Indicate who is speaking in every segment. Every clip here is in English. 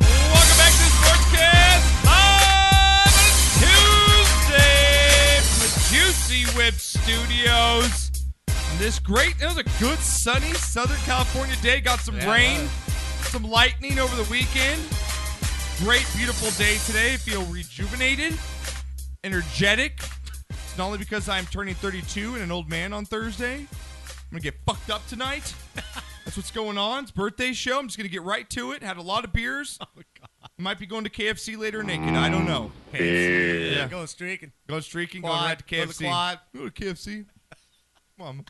Speaker 1: Welcome back to the Sportscast live on a Tuesday from the Juicy Whip Studios. This great, it was a good sunny Southern California day. Got some
Speaker 2: Yeah, it
Speaker 1: rain, some lightning over the weekend. Great, beautiful day today. Feel rejuvenated, energetic. It's not only because I'm turning 32 and an old man on Thursday. I'm gonna get fucked up tonight. That's what's going on. It's birthday show. I'm just gonna get right to it. Had a lot of beers.
Speaker 2: Oh,
Speaker 1: Might be going to KFC later naked. I don't know.
Speaker 2: Hey,
Speaker 1: Yeah.
Speaker 2: Going streaking.
Speaker 1: Going streaking,
Speaker 2: Quad,
Speaker 1: going right to
Speaker 2: go to
Speaker 1: KFC.
Speaker 2: quad.
Speaker 1: Go to KFC. Mom.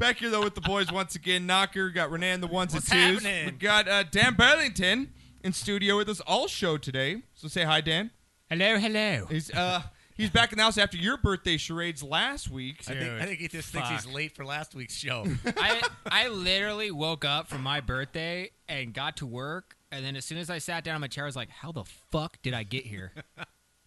Speaker 1: Back here though with the boys once again. Knocker got Renan the ones
Speaker 2: What's
Speaker 1: and twos.
Speaker 2: happening?
Speaker 1: We got uh, Dan Burlington in studio with us all show today. So say hi, Dan.
Speaker 3: Hello, hello.
Speaker 1: He's uh he's back in the house after your birthday charades last week.
Speaker 2: I think, I think he just thinks he's
Speaker 3: fuck.
Speaker 2: late for last week's show.
Speaker 3: I I literally woke up from my birthday and got to work, and then as soon as I sat down on my chair, I was like, "How the fuck did I get here?"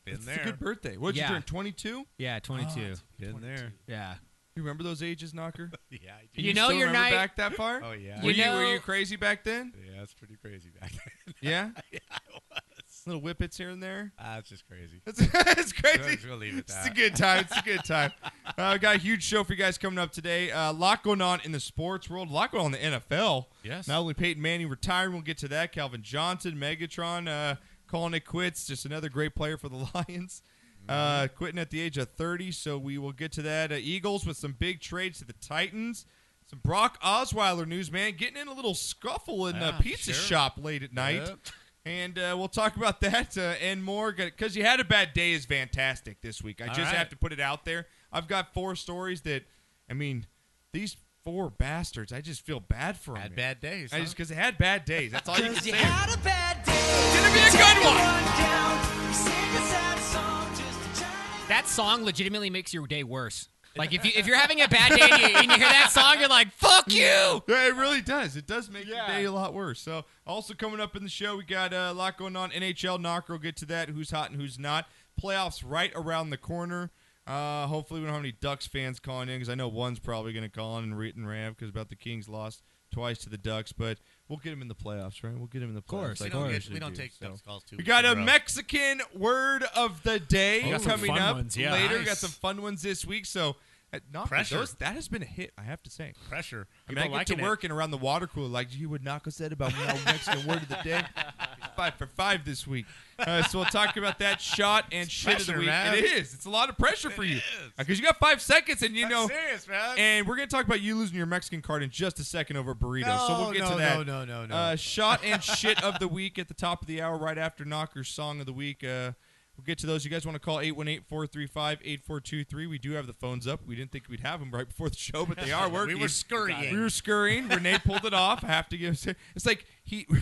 Speaker 2: Been
Speaker 1: It's a
Speaker 2: there.
Speaker 1: good birthday. What did
Speaker 3: Yeah.
Speaker 1: you turn? Twenty two?
Speaker 3: Yeah,
Speaker 1: Ah,
Speaker 2: Oh,
Speaker 3: 22.
Speaker 2: Been there.
Speaker 3: yeah,
Speaker 1: You remember those ages, Knocker?
Speaker 2: Yeah, I do.
Speaker 3: You know
Speaker 1: still
Speaker 3: you're
Speaker 1: remember
Speaker 3: not-
Speaker 1: back that far?
Speaker 2: Oh, yeah.
Speaker 1: Were
Speaker 3: You
Speaker 1: you, were
Speaker 3: know-
Speaker 1: you crazy back then?
Speaker 2: Yeah, that's pretty crazy back then.
Speaker 1: Yeah? yeah, I was. Little whippets here and there.
Speaker 2: Ah, it's just crazy.
Speaker 1: It's, it's crazy.
Speaker 2: We'll leave it at
Speaker 1: It's a
Speaker 2: that.
Speaker 1: good time. It's a good time. Uh, we got a huge show for you guys coming up today. Uh, a lot going on in the sports world. A lot going on in the NFL.
Speaker 2: Yes.
Speaker 1: Not only Peyton Manning retiring, we'll get to that. Calvin Johnson, Megatron, uh, calling it quits. Just another great player for the Lions. Uh,
Speaker 2: Mm-hmm.
Speaker 1: quitting at the age of 30. So we will get to that. Uh, Eagles with some big trades to the Titans. Some Brock Osweiler news, man. Getting in a little scuffle in a
Speaker 2: Yeah,
Speaker 1: pizza
Speaker 2: Ah, sure.
Speaker 1: shop late at night.
Speaker 2: Yep.
Speaker 1: And uh, we'll talk about that uh, and more because you had a bad day is fantastic this week. I
Speaker 2: All
Speaker 1: just
Speaker 2: right.
Speaker 1: have to put it out there. I've got four stories that, I mean, these four bastards. I just feel bad for
Speaker 2: Had
Speaker 1: them.
Speaker 2: bad days.
Speaker 1: I
Speaker 2: huh?
Speaker 1: just because they had bad days. That's all you can
Speaker 4: Cause you
Speaker 1: say.
Speaker 4: had a bad day.
Speaker 1: It's gonna be a good one.
Speaker 4: Down. You sing a sad song just to turn it
Speaker 3: that song legitimately makes your day worse. Like if you if you're having a bad day and you, and you hear that song, you're like, "Fuck you."
Speaker 1: Yeah, it really does. It does make
Speaker 3: Yeah.
Speaker 1: your day a lot worse. So, also coming up in the show, we got uh, a lot going on. NHL knocker. We'll get to that. Who's hot and who's not. Playoffs right around the corner. Uh, hopefully, we don't have any Ducks fans calling in because I know one's probably going to call in and read and rant because about the Kings lost twice to the Ducks, but we'll get them in the playoffs, right? We'll get them in the playoffs. Of
Speaker 3: course,
Speaker 2: we
Speaker 3: of
Speaker 2: don't,
Speaker 3: course
Speaker 2: get, we don't take
Speaker 1: so.
Speaker 2: those calls too.
Speaker 1: We got a Mexican word of the day
Speaker 3: We got some
Speaker 1: coming
Speaker 3: fun
Speaker 1: up
Speaker 3: ones, yeah.
Speaker 1: later. We got
Speaker 2: Nice.
Speaker 1: some fun ones this week. So, uh, knock
Speaker 2: Pressure.
Speaker 1: those- that has been a hit, I have to say.
Speaker 2: pressure.
Speaker 1: I mean, I get to work and around the water cooler like you would Naco said about my Mexican word of the day. It's five for five this week. Uh, so we'll talk about that shot and shit of the
Speaker 2: pressure,
Speaker 1: week.
Speaker 2: man.
Speaker 1: It is. It's a lot of pressure for you
Speaker 2: is.
Speaker 1: because you got five seconds and you know.
Speaker 2: serious, man.
Speaker 1: And we're gonna talk about you losing your Mexican card in just a second over burrito. so we'll get
Speaker 2: no,
Speaker 1: to that.
Speaker 2: No, no, no, no.
Speaker 1: Uh, shot and shit of the week at the top of the hour, right after Knocker's song of the week. Uh, we'll get to those. You guys want to call 818 435 8423. We do have the phones up. We didn't think we'd have them right before the show, but they are
Speaker 2: we
Speaker 1: working.
Speaker 2: were scurrying.
Speaker 1: We were scurrying. Renee pulled it off. I have to give. It's like he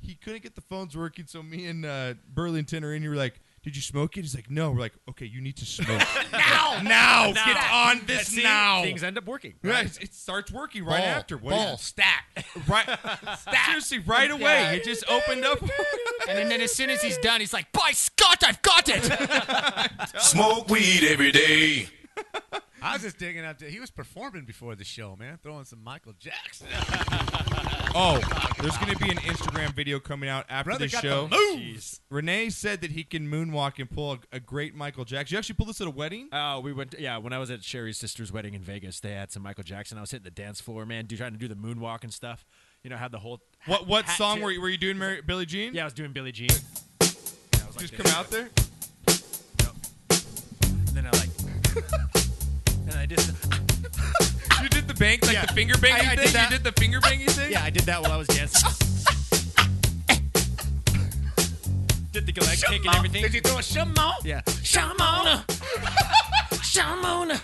Speaker 1: he couldn't get the phones working, so me and uh, Burlington are in. You were like, "Did you smoke it?" He's like, "No." We're like, "Okay, you need to smoke now. Now, get on this now."
Speaker 2: end up working.
Speaker 1: Yeah, it's- it starts working right
Speaker 2: Ball,
Speaker 1: after. What
Speaker 2: ball,
Speaker 1: is-
Speaker 2: stack.
Speaker 1: right? Seriously, right away. It just opened up.
Speaker 3: And then, then as soon as he's done, he's like, "By Scott, I've got it."
Speaker 5: Smoke weed every day.
Speaker 2: I was just digging up. To, he was performing before the show, man. Throwing some Michael Jackson.
Speaker 1: oh, there's gonna be an Instagram video coming out after
Speaker 2: Brother
Speaker 1: the
Speaker 2: got
Speaker 1: show.
Speaker 2: the moves.
Speaker 1: Renee said that he can moonwalk and pull a, a great Michael Jackson. You actually pulled this at a wedding.
Speaker 6: Oh, we went. yeah, when I was at Sherry's sister's wedding in Vegas, they had some Michael Jackson. I was hitting the dance floor, man, do, trying to do the moonwalk and stuff. You know, had the whole.
Speaker 1: What what
Speaker 6: hat
Speaker 1: song
Speaker 6: to-
Speaker 1: were you, were you doing, Mary, Billie Jean?
Speaker 6: Yeah, I was doing Billie Jean.
Speaker 1: just come out there.
Speaker 6: And then I like. and I just.
Speaker 1: You did the bank, like the finger banging
Speaker 6: I- I did
Speaker 1: thing.
Speaker 6: that.
Speaker 1: You did the finger banging thing.
Speaker 6: Yeah, I did that while I was dancing. did the leg kick and everything.
Speaker 2: Did you throw a shimon?
Speaker 6: Yeah.
Speaker 2: Shamona. Shamona.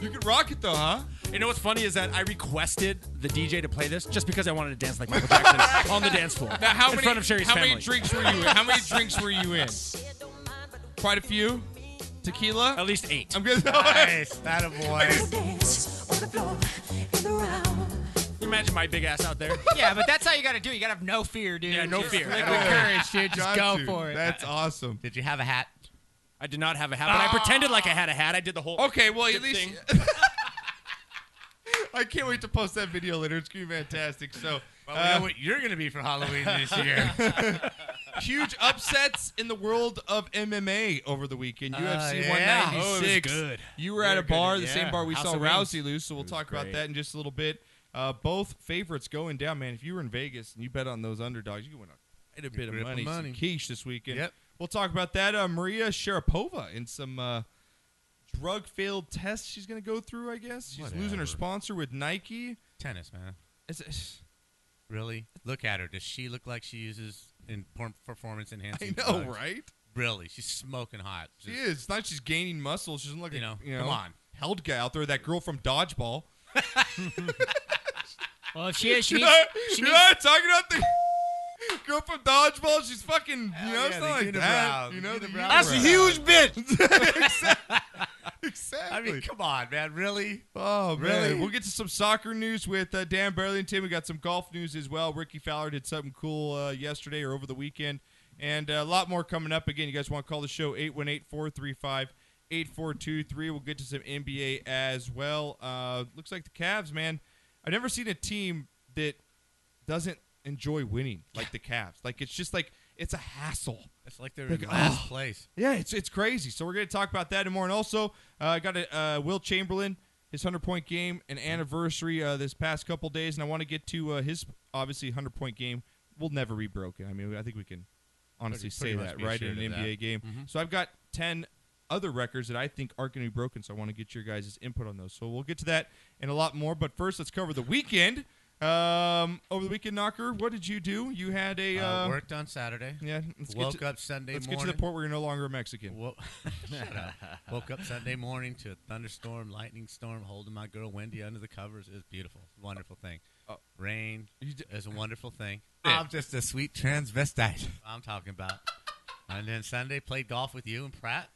Speaker 1: You could rock it though, huh?
Speaker 6: You know what's funny is that I requested the DJ to play this just because I wanted to dance like Michael Jackson on the dance floor
Speaker 1: Now, how
Speaker 6: in
Speaker 1: many
Speaker 6: front of Sherry's
Speaker 1: how
Speaker 6: family.
Speaker 1: many drinks were you? in? How many drinks were you in? Quite a few. Tequila?
Speaker 6: At least eight.
Speaker 1: I'm good.
Speaker 2: Nice. That a boy.
Speaker 6: Can you imagine my big ass out there?
Speaker 3: yeah, but that's how you got to do it. You got to have no fear, dude.
Speaker 6: Yeah, no
Speaker 3: Just
Speaker 6: fear.
Speaker 3: liquid
Speaker 6: At all.
Speaker 3: courage, dude.
Speaker 1: Got
Speaker 3: Just go
Speaker 1: to.
Speaker 3: for it.
Speaker 1: That's awesome.
Speaker 2: Did you have a hat? Ah!
Speaker 6: I did not have a hat, but I pretended like I had a hat. I did the whole.
Speaker 1: Okay, well, at
Speaker 6: Good
Speaker 1: least. I can't wait to post that video later. It's going to be fantastic. So,
Speaker 2: Well, we
Speaker 1: uh,
Speaker 2: know what you're gonna be for Halloween this year.
Speaker 1: huge upsets in the world of MMA over the weekend. UFC
Speaker 2: yeah.
Speaker 1: 196.
Speaker 6: Oh, it was good.
Speaker 1: You were at
Speaker 6: Very
Speaker 1: a bar,
Speaker 6: good,
Speaker 1: the same
Speaker 6: yeah.
Speaker 1: bar we
Speaker 6: House
Speaker 1: saw
Speaker 6: of Wings.
Speaker 1: Rousey lose, so we'll talk about
Speaker 6: great.
Speaker 1: that in just a little bit. Uh, both favorites going down, man. If you were in Vegas and you bet on those underdogs, you could win a, quite a bit of
Speaker 2: grip of
Speaker 1: money,
Speaker 2: money.
Speaker 1: Some quiche this weekend.
Speaker 2: Yep.
Speaker 1: We'll talk about that. Uh, Maria Sharapova and some uh, drug failed tests she's going to go through, I guess. She's losing her
Speaker 2: Whatever.
Speaker 1: sponsor with Nike.
Speaker 2: Tennis, man.
Speaker 1: It's, it's,
Speaker 2: Really? Look at her. Does she look like she uses in perm- performance
Speaker 1: I
Speaker 2: enhancing?
Speaker 1: know,
Speaker 2: drugs?
Speaker 1: right?
Speaker 2: Really? She's smoking hot.
Speaker 1: She
Speaker 2: Just-
Speaker 1: is. It's not she's gaining muscle. She doesn't look
Speaker 2: You
Speaker 1: like
Speaker 2: know, come on.
Speaker 1: held guy out there. That girl from dodgeball.
Speaker 3: Well, if she is, she
Speaker 1: You
Speaker 3: needs,
Speaker 1: know,
Speaker 3: she
Speaker 1: you know
Speaker 3: needs
Speaker 1: what I'm talking about the girl from dodgeball. She's fucking. You know,
Speaker 2: yeah,
Speaker 1: it's
Speaker 2: the
Speaker 1: not like
Speaker 2: unibrow,
Speaker 1: that.
Speaker 2: the
Speaker 1: You know, the
Speaker 2: unibrow.
Speaker 1: unibrow.
Speaker 2: That's a huge
Speaker 1: exactly.
Speaker 2: I mean, come on, man. Really?
Speaker 1: Oh, really?
Speaker 2: Really?
Speaker 1: We'll get to some soccer news with uh, Dan Burlington. We got some golf news as well. Ricky Fowler did something cool uh, yesterday or over the weekend. And uh, a lot more coming up. Again, you guys want to call the show 818 435 8423. We'll get to some NBA as well. Uh, looks like the Cavs, man. I've never seen a team that doesn't enjoy winning like the Cavs. Like, it's just like, it's a hassle.
Speaker 2: It's like they're
Speaker 1: Like, oh.
Speaker 2: in last place.
Speaker 1: Yeah, it's it's crazy. So we're going to talk about that and more. And also, uh, I got a uh, Will Chamberlain, his hundred point game, an anniversary uh, this past couple days, and I want to get to uh, his obviously hundred point game. Will never be broken. I mean, I think we can honestly
Speaker 2: Pretty- pretty
Speaker 1: say
Speaker 2: much
Speaker 1: that
Speaker 2: be
Speaker 1: right in
Speaker 2: assured
Speaker 1: an
Speaker 2: of Mm-hmm.
Speaker 1: NBA game. So I've got ten other records that I think aren't going to be broken. So I want to get your guys' input on those. So we'll get to that and a lot more. But first, let's cover the weekend. Um, over the weekend, Knocker, what did you do? You had a
Speaker 2: Uh,
Speaker 1: um,
Speaker 2: worked on Saturday.
Speaker 1: Yeah, let's get
Speaker 2: Woke
Speaker 1: to-
Speaker 2: up Sunday
Speaker 1: Let's
Speaker 2: morning.
Speaker 1: get to the point where you're no longer a Mexican.
Speaker 2: Wo- Shut up. Woke up Sunday morning to a thunderstorm, lightning storm, holding my girl Wendy under the covers. It was beautiful. It was a wonderful thing.
Speaker 1: Oh.
Speaker 2: Rain is a wonderful thing. I'm just a sweet transvestite. I'm talking about. And then Sunday played golf with you and Pratt.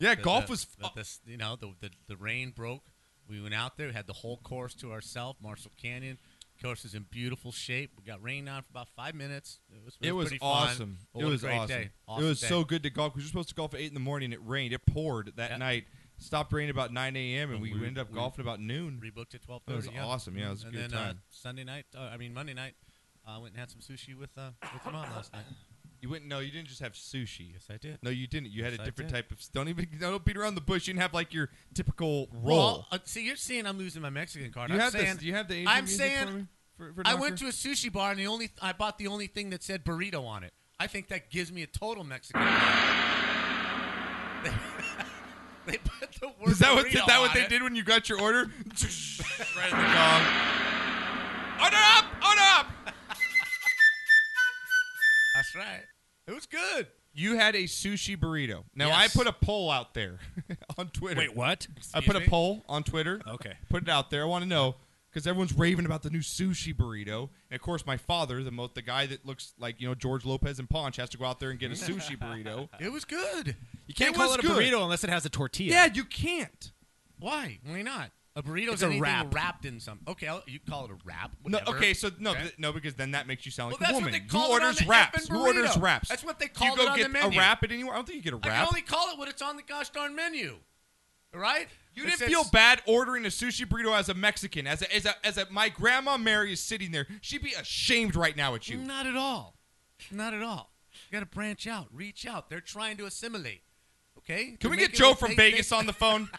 Speaker 1: Yeah,
Speaker 2: The-
Speaker 1: golf
Speaker 2: the-
Speaker 1: was.
Speaker 2: the- the- you know the, the the rain broke. We went out there, had the whole course to ourselves. Marshall Canyon course is in beautiful shape. We got rain on for about five minutes. It was,
Speaker 1: it was
Speaker 2: pretty fun.
Speaker 1: awesome.
Speaker 2: But
Speaker 1: It
Speaker 2: what a
Speaker 1: was
Speaker 2: great
Speaker 1: awesome.
Speaker 2: day.
Speaker 1: It
Speaker 2: Awesome
Speaker 1: was
Speaker 2: day.
Speaker 1: so good to golf. We were supposed to golf at eight in the morning. It rained. It poured that
Speaker 2: Yeah.
Speaker 1: night. Stopped raining about nine a.m. and we, ended up golfing about noon.
Speaker 2: Rebooked at twelve
Speaker 1: That
Speaker 2: thirty.
Speaker 1: was awesome. Yeah, it was a
Speaker 2: and
Speaker 1: good
Speaker 2: then Uh,
Speaker 1: time.
Speaker 2: Sunday night, uh, I mean Monday night, uh, I went and had some sushi with uh, with your mom last night.
Speaker 1: You went. No, you didn't just have sushi.
Speaker 2: Yes, I did.
Speaker 1: No, you didn't. You had
Speaker 2: Yes,
Speaker 1: a
Speaker 2: I
Speaker 1: different
Speaker 2: did.
Speaker 1: type of. Don't even. Don't beat around the bush. You didn't have like your typical roll.
Speaker 2: Well, uh, see, you're seeing I'm losing my Mexican card.
Speaker 1: you
Speaker 2: I'm
Speaker 1: have
Speaker 2: saying,
Speaker 1: the. You have the. Asian
Speaker 2: I'm
Speaker 1: music
Speaker 2: saying
Speaker 1: for me? For- for
Speaker 2: I
Speaker 1: Knocker?
Speaker 2: went to a sushi bar and the only I bought the only thing that said burrito on it. I think that gives me a total Mexican. card. they, they put the word
Speaker 1: Is that what is
Speaker 2: burrito
Speaker 1: that what
Speaker 2: on
Speaker 1: they
Speaker 2: it.
Speaker 1: did when you got your order? right in the gong. Order up! Order up!
Speaker 2: That's right. It was good.
Speaker 1: You had a sushi burrito. Now
Speaker 2: Yes.
Speaker 1: I put a poll out there on Twitter.
Speaker 6: Wait, what?
Speaker 1: I put
Speaker 2: me?
Speaker 1: a poll on Twitter.
Speaker 6: Okay.
Speaker 1: Put it out there. I want to know because everyone's raving about the new sushi burrito, and of course, my father, the most, the guy that looks like you know George Lopez and Paunch, has to go out there and get a sushi burrito.
Speaker 2: It was good.
Speaker 6: You can't
Speaker 1: It
Speaker 6: call
Speaker 1: was
Speaker 6: it a
Speaker 1: good.
Speaker 6: burrito unless it has a tortilla.
Speaker 1: Yeah, you can't.
Speaker 2: Why? Why not? A burrito
Speaker 6: It's
Speaker 2: is
Speaker 6: a
Speaker 2: anything
Speaker 6: wrap.
Speaker 2: wrapped in something. Okay, I'll, you call it a wrap.
Speaker 1: No,
Speaker 2: whatever.
Speaker 1: okay, so no, th- no, because then that makes you sound
Speaker 2: Well,
Speaker 1: like
Speaker 2: that's
Speaker 1: a
Speaker 2: what
Speaker 1: woman.
Speaker 2: they called
Speaker 1: Who
Speaker 2: it on
Speaker 1: orders
Speaker 2: the
Speaker 1: wraps?
Speaker 2: effing
Speaker 1: Who orders
Speaker 2: burrito.
Speaker 1: wraps?
Speaker 2: That's what they
Speaker 1: Do you
Speaker 2: called
Speaker 1: go
Speaker 2: it on
Speaker 1: get
Speaker 2: the menu.
Speaker 1: a wrap at anywhere? I don't think you get a
Speaker 2: I
Speaker 1: wrap.
Speaker 2: can only call it what it's on the gosh darn menu. All right?
Speaker 1: You
Speaker 2: It
Speaker 1: didn't
Speaker 2: said
Speaker 1: feel bad ordering a sushi burrito as a Mexican, as a, as a, as a, my grandma Mary is sitting there. She'd be ashamed right now at you.
Speaker 2: Not at all. Not at all. You got to branch out, reach out. They're trying to assimilate. Okay?
Speaker 1: Can
Speaker 2: They're
Speaker 1: we get
Speaker 2: making
Speaker 1: Joe
Speaker 2: it-
Speaker 1: from
Speaker 2: they-
Speaker 1: Vegas
Speaker 2: they-
Speaker 1: on the phone?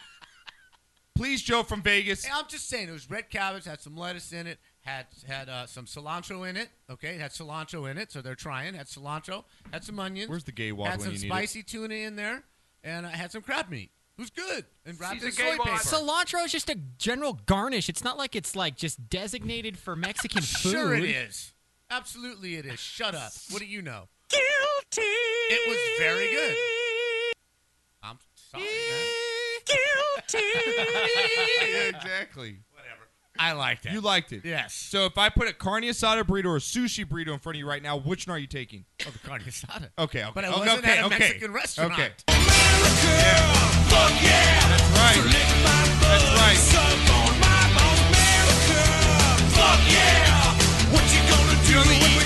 Speaker 1: Please, Joe from Vegas.
Speaker 2: Hey, I'm just saying, it was red cabbage, had some lettuce in it, had had uh, some cilantro in it. Okay, it had cilantro in it, so they're trying. Had cilantro, had some onions.
Speaker 1: Where's the gay wad
Speaker 2: Had
Speaker 1: when
Speaker 2: some
Speaker 1: you need it?
Speaker 2: spicy tuna in there, and I had some crab meat. It was good and wrapped in
Speaker 4: a gay
Speaker 2: soy
Speaker 4: wad.
Speaker 2: paper.
Speaker 3: cilantro is just a general garnish. It's not like it's like just designated for Mexican food.
Speaker 2: Sure, it is. Absolutely, it is. Shut up. What do you know? Guilty. It was very good. I'm sorry. Man.
Speaker 1: Yeah, exactly.
Speaker 2: Whatever. I liked it.
Speaker 1: You liked it.
Speaker 2: Yes.
Speaker 1: So if I put a carne asada burrito or a sushi burrito in front of you right now, which one are you taking?
Speaker 2: oh, the carne asada.
Speaker 1: Okay, okay.
Speaker 2: But it
Speaker 1: okay,
Speaker 2: wasn't at
Speaker 1: okay,
Speaker 2: a
Speaker 1: okay.
Speaker 2: Mexican restaurant.
Speaker 1: Okay. That's right. That's right.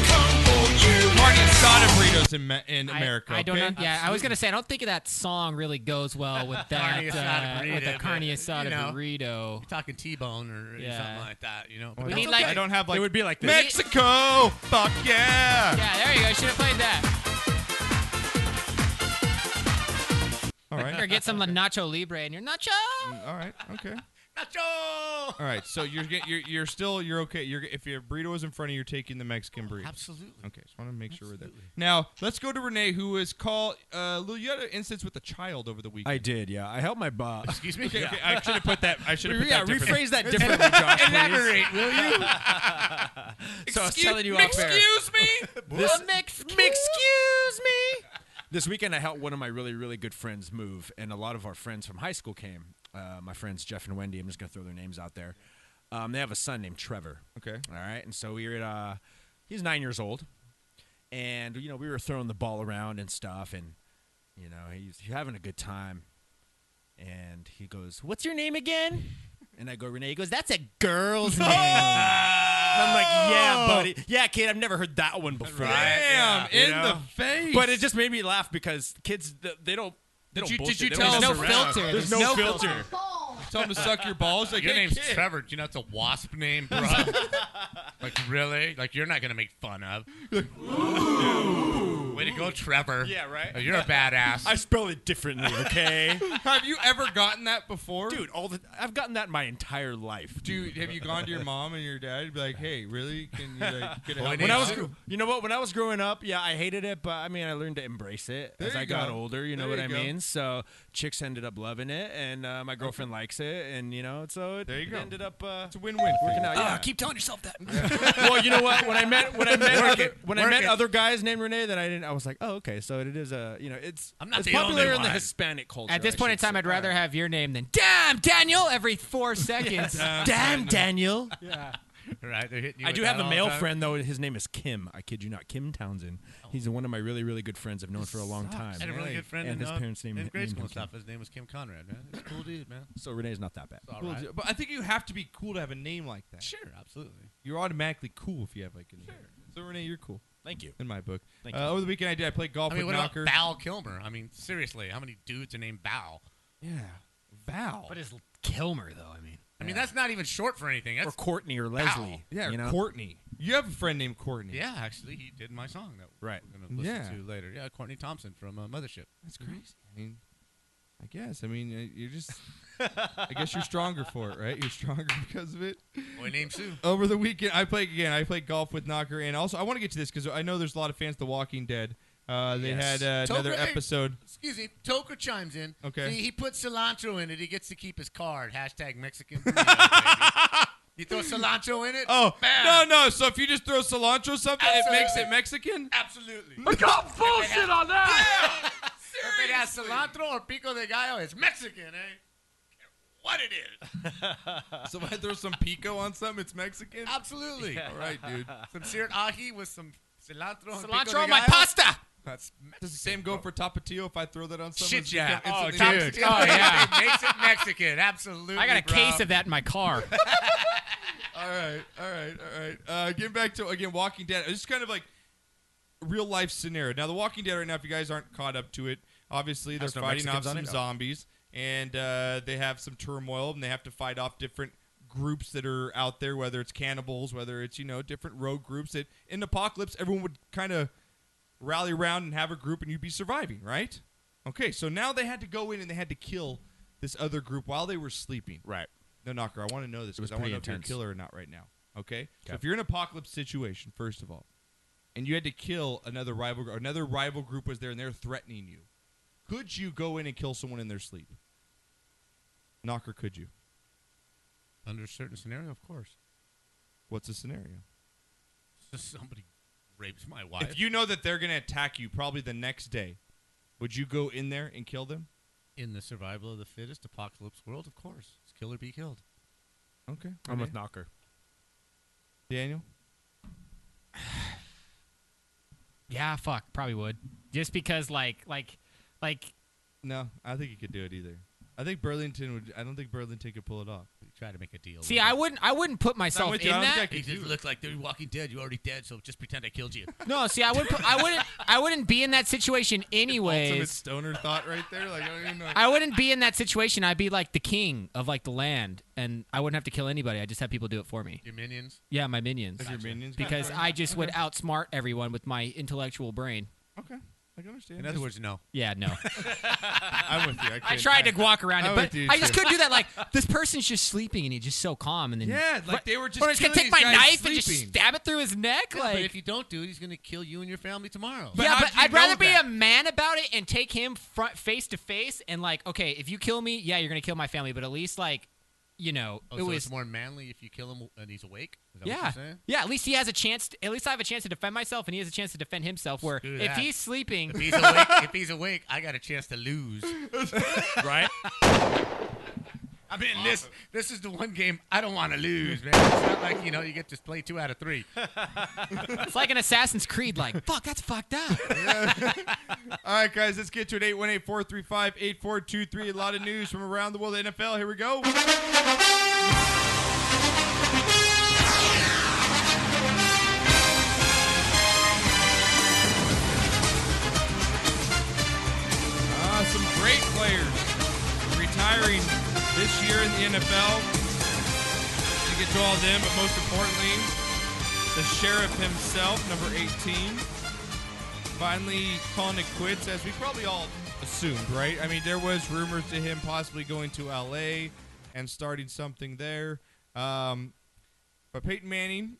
Speaker 1: Carne asada burritos in, Ma- in
Speaker 3: I-
Speaker 1: America.
Speaker 3: I, don't.
Speaker 1: okay?
Speaker 3: know- Yeah, I was gonna say I don't think that song really goes well with that
Speaker 2: Carne asada
Speaker 3: uh, with the
Speaker 2: burrito,
Speaker 3: carne
Speaker 2: but,
Speaker 3: asada
Speaker 2: you know.
Speaker 3: burrito.
Speaker 2: Talking T-bone or
Speaker 3: Yeah.
Speaker 2: something like that, you know.
Speaker 3: We
Speaker 2: that's
Speaker 3: need, like-
Speaker 1: I don't have like.
Speaker 6: It would be like this.
Speaker 1: Mexico. Fuck yeah.
Speaker 3: Yeah, there you go. Should have played that.
Speaker 1: All
Speaker 3: Or
Speaker 1: right. Mm,
Speaker 3: get some Nacho Libre in your nacho.
Speaker 1: All right. Okay.
Speaker 2: Nacho!
Speaker 1: All right. So you're get, you're you're still you're okay. You're if your burrito is in front of you, you're taking the Mexican burrito.
Speaker 2: Absolutely.
Speaker 1: Okay, just want to make sure we're there. Now let's go to Renee, who is called. Uh, Lou, you had an instance with a child over the weekend.
Speaker 6: I did, yeah. I helped my boss.
Speaker 2: Excuse me.
Speaker 1: okay, okay, I should have put that. I should have put
Speaker 6: yeah,
Speaker 1: that. differently.
Speaker 6: rephrase that differently, Josh. please.
Speaker 2: Elaborate, will you?
Speaker 6: So I was telling you off air.
Speaker 1: Excuse me.
Speaker 6: This-
Speaker 3: mix.
Speaker 6: Excuse me. This weekend, I helped one of my really, really good friends move, and a lot of our friends from high school came. Uh, my friends Jeff and Wendy. I'm just gonna throw their names out there. Um, they have a son named Trevor.
Speaker 1: Okay.
Speaker 6: All right, and so we were at. Uh, he's nine years old, and you know we were throwing the ball around and stuff, and you know he's, he's having a good time. And he goes, "What's your name again?" And I go, "Renee." He goes, "That's a girl's name." And I'm like, "Yeah, buddy. Yeah, kid. I've never heard that one before."
Speaker 1: Damn,
Speaker 6: Yeah, you
Speaker 1: in
Speaker 6: know?
Speaker 1: the face.
Speaker 6: But it just made me laugh because kids, th- they don't. They
Speaker 1: Did
Speaker 6: don't
Speaker 1: you- did
Speaker 6: bullshit.
Speaker 1: you
Speaker 6: They
Speaker 1: tell him
Speaker 6: don't mess
Speaker 1: no
Speaker 6: around.
Speaker 3: filter?
Speaker 6: There's
Speaker 3: There's
Speaker 6: no,
Speaker 3: no
Speaker 6: filter.
Speaker 1: tell him to suck your balls. Like
Speaker 2: Your
Speaker 1: hey,
Speaker 2: name's
Speaker 1: kid.
Speaker 2: Trevor. Do you know it's a wasp name, bro? like really? Like you're not gonna make fun of? Way to go, Trevor.
Speaker 6: Yeah, right?
Speaker 2: Like, you're a badass.
Speaker 6: I spell it differently, okay?
Speaker 1: Have you ever gotten that before,
Speaker 6: Dude, all the I've gotten that my entire life.
Speaker 1: Do you, have you gone to your mom and your dad and be like, "Hey, really? Can you like get it?"
Speaker 2: Boy,
Speaker 1: help
Speaker 6: When
Speaker 1: me
Speaker 6: I was,
Speaker 1: out?"
Speaker 6: gr- you know what? When I was growing up, yeah, I hated it, but I mean, I learned to embrace it
Speaker 1: There
Speaker 6: as
Speaker 1: you
Speaker 6: I got
Speaker 1: go.
Speaker 6: older. You know
Speaker 1: There
Speaker 6: what I
Speaker 1: you go.
Speaker 6: mean? So chicks ended up loving it, and uh, my girlfriend likes it, and you know, so it,
Speaker 1: There you
Speaker 6: it
Speaker 1: go.
Speaker 6: ended up uh,
Speaker 1: it's a win-win. for
Speaker 6: working
Speaker 1: you.
Speaker 6: out. Yeah.
Speaker 2: keep telling yourself that.
Speaker 6: well, you know what? When I met when I met
Speaker 2: Work
Speaker 6: other,
Speaker 2: it.
Speaker 6: when I
Speaker 2: Work
Speaker 6: met
Speaker 2: it.
Speaker 6: other guys named Renee, then I didn't. I was like, oh, okay, so it is a you know, it's
Speaker 2: I'm not
Speaker 6: it's
Speaker 2: the
Speaker 6: popular
Speaker 2: only
Speaker 6: in the
Speaker 2: one.
Speaker 6: Hispanic culture.
Speaker 3: At this
Speaker 6: I
Speaker 3: point in
Speaker 6: should
Speaker 3: time,
Speaker 6: say.
Speaker 3: I'd rather have your name than damn Daniel every four seconds.
Speaker 6: Damn, Daniel.
Speaker 2: right, they're hitting you
Speaker 6: I
Speaker 2: with
Speaker 6: do
Speaker 2: that
Speaker 6: have a
Speaker 2: all
Speaker 6: male
Speaker 2: the time. Oh.
Speaker 6: friend though. His name is Kim. I kid you not, Kim Townsend. He's one of my really, really good friends I've known for a long time.
Speaker 2: I had a really good friend
Speaker 6: and
Speaker 2: in,
Speaker 6: his
Speaker 2: uh,
Speaker 6: parents' name
Speaker 2: in
Speaker 6: named
Speaker 2: grade
Speaker 6: him
Speaker 2: school and
Speaker 6: Kim.
Speaker 2: stuff. His name was Kim Conrad, man. He's a cool dude, man.
Speaker 6: So Renee's not that bad.
Speaker 2: All
Speaker 1: Cool.
Speaker 2: right.
Speaker 1: But I think you have to be cool to have a name like that.
Speaker 2: Sure, absolutely.
Speaker 1: You're automatically cool if you have like a name. So Renee, you're cool
Speaker 6: Thank you.
Speaker 1: in my book.
Speaker 6: Thank you.
Speaker 1: Uh, over the weekend, I did. I played golf
Speaker 2: I mean,
Speaker 1: with
Speaker 2: what
Speaker 1: Knocker.
Speaker 2: about Val Kilmer? I mean, seriously, how many dudes are named Val?
Speaker 1: yeah, Val.
Speaker 3: What is Kilmer though? I mean,
Speaker 2: I mean, that's not even short for anything.
Speaker 6: Or
Speaker 2: That's
Speaker 6: Courtney or Leslie.
Speaker 1: yeah,
Speaker 6: you know?
Speaker 1: Courtney. You have a friend named Courtney.
Speaker 2: yeah, actually, he did my song that
Speaker 6: Right.
Speaker 2: we're gonna listen
Speaker 1: Yeah.
Speaker 2: to later. Yeah, Courtney Thompson from uh, Mothership.
Speaker 1: that's crazy. I mean, I guess. I mean, uh, you're just. I guess you're stronger for it, right? You're stronger because of it.
Speaker 2: Boy named Sue.
Speaker 1: over the weekend i played again i played golf with knocker and also i want to get to this because i know there's a lot of fans of the walking dead uh, they
Speaker 6: Yes.
Speaker 1: had uh,
Speaker 2: Toker,
Speaker 1: another
Speaker 2: hey.
Speaker 1: episode
Speaker 2: Excuse me, Toker chimes in.
Speaker 1: Okay.
Speaker 2: See, he puts cilantro in it. He gets to keep his card. Hashtag Mexican. burrito, baby. you throw cilantro in it?
Speaker 1: oh
Speaker 2: bam.
Speaker 1: no no so if you just throw cilantro something it makes it
Speaker 2: Absolutely.
Speaker 1: mexican
Speaker 2: Absolutely.
Speaker 4: Bullshit on that!
Speaker 2: If it has cilantro or pico de gallo, it's Mexican, eh? What it is.
Speaker 1: so if i throw some pico on something it's mexican
Speaker 2: Absolutely.
Speaker 1: all right dude
Speaker 2: Some seared ají with some cilantro. and pico
Speaker 3: cilantro
Speaker 2: de
Speaker 3: on my
Speaker 2: gallo.
Speaker 3: pasta.
Speaker 2: That's Mexican.
Speaker 1: does the same go for tapatio if i throw that on something
Speaker 2: Shit, yeah.
Speaker 1: oh,
Speaker 2: Mexican.
Speaker 3: dude. Oh, yeah.
Speaker 2: It makes it Mexican. Absolutely.
Speaker 3: I got a
Speaker 2: bro.
Speaker 3: case of that in my car.
Speaker 1: all right all right all right uh, getting back to again walking dead it's just kind of like real life scenario now the walking dead right now if you guys aren't caught up to it obviously they're
Speaker 6: Has no
Speaker 1: fighting off
Speaker 6: Mexicans on
Speaker 1: some
Speaker 6: it? No.
Speaker 1: zombies and uh, they have some turmoil and they have to fight off different groups that are out there whether it's cannibals whether it's you know different rogue groups that in apocalypse everyone would kind of rally around and have a group and you'd be surviving right okay so now they had to go in and they had to kill this other group while they were sleeping
Speaker 6: Right.
Speaker 1: no, Knocker, I want to know this
Speaker 6: It was
Speaker 1: because I want to
Speaker 6: pretty
Speaker 1: know if you're a
Speaker 6: intense.
Speaker 1: killer or not right now. Okay? So
Speaker 6: Okay.
Speaker 1: if you're in an apocalypse situation, first of all, and you had to kill another rival gr- another rival group was there and they're threatening you, could you go in and kill someone in their sleep? Knocker, could you?
Speaker 2: Under a certain scenario, of course.
Speaker 1: What's the scenario?
Speaker 2: Somebody rapes my wife.
Speaker 1: If you know that they're going to attack you probably the next day, would you go in there and kill them?
Speaker 2: In the survival of the fittest apocalypse world, of course. It's kill or be killed.
Speaker 1: Okay.
Speaker 6: I'm with Knocker.
Speaker 1: Daniel.
Speaker 3: Yeah, fuck, probably would. Just because, like, like, like,
Speaker 1: No, I think he could do it either. I think Burlington would. I don't think Burlington could pull it off.
Speaker 2: Try to make a deal.
Speaker 3: see,
Speaker 2: with
Speaker 3: I
Speaker 2: him.
Speaker 3: wouldn't, I wouldn't put myself
Speaker 1: with
Speaker 3: in
Speaker 1: you. I don't
Speaker 3: that.
Speaker 1: think I
Speaker 2: He
Speaker 1: could do
Speaker 2: just looked like they're Walking Dead. You're already dead, so just pretend I killed you.
Speaker 3: No, see, I would, put, I wouldn't, I wouldn't be in that situation
Speaker 1: Ultimate
Speaker 3: anyways.
Speaker 1: stoner thought right there. Like I don't even know.
Speaker 3: I wouldn't be in that situation. I'd be like the king of like the land, and I wouldn't have to kill anybody. I just have people do it for me.
Speaker 2: Your minions.
Speaker 3: Yeah, my minions.
Speaker 1: If your minions got
Speaker 3: Because
Speaker 1: burned.
Speaker 3: I just would outsmart everyone with my intellectual brain.
Speaker 1: Okay, I can understand.
Speaker 2: In other words, no.
Speaker 3: Yeah, no.
Speaker 1: I'm with you. I,
Speaker 3: I
Speaker 1: couldn't-
Speaker 3: tried to walk around
Speaker 1: I
Speaker 3: it,
Speaker 1: would
Speaker 3: but
Speaker 1: do
Speaker 3: I just
Speaker 1: too.
Speaker 3: couldn't do that. Like this person's just sleeping and he's just so calm, and then
Speaker 1: Yeah, like they were just.
Speaker 3: I'm just gonna
Speaker 1: killing
Speaker 3: take my
Speaker 1: these guys
Speaker 3: knife and just
Speaker 1: sleeping.
Speaker 3: stab it through his neck.
Speaker 2: Yeah,
Speaker 3: like,
Speaker 2: but if you don't do it, he's going to kill you and your family tomorrow.
Speaker 1: But
Speaker 3: yeah,
Speaker 1: how'd
Speaker 3: but
Speaker 1: you
Speaker 3: I'd
Speaker 1: know
Speaker 3: rather be
Speaker 1: that?
Speaker 3: a man about it and take him front face to face and like, okay, if you kill me, yeah, you're gonna kill my family, but at least like, you know,
Speaker 2: oh,
Speaker 3: it
Speaker 2: so
Speaker 3: was
Speaker 2: it's more manly if you kill him and he's awake. Is that
Speaker 3: yeah,
Speaker 2: What you're saying?
Speaker 3: yeah. At least he has a chance. To, at least I have a chance to defend myself, and he has a chance to defend himself. Where
Speaker 2: Screw
Speaker 3: if
Speaker 2: that.
Speaker 3: he's sleeping,
Speaker 2: If he's awake, if he's awake, I got a chance to lose.
Speaker 6: Right?
Speaker 2: I mean, this this is the one game I don't want to lose, man. It's not like you know you get to play two out of three.
Speaker 3: it's like an Assassin's Creed. Like, fuck, that's fucked up.
Speaker 1: All right, guys, let's get to it. 818 435 8423. A lot of news from around the world of the NFL. Here we go. Ah, some great players retiring this year in the NFL. To get to all of them, but most importantly, the sheriff himself, number 18 finally calling it quits, as we probably all assumed, right? I mean, there was rumors to him possibly going to LA and starting something there, um, but Peyton Manning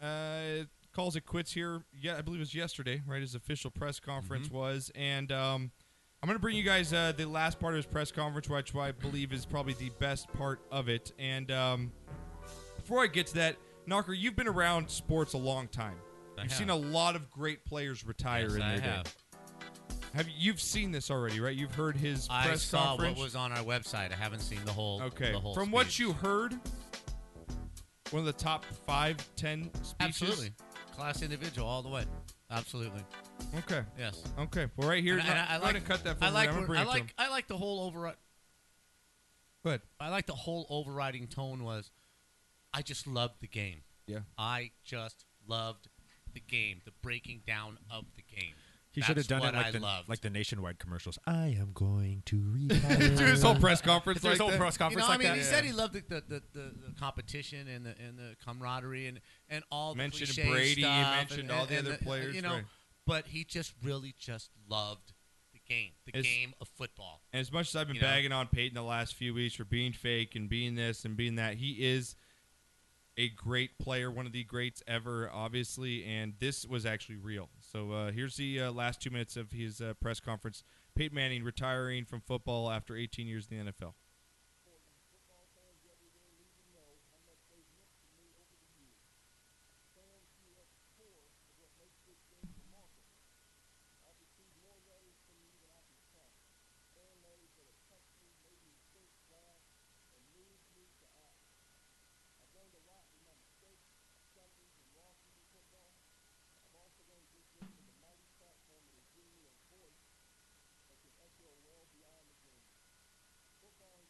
Speaker 1: uh, calls it quits here. Yeah, I believe it was yesterday, right? His official press conference
Speaker 2: Mm-hmm.
Speaker 1: was, and um, I'm going to bring you guys uh, the last part of his press conference, which I believe is probably the best part of it, and. Um, before I get to that, Knocker, you've been around sports a long time.
Speaker 2: I
Speaker 1: you've
Speaker 2: have.
Speaker 1: seen a lot of great players retire in their day. Have you- you've seen this already, right? You've heard his
Speaker 2: I
Speaker 1: press
Speaker 2: saw
Speaker 1: conference.
Speaker 2: what was on our website. I haven't seen the whole.
Speaker 1: okay,
Speaker 2: The whole
Speaker 1: from what
Speaker 2: speech.
Speaker 1: you heard, one of the top five, ten speeches.
Speaker 2: absolutely class individual all the way. Absolutely.
Speaker 1: Okay.
Speaker 2: Yes.
Speaker 1: Okay. Well, right here,
Speaker 2: And I- and I
Speaker 1: go ahead and cut that. For
Speaker 2: I
Speaker 1: me.
Speaker 2: like.
Speaker 1: I'm gonna
Speaker 2: where-
Speaker 1: bring
Speaker 2: I
Speaker 1: it to
Speaker 2: like.
Speaker 1: him.
Speaker 2: I like the whole override.
Speaker 1: Go ahead.
Speaker 2: I like the whole overriding tone was, I just loved the game.
Speaker 1: Yeah.
Speaker 2: I just loved the game. The breaking down of the game.
Speaker 6: He
Speaker 2: That's
Speaker 6: should have done
Speaker 2: what
Speaker 6: it like
Speaker 2: I
Speaker 6: the
Speaker 2: loved.
Speaker 6: like the nationwide commercials. I am going to retire.
Speaker 1: Do his whole press conference.
Speaker 6: His
Speaker 1: like
Speaker 6: whole
Speaker 1: that.
Speaker 6: press
Speaker 2: You
Speaker 6: conference
Speaker 2: know, I
Speaker 6: like
Speaker 2: mean,
Speaker 6: that.
Speaker 2: he said he loved the, the, the, the, the competition and the and the camaraderie and and all
Speaker 1: Mentioned
Speaker 2: the cliche
Speaker 1: Brady,
Speaker 2: stuff and-
Speaker 1: mentioned all the
Speaker 2: and
Speaker 1: other players,
Speaker 2: you know.
Speaker 1: right.
Speaker 2: But he just really just loved the game, the
Speaker 1: It's-
Speaker 2: game of football.
Speaker 1: And as much as I've been
Speaker 2: You know?
Speaker 1: bagging on Peyton the last few weeks for being fake and being this and being that, he is a great player, one of the greats ever, obviously. And this was actually real. So uh, here's the uh, last two minutes of his uh, press conference. Peyton Manning retiring from football after 18 years in the NFL.
Speaker 7: Football and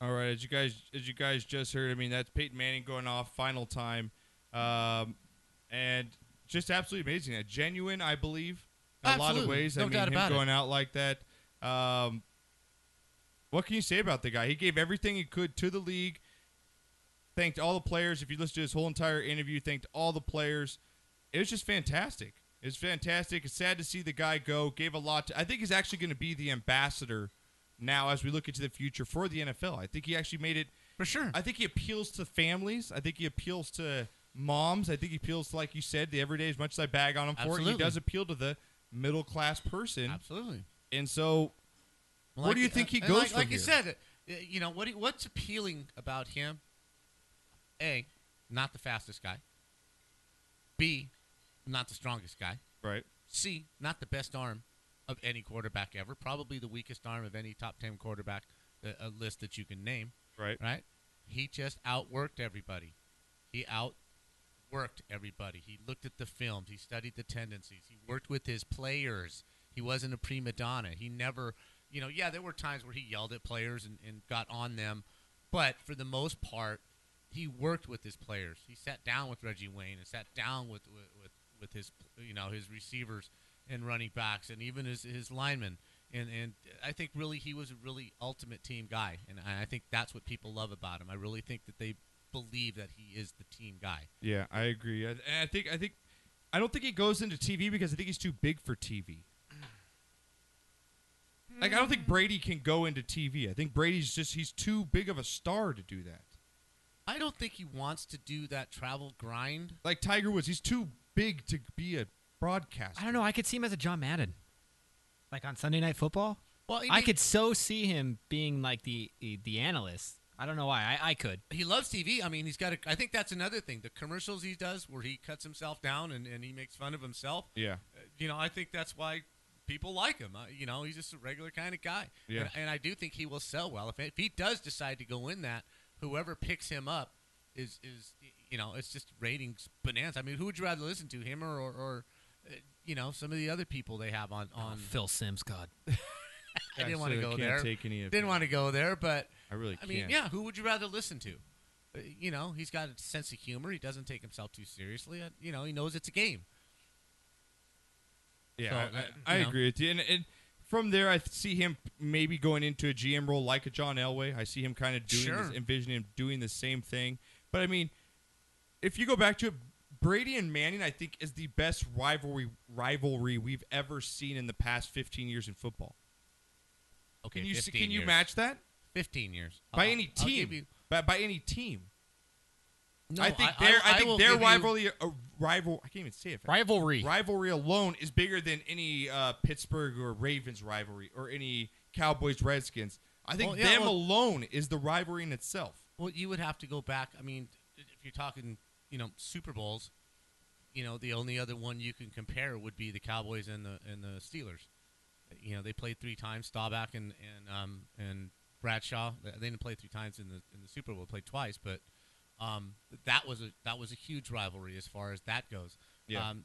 Speaker 1: All right, as you guys as you guys just heard, I mean that's Peyton Manning going off final time, um, and just absolutely amazing. A genuine, I believe, in a lot of
Speaker 2: Absolutely.
Speaker 1: ways. I
Speaker 2: No
Speaker 1: mean,
Speaker 2: doubt
Speaker 1: him
Speaker 2: about it.
Speaker 1: going out like that. Um, what can you say about the guy? He gave everything he could to the league. Thanked all the players. If you listen to his whole entire interview, thanked all the players. It was just fantastic. It's fantastic. It's sad to see the guy go. Gave a lot. To, I think he's actually going to be the ambassador now as we look into the future for the NFL. I think he actually made it.
Speaker 2: For sure.
Speaker 1: I think he appeals to families. I think he appeals to moms. I think he appeals to, like you said, the everyday as much as I bag on him for it. He
Speaker 2: Absolutely.
Speaker 1: does appeal to the middle class person.
Speaker 2: Absolutely.
Speaker 1: And so Where do you think he
Speaker 2: and
Speaker 1: goes
Speaker 2: Like,
Speaker 1: from
Speaker 2: like you
Speaker 1: here?
Speaker 2: said, uh, you know what? he- What's appealing about him? A, not the fastest guy. B, not the strongest guy.
Speaker 1: Right.
Speaker 2: C, not the best arm of any quarterback ever. Probably the weakest arm of any top ten quarterback uh, uh, list that you can name.
Speaker 1: Right.
Speaker 2: Right. He just outworked everybody. He outworked everybody. He looked at the films. He studied the tendencies. He worked with his players. He wasn't a prima donna. He never, you know, yeah, there were times where he yelled at players and, and got on them, but for the most part, he worked with his players. He sat down with Reggie Wayne and sat down with with, with, with his you know his receivers and running backs and even his, his linemen. And and I think really he was a really ultimate team guy, and I I think that's what people love about him. I really think that they believe that he is the team guy.
Speaker 1: Yeah, I agree. I, and I think I think I don't think he goes into TV because I think he's too big for TV. Like I don't think Brady can go into TV. I think Brady's just he's too big of a star to do that.
Speaker 2: I don't think he wants to do that travel grind.
Speaker 1: Like Tiger Woods, he's too big to be a broadcaster.
Speaker 3: I don't know. I could see him as a John Madden, like on Sunday Night Football.
Speaker 2: Well,
Speaker 3: I could so see him being like the the, the analyst. I don't know why. I, I could.
Speaker 2: he loves TV. I mean, he's got. A, I think that's another thing. The commercials he does, where he cuts himself down and, and he makes fun of himself.
Speaker 1: Yeah.
Speaker 2: Uh, You know, I think that's why people like him. Uh, you know, he's just a regular kind of guy.
Speaker 1: Yeah.
Speaker 2: And, and I do think he will sell well if, if he does decide to go in that. Whoever picks him up is is you know it's just ratings bonanza. I mean, who would you rather listen to him or or, or uh, you know some of the other people they have on on?
Speaker 3: Phil Sims, God.
Speaker 2: I didn't want
Speaker 1: so
Speaker 2: to
Speaker 1: I
Speaker 2: go
Speaker 1: can't
Speaker 2: there.
Speaker 1: take any of
Speaker 2: didn't
Speaker 1: that.
Speaker 2: want to go there, but
Speaker 1: I really
Speaker 2: I mean,
Speaker 1: can't.
Speaker 2: yeah. Who would you rather listen to? Uh, You know, he's got a sense of humor. He doesn't take himself too seriously. Uh, You know, he knows it's a game.
Speaker 1: Yeah,
Speaker 2: So,
Speaker 1: I-
Speaker 2: uh,
Speaker 1: I, I
Speaker 2: you know.
Speaker 1: agree with you. And, and from there, I see him maybe going into a GM role like a John Elway. I see him kind of doing,
Speaker 2: Sure.
Speaker 1: this, envisioning him doing the same thing. But I mean, if you go back to it, Brady and Manning, I think is the best rivalry rivalry we've ever seen in the past 15 years in football.
Speaker 2: Okay,
Speaker 1: Can you see-
Speaker 2: 15
Speaker 1: can you
Speaker 2: years.
Speaker 1: match that
Speaker 2: fifteen years
Speaker 1: by
Speaker 2: I'll-
Speaker 1: any
Speaker 2: I'll give
Speaker 1: team?
Speaker 2: you-
Speaker 1: by, by any team.
Speaker 2: no,
Speaker 1: I think their I,
Speaker 2: will
Speaker 1: think their
Speaker 2: give you-
Speaker 1: rivalry uh, rival I can't even say it.
Speaker 3: Rivalry.
Speaker 1: rivalry alone is bigger than any uh, Pittsburgh or Ravens rivalry or any Cowboys Redskins. I think
Speaker 2: Well, yeah,
Speaker 1: them
Speaker 2: well-
Speaker 1: alone is the rivalry in itself.
Speaker 2: Well, you would have to go back. I mean, if you're talking, you know, Super Bowls, you know, the only other one you can compare would be the Cowboys and the and the Steelers. You know, they played three times. Staubach and and um and Bradshaw. They they didn't play three times in the in the Super Bowl. They played twice, but um that was a that was a huge rivalry as far as that goes.
Speaker 1: Yeah.
Speaker 2: Um,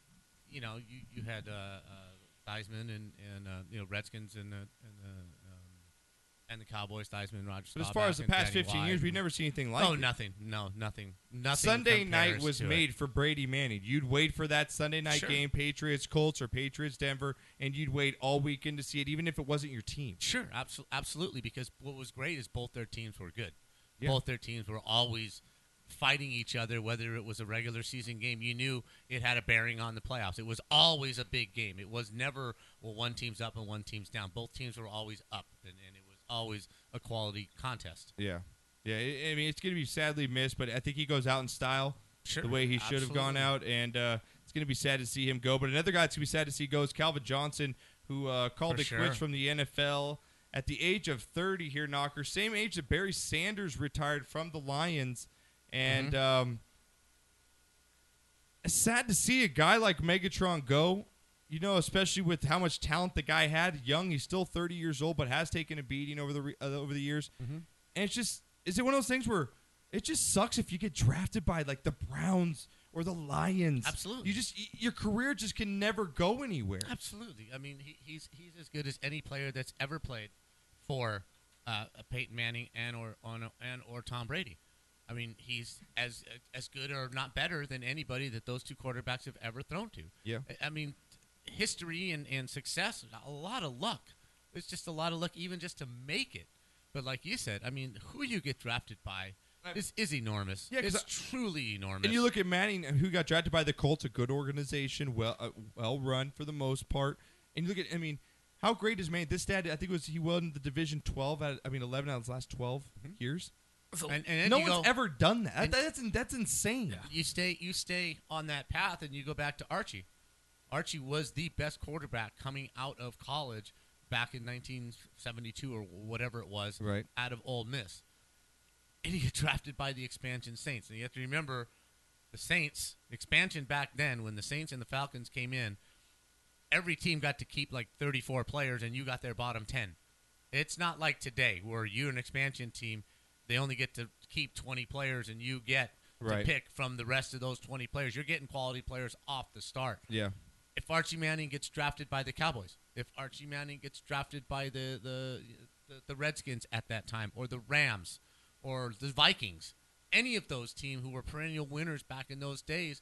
Speaker 2: you know, you you had uh, uh, Theismann and and uh, you know Redskins and the and the um, and the Cowboys. Theismann, Roger.
Speaker 1: But as
Speaker 2: Staubach
Speaker 1: far as the
Speaker 2: and
Speaker 1: past
Speaker 2: Danny
Speaker 1: 15
Speaker 2: Wise
Speaker 1: years, we've
Speaker 2: and-
Speaker 1: never seen anything like
Speaker 2: oh,
Speaker 1: it.
Speaker 2: nothing. No, nothing. Nothing.
Speaker 1: Sunday
Speaker 2: compares
Speaker 1: night was
Speaker 2: to it.
Speaker 1: made for Brady Manning. You'd wait for that Sunday night
Speaker 2: Sure.
Speaker 1: game, Patriots Colts or Patriots Denver, and you'd wait all weekend to see it, even if it wasn't your team.
Speaker 2: Sure, absolutely, absolutely. Because what was great is both their teams were good.
Speaker 1: Yeah.
Speaker 2: Both their teams were always fighting each other. Whether it was a regular season game, you knew it had a bearing on the playoffs. It was always a big game. It was never well one team's up and one team's down. Both teams were always up, and, and it was always a quality contest.
Speaker 1: Yeah. Yeah, I I mean, it's going to be sadly missed, but I think he goes out in style
Speaker 2: Sure.
Speaker 1: the way he should have gone
Speaker 2: Absolutely.
Speaker 1: out, and uh, it's going to be sad to see him go. But another guy that's going to be sad to see go is Calvin Johnson, who uh, called
Speaker 2: For
Speaker 1: it
Speaker 2: sure.
Speaker 1: quits from the NFL at the age of 30 here, Knocker. Same age that Barry Sanders retired from the Lions. And
Speaker 2: Mm-hmm.
Speaker 1: um, it's sad to see a guy like Megatron go. You know, especially with how much talent the guy had, young. He's still 30 years old, but has taken a beating over the re- uh, over the years. And it's just, is it one of those things where it just sucks if you get drafted by like the Browns or the Lions?
Speaker 2: Absolutely.
Speaker 1: You just y- your career just can never go anywhere.
Speaker 2: Absolutely. I mean, he, he's he's as good as any player that's ever played for uh, Peyton Manning and or on and or Tom Brady. I mean, he's as as good or not better than anybody that those two quarterbacks have ever thrown to.
Speaker 1: Yeah.
Speaker 2: I- I mean, history and, and success, a lot of luck. It's just a lot of luck, even just to make it. But like you said, I mean, who you get drafted by is, is enormous.
Speaker 1: Yeah, 'cause
Speaker 2: it's
Speaker 1: I-
Speaker 2: truly enormous.
Speaker 1: And you look at Manning, uh, who got drafted by the Colts, a good organization, well uh, well run for the most part. And you look at, I mean, how great is Manning? This dad, I think it was he won the division twelve out, of, I mean, eleven out of his last 12 years.
Speaker 2: Mm-hmm. and, and then
Speaker 1: no
Speaker 2: you
Speaker 1: one's
Speaker 2: go-
Speaker 1: ever done that. That- that's that's insane.
Speaker 2: you stay you stay on that path and you go back to Archie. Archie was the best quarterback coming out of college back in 1972 or whatever it was
Speaker 1: Right.
Speaker 2: out of Ole Miss. And he got drafted by the expansion Saints. And you have to remember the Saints expansion back then when the Saints and the Falcons came in, every team got to keep like 34 players and you got their bottom 10. It's not like today where you're an expansion team, they only get to keep 20 players and you get to
Speaker 1: Right.
Speaker 2: pick from the rest of those 20 players. You're getting quality players off the start.
Speaker 1: Yeah.
Speaker 2: If Archie Manning gets drafted by the Cowboys, if Archie Manning gets drafted by the the the, the Redskins at that time or the Rams or the Vikings, any of those teams who were perennial winners back in those days,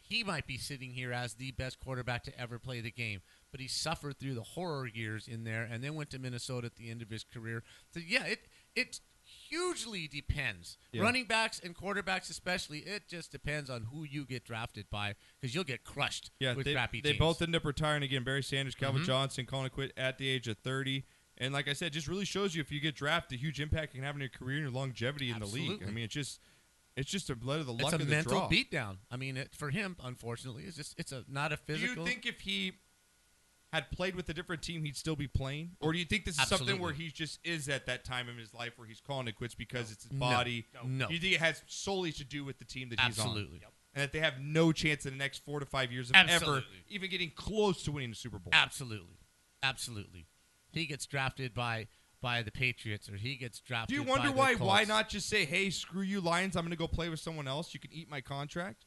Speaker 2: he might be sitting here as the best quarterback to ever play the game. But he suffered through the horror years in there, and then went to Minnesota at the end of his career. So yeah, it it hugely depends. Running backs and quarterbacks, especially, it just depends on who you get drafted by, because you'll get crushed
Speaker 1: Yeah,
Speaker 2: with
Speaker 1: they,
Speaker 2: crappy
Speaker 1: they
Speaker 2: teams. Mm-hmm.
Speaker 1: both end up retiring again. Barry Sanders, Calvin Johnson, calling it quit at the age of 30. And like I said, just really shows you if you get drafted, the huge impact it can have on your career and your longevity in the league.
Speaker 2: Absolutely.
Speaker 1: I mean, it's just it's just a blood of the
Speaker 2: it's
Speaker 1: luck
Speaker 2: a
Speaker 1: of the
Speaker 2: mental
Speaker 1: draw.
Speaker 2: beatdown. I mean, it, for him, unfortunately, it's just it's a not a
Speaker 1: Do
Speaker 2: physical.
Speaker 1: you think if he had played with a different team, he'd still be playing, or do you think this is something
Speaker 2: Absolutely.
Speaker 1: where he just is at that time in his life where he's calling it quits because it's his
Speaker 2: No.
Speaker 1: body?
Speaker 2: No.
Speaker 1: you think it has solely to do with the team that he's on,
Speaker 2: Absolutely. Yep.
Speaker 1: and that they have no chance in the next four to five years of ever
Speaker 2: Absolutely.
Speaker 1: even getting close to winning the Super Bowl.
Speaker 2: Absolutely, absolutely. He gets drafted by by the Patriots, or he gets drafted.
Speaker 1: Do you
Speaker 2: by
Speaker 1: wonder
Speaker 2: the
Speaker 1: why? Why
Speaker 2: Colts.
Speaker 1: not just say, "Hey, screw you, Lions! I'm going to go play with someone else. You can eat my contract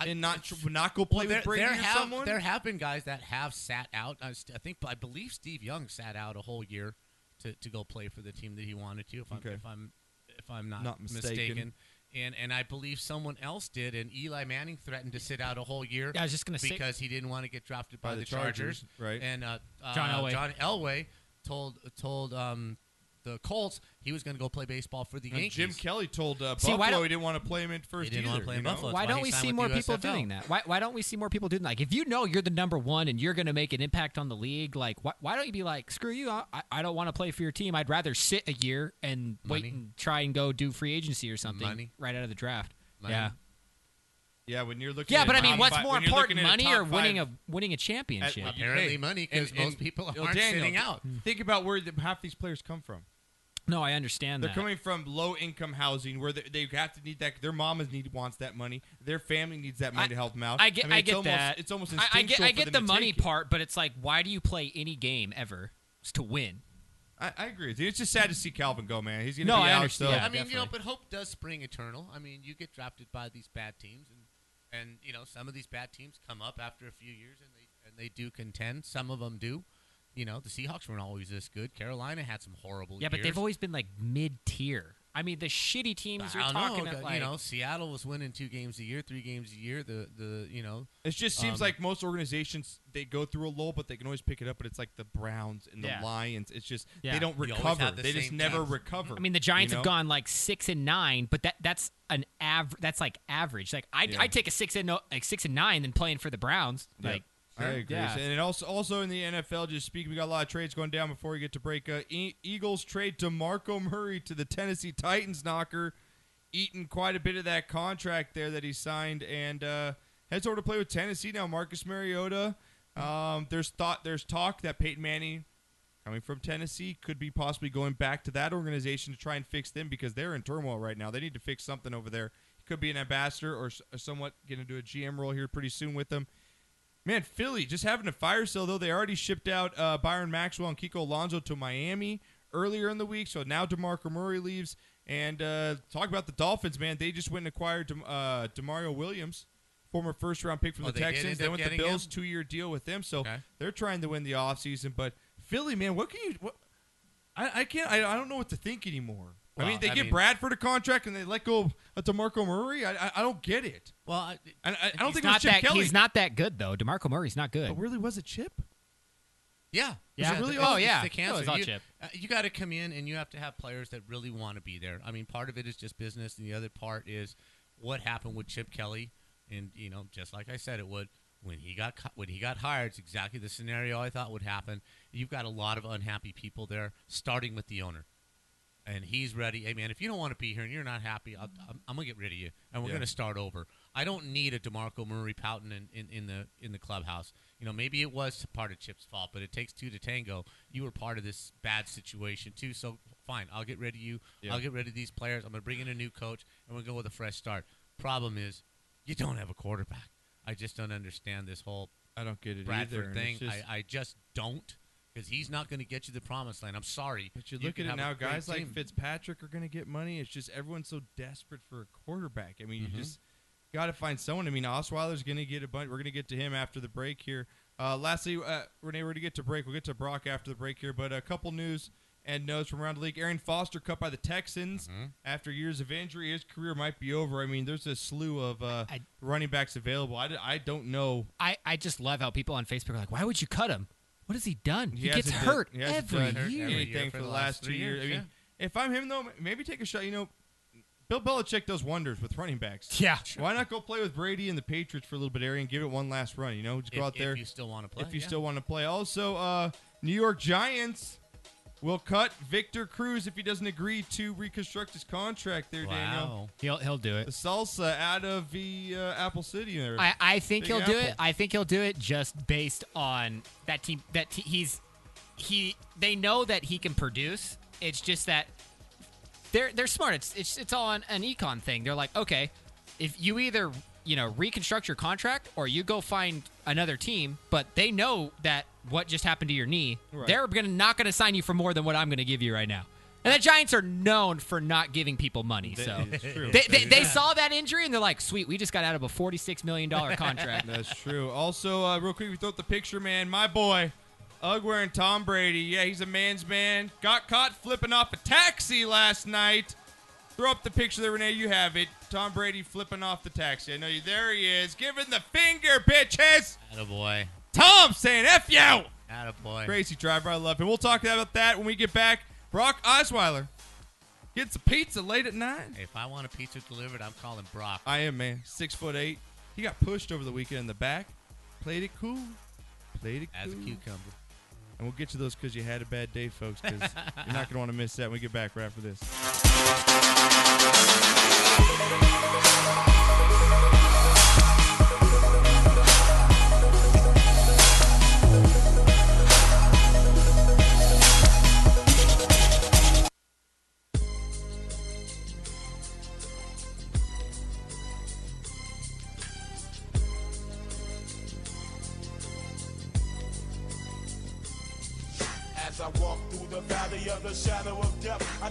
Speaker 2: I-
Speaker 1: and not tr- not go play
Speaker 2: there,
Speaker 1: with Brady
Speaker 2: there
Speaker 1: or
Speaker 2: have,
Speaker 1: someone."
Speaker 2: There have been guys that have sat out. I, was- I think I believe Steve Young sat out a whole year to, to go play for the team that he wanted to. If I'm
Speaker 1: Okay.
Speaker 2: if I'm if I'm not,
Speaker 1: Not mistaken.
Speaker 2: and and I believe someone else did. And Eli Manning threatened to sit out a whole year.
Speaker 3: Yeah, I was just gonna say-
Speaker 2: because he didn't want to get drafted by,
Speaker 1: By the Chargers, right.
Speaker 2: And uh, uh,
Speaker 3: John Elway.
Speaker 2: John Elway told told um, the Colts he was going to go play baseball for the
Speaker 1: And
Speaker 2: Yankees.
Speaker 1: Jim Kelly told uh,
Speaker 3: See, why
Speaker 1: Buffalo
Speaker 3: don't-
Speaker 1: he didn't want to play him at first.
Speaker 2: He didn't wanna
Speaker 1: either,
Speaker 2: play him
Speaker 1: you know?
Speaker 2: Buffalo. That's
Speaker 3: why
Speaker 2: why
Speaker 3: don't
Speaker 2: he
Speaker 3: we
Speaker 2: signed
Speaker 3: see
Speaker 2: with
Speaker 3: more
Speaker 2: the
Speaker 3: people
Speaker 2: USFL.
Speaker 3: doing that? Why, why don't we see more people doing that? Like, if you know you're the number one and you're going to make an impact on the league, like, why, why don't you be like, screw you, I, I- I don't want to play for your team. I'd rather sit a year and wait
Speaker 2: Money.
Speaker 3: and try and go do free agency or something
Speaker 2: Money.
Speaker 3: right out of the draft.
Speaker 2: Money.
Speaker 3: Yeah.
Speaker 1: Yeah, when you're looking.
Speaker 3: Yeah,
Speaker 1: at
Speaker 3: but I
Speaker 1: top
Speaker 3: mean, what's
Speaker 1: five-
Speaker 3: more
Speaker 1: when you're looking
Speaker 3: important,
Speaker 1: at
Speaker 3: money
Speaker 1: top
Speaker 3: or winning
Speaker 1: five
Speaker 3: a winning a championship? Hmm.
Speaker 1: at what you
Speaker 2: Apparently
Speaker 1: pay.
Speaker 2: money,
Speaker 1: And-
Speaker 2: 'cause most
Speaker 1: and-
Speaker 2: people
Speaker 1: Well,
Speaker 2: aren't
Speaker 1: Daniel, Hmm.
Speaker 2: sitting out.
Speaker 1: Think about where the, half these players come from.
Speaker 3: no, I understand
Speaker 1: They're
Speaker 3: that.
Speaker 1: coming from low income housing where they, they have to need that. Their mamas need wants that money. Their family needs that money
Speaker 3: I-
Speaker 1: to help them out.
Speaker 3: I get, I,
Speaker 1: mean, it's
Speaker 3: get
Speaker 1: almost,
Speaker 3: that.
Speaker 1: It's almost
Speaker 3: I- I, get,
Speaker 1: instinctual
Speaker 3: I
Speaker 1: for
Speaker 3: get
Speaker 1: them
Speaker 3: the
Speaker 1: to
Speaker 3: money
Speaker 1: take it.
Speaker 3: part, but it's like, why do you play any game ever? It's to win.
Speaker 1: I, I agree with you. It's just sad to see Calvin go, man. He's gonna
Speaker 3: No,
Speaker 1: be
Speaker 3: I
Speaker 1: out
Speaker 3: understand.
Speaker 1: still.
Speaker 3: Yeah,
Speaker 2: I mean, you know,
Speaker 3: definitely.
Speaker 2: but hope does spring eternal. I mean, you get drafted by these bad teams, and and you know some of these bad teams come up after a few years, and they and they do contend. Some of them do. You know, the Seahawks weren't always this good. Carolina had some horrible.
Speaker 3: Yeah, but
Speaker 2: years.
Speaker 3: they've always been like mid tier. I mean, the shitty teams
Speaker 2: I
Speaker 3: you're
Speaker 2: don't
Speaker 3: talking
Speaker 2: know,
Speaker 3: about,
Speaker 2: you know, Seattle was winning two games a year, three games a year. The the you know
Speaker 1: It just seems
Speaker 2: Um,
Speaker 1: like most organizations they go through a lull, but they can always pick it up. But it's like the Browns and the
Speaker 3: Yeah.
Speaker 1: Lions. It's just
Speaker 3: Yeah.
Speaker 1: they don't
Speaker 2: You always
Speaker 1: recover.
Speaker 2: have the
Speaker 1: they just
Speaker 2: same
Speaker 1: never
Speaker 2: teams.
Speaker 1: recover.
Speaker 3: I mean, the Giants
Speaker 1: you know?
Speaker 3: have gone like six and nine, but that that's an average. That's like average. Like I
Speaker 1: Yeah.
Speaker 3: I take a six and no, like six and nine than playing for the Browns.
Speaker 1: Yeah.
Speaker 3: Like
Speaker 1: I agree.
Speaker 3: yeah.
Speaker 1: And it also also in the NFL, just speaking, we got a lot of trades going down before we get to break. Uh, e- Eagles trade DeMarco Murray to the Tennessee Titans knocker, eating quite a bit of that contract there that he signed, and uh, heads over to play with Tennessee now. Marcus Mariota. Um, there's thought. There's talk that Peyton Manning, coming from Tennessee, could be possibly going back to that organization to try and fix them because they're in turmoil right now. They need to fix something over there. He could be an ambassador or s- uh, somewhat get into a GM role here pretty soon with them. Man, Philly just having a fire sale though. They already shipped out uh, Byron Maxwell and Kiko Alonso to Miami earlier in the week, so now Demarco Murray leaves. And uh, talk about the Dolphins, man. They just went and acquired De- uh, Demario Williams, former first round pick from
Speaker 2: Oh,
Speaker 1: the
Speaker 2: they did
Speaker 1: Texans.
Speaker 2: end
Speaker 1: They
Speaker 2: up
Speaker 1: went the
Speaker 2: getting him?
Speaker 1: Bills two year deal with them, so
Speaker 2: Okay.
Speaker 1: they're trying to win the offseason. But Philly, man, what can you? What, I, I can't. I, I don't know what to think anymore. I
Speaker 2: Well,
Speaker 1: mean, they
Speaker 2: I
Speaker 1: give
Speaker 2: mean-
Speaker 1: Bradford a contract and they let go of uh, DeMarco Murray. I I, I don't get it.
Speaker 2: Well, I,
Speaker 1: And I, I don't
Speaker 3: he's
Speaker 1: think it was
Speaker 3: not
Speaker 1: Chip
Speaker 3: that,
Speaker 1: Kelly.
Speaker 3: He's not that good though. Demarco Murray's not good.
Speaker 1: But Oh, really, was it Chip?
Speaker 2: yeah,
Speaker 3: Yeah.
Speaker 2: yeah,
Speaker 3: really?
Speaker 2: it's-
Speaker 3: Oh,
Speaker 2: it's
Speaker 3: yeah.
Speaker 2: the
Speaker 3: No,
Speaker 2: cancer.
Speaker 3: it's all
Speaker 2: you
Speaker 3: chip.
Speaker 2: uh, you got to come in and you have to have players that really want to be there. I mean, part of it is just business, and the other part is what happened with Chip Kelly, and you know, just like I said, it would when he got cu- when he got hired. It's exactly the scenario I thought would happen. You've got a lot of unhappy people there, starting with the owner. and he's ready. Hey, man, if you don't want to be here and you're not happy, I'll, I'm, I'm gonna get rid of you, and we're gonna start over. I don't need a Demarco Murray pouting in, in, in the in the clubhouse. You know, maybe it was part of Chip's fault, but it takes two to tango. You were part of this bad situation too, so fine. I'll get rid of you. I'll get rid of these players. I'm gonna bring in a new coach, and we're gonna go with a fresh start. Problem is, you don't have a quarterback. I just don't understand this whole
Speaker 1: I don't get it
Speaker 2: Bradford thing.
Speaker 1: Just,
Speaker 2: I, I just don't. Because he's not going to get you the promised land. I'm sorry.
Speaker 1: but you look
Speaker 2: can
Speaker 1: at it
Speaker 2: have a
Speaker 1: now,
Speaker 2: great
Speaker 1: guys like
Speaker 2: team.
Speaker 1: Fitzpatrick are going to get money. It's just everyone's so desperate for a quarterback. I mean,
Speaker 3: Mm-hmm.
Speaker 1: you just got to find someone. I mean, Osweiler's going to get a bunch. We're going to get to him after the break here. Uh, lastly, uh, Renee, we're going to get to break. We'll get to Brock after the break here, but a couple news and notes from around the league. Aaron Foster cut by the Texans
Speaker 3: Mm-hmm.
Speaker 1: after years of injury. His career might be over. I mean, there's a slew of uh,
Speaker 3: I-
Speaker 1: running backs available. I, d- I don't know.
Speaker 3: I, I just love how people on Facebook are like, why would you cut him? What has he done? He, gets
Speaker 1: hasn't
Speaker 3: hurt
Speaker 1: done- he hasn't
Speaker 3: every
Speaker 1: done
Speaker 3: year.
Speaker 2: every
Speaker 1: Anything for the last two
Speaker 2: three
Speaker 1: years. I
Speaker 2: years,
Speaker 1: mean, if I'm him though, m- maybe take a shot. You know, Bill Belichick does wonders with running backs.
Speaker 3: Yeah.
Speaker 1: Why not go play with Brady and the Patriots for a little bit, Aaron? Give it one last run. You know, just go
Speaker 2: if,
Speaker 1: out there
Speaker 2: if you still want to play.
Speaker 1: if you
Speaker 2: yeah.
Speaker 1: still want to play. Also, uh, New York Giants will cut Victor Cruz if he doesn't agree to reconstruct his contract. There, Daniel.
Speaker 2: Wow.
Speaker 3: He'll he'll do
Speaker 1: The
Speaker 3: it.
Speaker 1: salsa out of the uh, Apple City there.
Speaker 3: I, I think
Speaker 1: Big
Speaker 3: he'll do it.
Speaker 1: apple.
Speaker 3: I think he'll do it just based on that team that te- he's he they know that he can produce. It's just that they're they're smart. It's it's it's all an, an econ thing. They're like, okay, if you either you know reconstruct your contract or you go find another team, but they know that what just happened to your knee,
Speaker 1: Right.
Speaker 3: they're gonna not gonna sign you for more than what I'm gonna give you right now. And the Giants are known for not giving people money, so
Speaker 1: It's true.
Speaker 3: they, they, they saw that injury and they're like, sweet, we just got out of a $46 million contract.
Speaker 1: That's true. Also, uh, real quick, we throw up the picture, man. My boy, Ugg wearing Tom Brady. Yeah, he's a man's man. Got caught flipping off a taxi last night. Throw up the picture there, Renee. You have it. Tom Brady flipping off the taxi. I know you. There he is, giving the finger, bitches.
Speaker 2: Attaboy.
Speaker 1: Tom saying "f you."
Speaker 2: Attaboy.
Speaker 1: Crazy driver, I love him. We'll talk about that when we get back. Brock Osweiler gets a pizza late at night.
Speaker 2: If I want a pizza delivered, I'm calling Brock.
Speaker 1: I am man, six foot eight. He got pushed over the weekend in the back. Played it cool. Played it
Speaker 2: As a
Speaker 1: cool.
Speaker 2: cucumber.
Speaker 1: And we'll get to those because you had a bad day, folks. Because you're not gonna want to miss that. When we get back right after this.
Speaker 5: As I walk through the valley of the shadow of death, I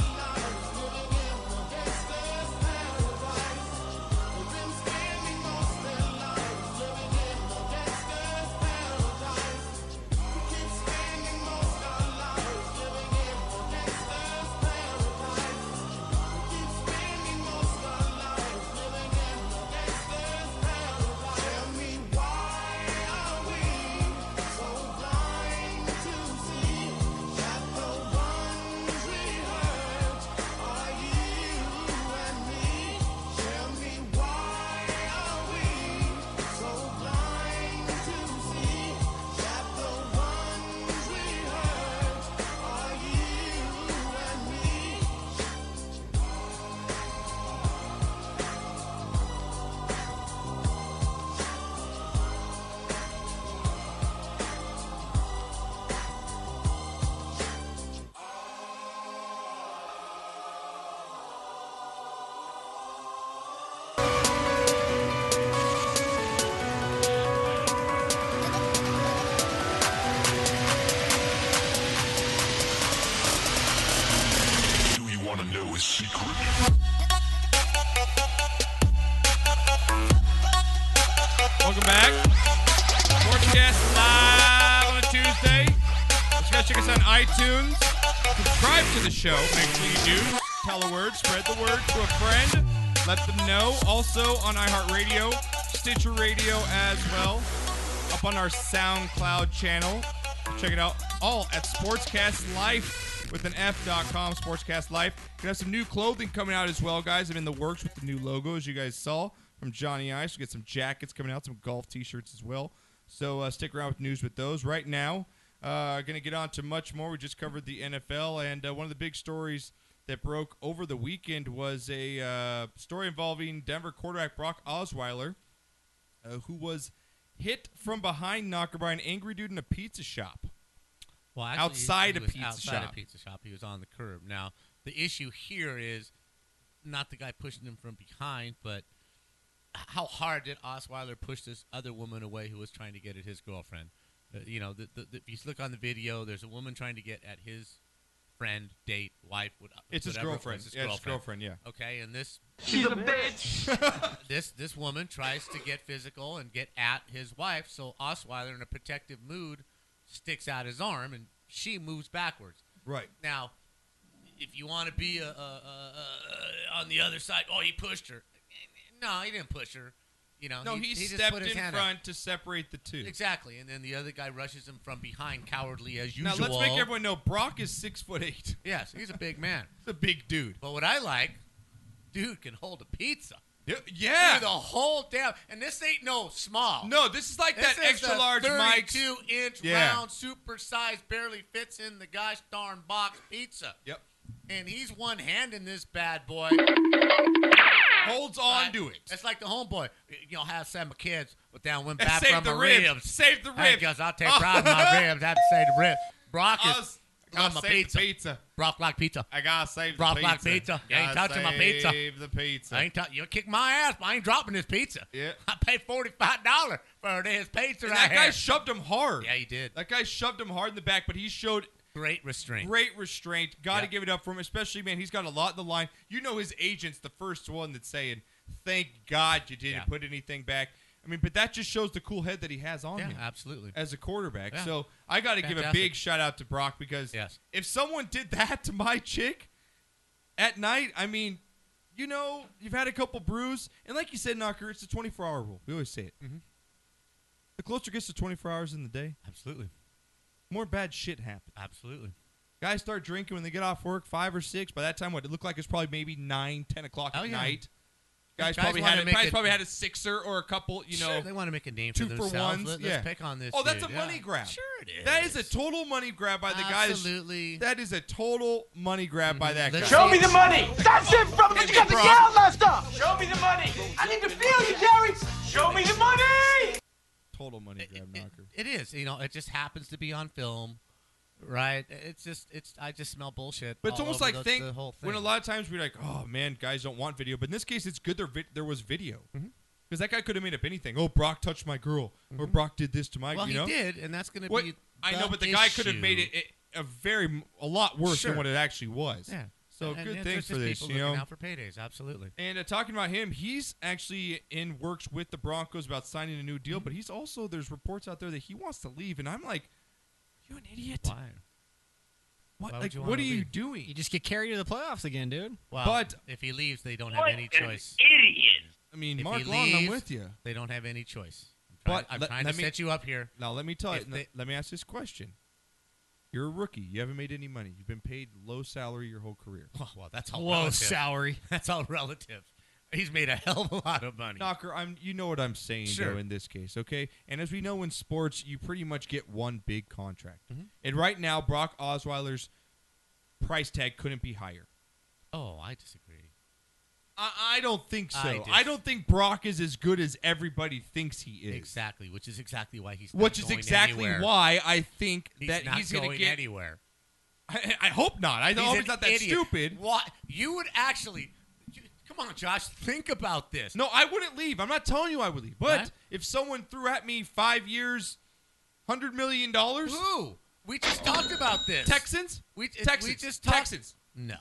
Speaker 5: their lives living in the gangster's paradise.
Speaker 7: Do you want to know his secret?
Speaker 1: Welcome back. Sportscast live on a Tuesday. Let's go check us on iTunes. Subscribe to the show. Make sure you do. Tell a word. Spread the word to a friend. Let them know. Also on iHeartRadio, Stitcher Radio as well. Up on our SoundCloud channel. Check it out all at Sportscast Life with an F.com, Sportscast Life. Gonna have some new clothing coming out as well, guys. I'm in the works with the new logo, as you guys saw from Johnny Ice. We get some jackets coming out, some golf t shirts as well. So uh, stick around with news with those. Right now, uh, going to get on to much more. We just covered the NFL, and uh, one of the big stories that broke over the weekend was a uh, story involving Denver quarterback Brock Osweiler uh, who was hit from behind knocker by an angry dude in a pizza shop.
Speaker 2: Well, actually, he-
Speaker 1: Outside
Speaker 2: he
Speaker 1: a
Speaker 2: was
Speaker 1: pizza
Speaker 2: outside
Speaker 1: shop.
Speaker 2: a pizza shop, he was on the curb. Now the issue here is not the guy pushing him from behind, but how hard did Osweiler push this other woman away who was trying to get at his girlfriend? Uh, you know, the, the, the, if you look on the video, there's a woman trying to get at his friend, date, wife. What,
Speaker 1: It's his
Speaker 2: whatever it was,
Speaker 1: girlfriend.
Speaker 2: his
Speaker 1: Yeah, it's his
Speaker 2: girlfriend.
Speaker 1: girlfriend, yeah.
Speaker 2: Okay, and this this this woman tries to get physical and get at his wife, so Osweiler, in a protective mood, sticks out his arm, and she moves backwards.
Speaker 1: Right.
Speaker 2: Now, if you want to be a, a, a, a, on the other side, oh, he pushed her. No, he didn't push her. You know,
Speaker 1: No, he,
Speaker 2: just
Speaker 1: stepped
Speaker 2: put his
Speaker 1: in
Speaker 2: hand
Speaker 1: front
Speaker 2: out.
Speaker 1: to separate the two.
Speaker 2: Exactly, and then the other guy rushes him from behind, cowardly as
Speaker 1: Now
Speaker 2: usual.
Speaker 1: let's make everyone know Brock is six foot eight.
Speaker 2: Yes, he's a big man.
Speaker 1: He's a big dude.
Speaker 2: But what I like, dude can hold a pizza.
Speaker 1: Yeah.
Speaker 2: Dude, the whole damn, and this ain't no small.
Speaker 1: No, this is like
Speaker 2: This
Speaker 1: that
Speaker 2: is
Speaker 1: extra
Speaker 2: a
Speaker 1: large mic.
Speaker 2: 32 inch
Speaker 1: Yeah.
Speaker 2: round, super size, barely fits in the gosh darn box pizza.
Speaker 1: Yep.
Speaker 2: And he's one hand in this bad boy.
Speaker 1: Holds on to it.
Speaker 2: It's like the homeboy. You know, have some kids with down went
Speaker 1: And
Speaker 2: back
Speaker 1: save
Speaker 2: from
Speaker 1: the
Speaker 2: my
Speaker 1: ribs.
Speaker 2: ribs.
Speaker 1: Save the
Speaker 2: Hey,
Speaker 1: ribs. Oh.
Speaker 2: guys, I'll take pride in my ribs. I have to say the ribs. Brock
Speaker 1: I
Speaker 2: is
Speaker 1: was- I
Speaker 2: on
Speaker 1: gotta
Speaker 2: my
Speaker 1: save
Speaker 2: pizza.
Speaker 1: the pizza.
Speaker 2: Brock like pizza.
Speaker 1: I gotta save
Speaker 2: Brock
Speaker 1: the pizza.
Speaker 2: like pizza. You ain't
Speaker 1: Gotta
Speaker 2: touching my pizza.
Speaker 1: Save the pizza.
Speaker 2: I ain't ta- you kick my ass, but I ain't dropping this pizza.
Speaker 1: Yeah.
Speaker 2: I paid forty five dollars for this pizza
Speaker 1: and
Speaker 2: right
Speaker 1: that guy
Speaker 2: here.
Speaker 1: shoved him hard.
Speaker 2: yeah, he did.
Speaker 1: That guy shoved him hard in the back, but he showed
Speaker 2: Great restraint.
Speaker 1: Great restraint. Got to
Speaker 2: Yeah.
Speaker 1: give it up for him, especially man. He's got a lot in the line. You know, his agent's the first one that's saying, "Thank God you didn't
Speaker 2: Yeah.
Speaker 1: put anything back." I mean, but that just shows the cool head that he has on
Speaker 2: Yeah,
Speaker 1: him
Speaker 2: absolutely.
Speaker 1: as a quarterback.
Speaker 2: Yeah.
Speaker 1: So I got to give a
Speaker 2: Fantastic.
Speaker 1: big shout out to Brock because
Speaker 2: Yes.
Speaker 1: if someone did that to my chick at night, I mean, you know, you've had a couple brews, and like you said, Knocker, it's the 24 hour rule. We always say it.
Speaker 2: Mm-hmm.
Speaker 1: The closer it gets to 24 hours in the day,
Speaker 2: Absolutely.
Speaker 1: more bad shit happens.
Speaker 2: Absolutely.
Speaker 1: Guys start drinking when they get off work, five or six. By that time, what it looked like it's probably maybe nine, ten o'clock
Speaker 2: Oh,
Speaker 1: at
Speaker 2: yeah.
Speaker 1: night. Guys,
Speaker 2: Guys
Speaker 1: probably
Speaker 2: wanna
Speaker 1: had a,
Speaker 2: make
Speaker 1: guys
Speaker 2: it-
Speaker 1: probably had a sixer or a couple. You know,
Speaker 2: Sure, they want to make a name
Speaker 1: two
Speaker 2: for
Speaker 1: for
Speaker 2: themselves.
Speaker 1: ones.
Speaker 2: Let,
Speaker 1: yeah,
Speaker 2: us pick on this.
Speaker 1: Oh, that's
Speaker 2: dude.
Speaker 1: a
Speaker 2: Yeah.
Speaker 1: money grab.
Speaker 2: Sure, it is.
Speaker 1: That is a total money grab by the guy. that's-
Speaker 2: Absolutely. Mm-hmm.
Speaker 1: That is a total money grab by that guy.
Speaker 2: Let's Show me
Speaker 4: the money! That's it, brother! You got the yell, Lester! Show me the money! I need to feel you, Jerry! Show me the money!
Speaker 1: Total money grab, knocker.
Speaker 2: It is. You know, it just happens to be on film, right? It's just, it's. I just smell bullshit.
Speaker 1: But it's
Speaker 2: all
Speaker 1: almost
Speaker 2: over the,
Speaker 1: like think
Speaker 2: the whole thing.
Speaker 1: when a lot of times we're like, oh man, guys don't want video. But in this case, it's good there vi- there was video
Speaker 2: Mm-hmm.
Speaker 1: because that guy could have made up anything. Oh, Brock touched my girl, or Brock did this to my.
Speaker 2: Mm-hmm. Well,
Speaker 1: you
Speaker 2: he
Speaker 1: know?
Speaker 2: did, and that's going to
Speaker 1: What,
Speaker 2: be.
Speaker 1: I
Speaker 2: the
Speaker 1: know, but the guy could have
Speaker 2: issue.
Speaker 1: made it, it a very m- a lot worse
Speaker 2: Sure.
Speaker 1: than what it actually was.
Speaker 2: Yeah.
Speaker 1: So
Speaker 2: And-
Speaker 1: good
Speaker 2: and
Speaker 1: things
Speaker 2: there's
Speaker 1: for
Speaker 2: just
Speaker 1: this,
Speaker 2: people
Speaker 1: you know.
Speaker 2: looking out for paydays, absolutely.
Speaker 1: and uh, talking about him, he's actually in works with the Broncos about signing a new deal, but he's also there's reports out there that he wants to leave, and I'm like, you an idiot.
Speaker 2: Why?
Speaker 1: What
Speaker 2: Why would
Speaker 1: like
Speaker 2: you
Speaker 1: what are
Speaker 2: wanna
Speaker 1: you
Speaker 2: leave?
Speaker 1: doing?
Speaker 3: You just get carried to the playoffs again, dude.
Speaker 2: Well,
Speaker 1: But-
Speaker 2: if he leaves, they don't have any choice.
Speaker 1: I mean,
Speaker 2: If
Speaker 1: Mark
Speaker 2: he
Speaker 1: Long, I'm
Speaker 2: leaves,
Speaker 1: with you.
Speaker 2: They don't have any choice. I'm
Speaker 1: But
Speaker 2: trying, I'm
Speaker 1: let-
Speaker 2: trying
Speaker 1: let
Speaker 2: to
Speaker 1: me-
Speaker 2: set you up here.
Speaker 1: Now let me tell you.
Speaker 2: If they-
Speaker 1: let me ask this question: You're a rookie. You haven't made any money. You've been paid low salary your whole career.
Speaker 2: Well, well, Oh, that's all
Speaker 3: Whoa,
Speaker 2: relative.
Speaker 3: salary.
Speaker 2: That's all relative. He's made a hell of a lot of money.
Speaker 1: Knocker, I'm you know what I'm saying
Speaker 2: Sure.
Speaker 1: though in this case, okay? And as we know in sports, you pretty much get one big contract. And right now, Brock Osweiler's price tag couldn't be higher.
Speaker 2: Oh, I disagree.
Speaker 1: I, I don't think so.
Speaker 2: I
Speaker 1: I,
Speaker 2: dis-
Speaker 1: don't think Brock is as good as everybody thinks he is.
Speaker 2: Exactly, which is exactly why he's not
Speaker 1: Which is
Speaker 2: going
Speaker 1: exactly
Speaker 2: anywhere.
Speaker 1: why I think
Speaker 2: he's
Speaker 1: that
Speaker 2: not
Speaker 1: he's
Speaker 2: going
Speaker 1: to get.
Speaker 2: anywhere.
Speaker 1: I, I hope not. I hope
Speaker 2: an
Speaker 1: he's not that
Speaker 2: idiot.
Speaker 1: stupid.
Speaker 2: Why you would actually? you- come on, Josh, think about this.
Speaker 1: No, I wouldn't leave. I'm not telling you I would leave. But
Speaker 2: What?
Speaker 1: if someone threw at me five years, hundred million dollars,
Speaker 2: Who? We just talked about this.
Speaker 1: Texans,
Speaker 2: We, it-
Speaker 1: Texans,
Speaker 2: we just talked.
Speaker 1: Texans.
Speaker 2: No.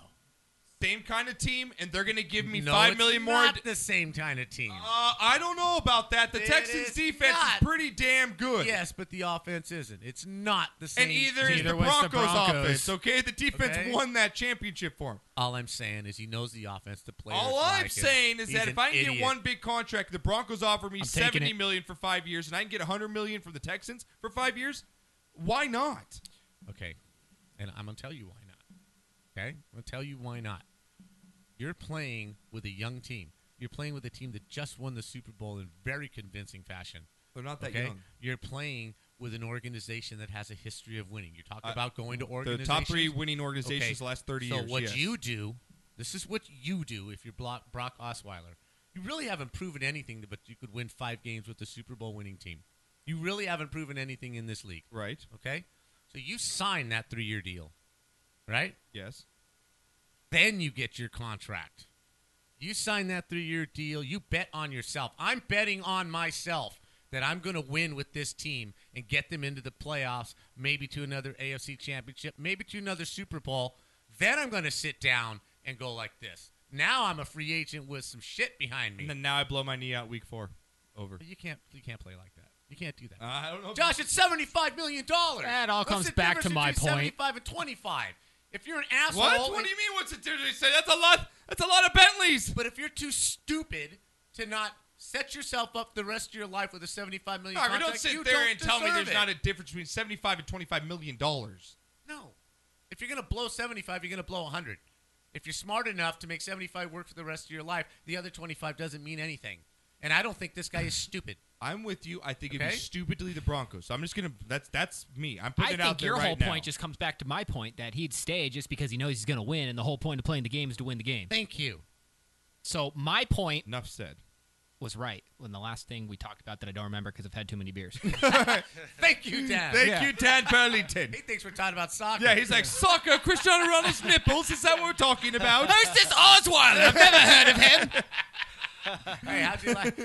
Speaker 1: same kind of team, and they're going to give me
Speaker 2: no,
Speaker 1: five
Speaker 2: it's
Speaker 1: million more.
Speaker 2: Not
Speaker 1: d-
Speaker 2: the same kind of team.
Speaker 1: uh, I don't know about that. The
Speaker 2: It
Speaker 1: Texans
Speaker 2: is
Speaker 1: defense
Speaker 2: not.
Speaker 1: is pretty damn good.
Speaker 2: yes, but the offense isn't. It's not the same.
Speaker 1: And either
Speaker 2: team.
Speaker 1: is the
Speaker 3: Neither was the
Speaker 1: Broncos,
Speaker 3: Broncos.
Speaker 1: offense, okay? The defense
Speaker 2: Okay.
Speaker 1: won that championship for him.
Speaker 2: All I'm saying is he knows the offense. The players.
Speaker 1: All
Speaker 2: like
Speaker 1: I'm
Speaker 2: him.
Speaker 1: saying is
Speaker 2: He's
Speaker 1: that
Speaker 2: an
Speaker 1: if I can
Speaker 2: idiot.
Speaker 1: get one big contract, the Broncos offer me
Speaker 3: I'm taking
Speaker 1: seventy
Speaker 3: it.
Speaker 1: million for five years, and I can get hundred million from the Texans for five years. Why not?
Speaker 2: Okay. And I'm going to tell you why not. Okay? I'm going to tell you why not. You're playing with a young team. You're playing with a team that just won the Super Bowl in very convincing fashion.
Speaker 1: They're not that
Speaker 2: Okay?
Speaker 1: young.
Speaker 2: You're playing with an organization that has a history of winning. You're talking
Speaker 1: Uh,
Speaker 2: about going to
Speaker 1: The
Speaker 2: organizations.
Speaker 1: top three winning
Speaker 2: Okay,
Speaker 1: organizations the last thirty
Speaker 2: so
Speaker 1: years.
Speaker 2: what
Speaker 1: yes.
Speaker 2: you do, this is what you do if you're Blo- Brock Osweiler. You really haven't proven anything, but you could win five games with the Super Bowl winning team. You really haven't proven anything in this league.
Speaker 1: right?
Speaker 2: Okay? So you sign that three year deal, right?
Speaker 1: Yes.
Speaker 2: Then you get your contract. You sign that three year deal. You bet on yourself. I'm betting on myself that I'm going to win with this team and get them into the playoffs, maybe to another AFC championship, maybe to another Super Bowl. Then I'm going to sit down and go like this. Now I'm a free agent with some shit behind me.
Speaker 1: And then now I blow my knee out week four. Over. Uh,
Speaker 2: But you can't you can't play like that. You can't do that.
Speaker 1: I don't know.
Speaker 2: Josh, it's seventy-five million dollars.
Speaker 3: That all comes back to my point.
Speaker 2: Seventy-five and twenty-five. If you're an asshole,
Speaker 1: What? what do you mean? What's the difference? You say that's a lot. That's a lot of Bentleys.
Speaker 2: But if you're too stupid to not set yourself up the rest of your life with a seventy-five million,
Speaker 1: No, but
Speaker 2: contract,
Speaker 1: don't sit
Speaker 2: you
Speaker 1: there and tell me
Speaker 2: deserve
Speaker 1: there's
Speaker 2: it.
Speaker 1: not a difference between seventy-five and twenty-five million dollars.
Speaker 2: no. If you're gonna blow seventy-five, you're gonna blow hundred. If you're smart enough to make seventy-five work for the rest of your life, the other twenty-five doesn't mean anything. And I don't think this guy is stupid.
Speaker 1: I'm with you. I think it'd
Speaker 2: Okay.
Speaker 1: be stupid to lead the Broncos. So I'm just gonna. That's that's me. I'm
Speaker 3: I
Speaker 1: putting it out
Speaker 3: think
Speaker 1: there
Speaker 3: your
Speaker 1: right
Speaker 3: whole
Speaker 1: now.
Speaker 3: point just comes back to my point that he'd stay just because he knows he's going to win, and the whole point of playing the game is to win the game.
Speaker 2: Thank you.
Speaker 3: So my point
Speaker 1: Enough said.
Speaker 3: was right when the last thing we talked about that I don't remember because I've had too many beers.
Speaker 2: Thank you, Dan.
Speaker 1: Thank you, Dan Burlington.
Speaker 2: He thinks we're talking about soccer.
Speaker 1: yeah, he's like soccer. Cristiano Ronaldo's nipples. Is that what we're talking about?
Speaker 3: Who's this Osweiler? I've never heard of him.
Speaker 2: hey, how'd you like?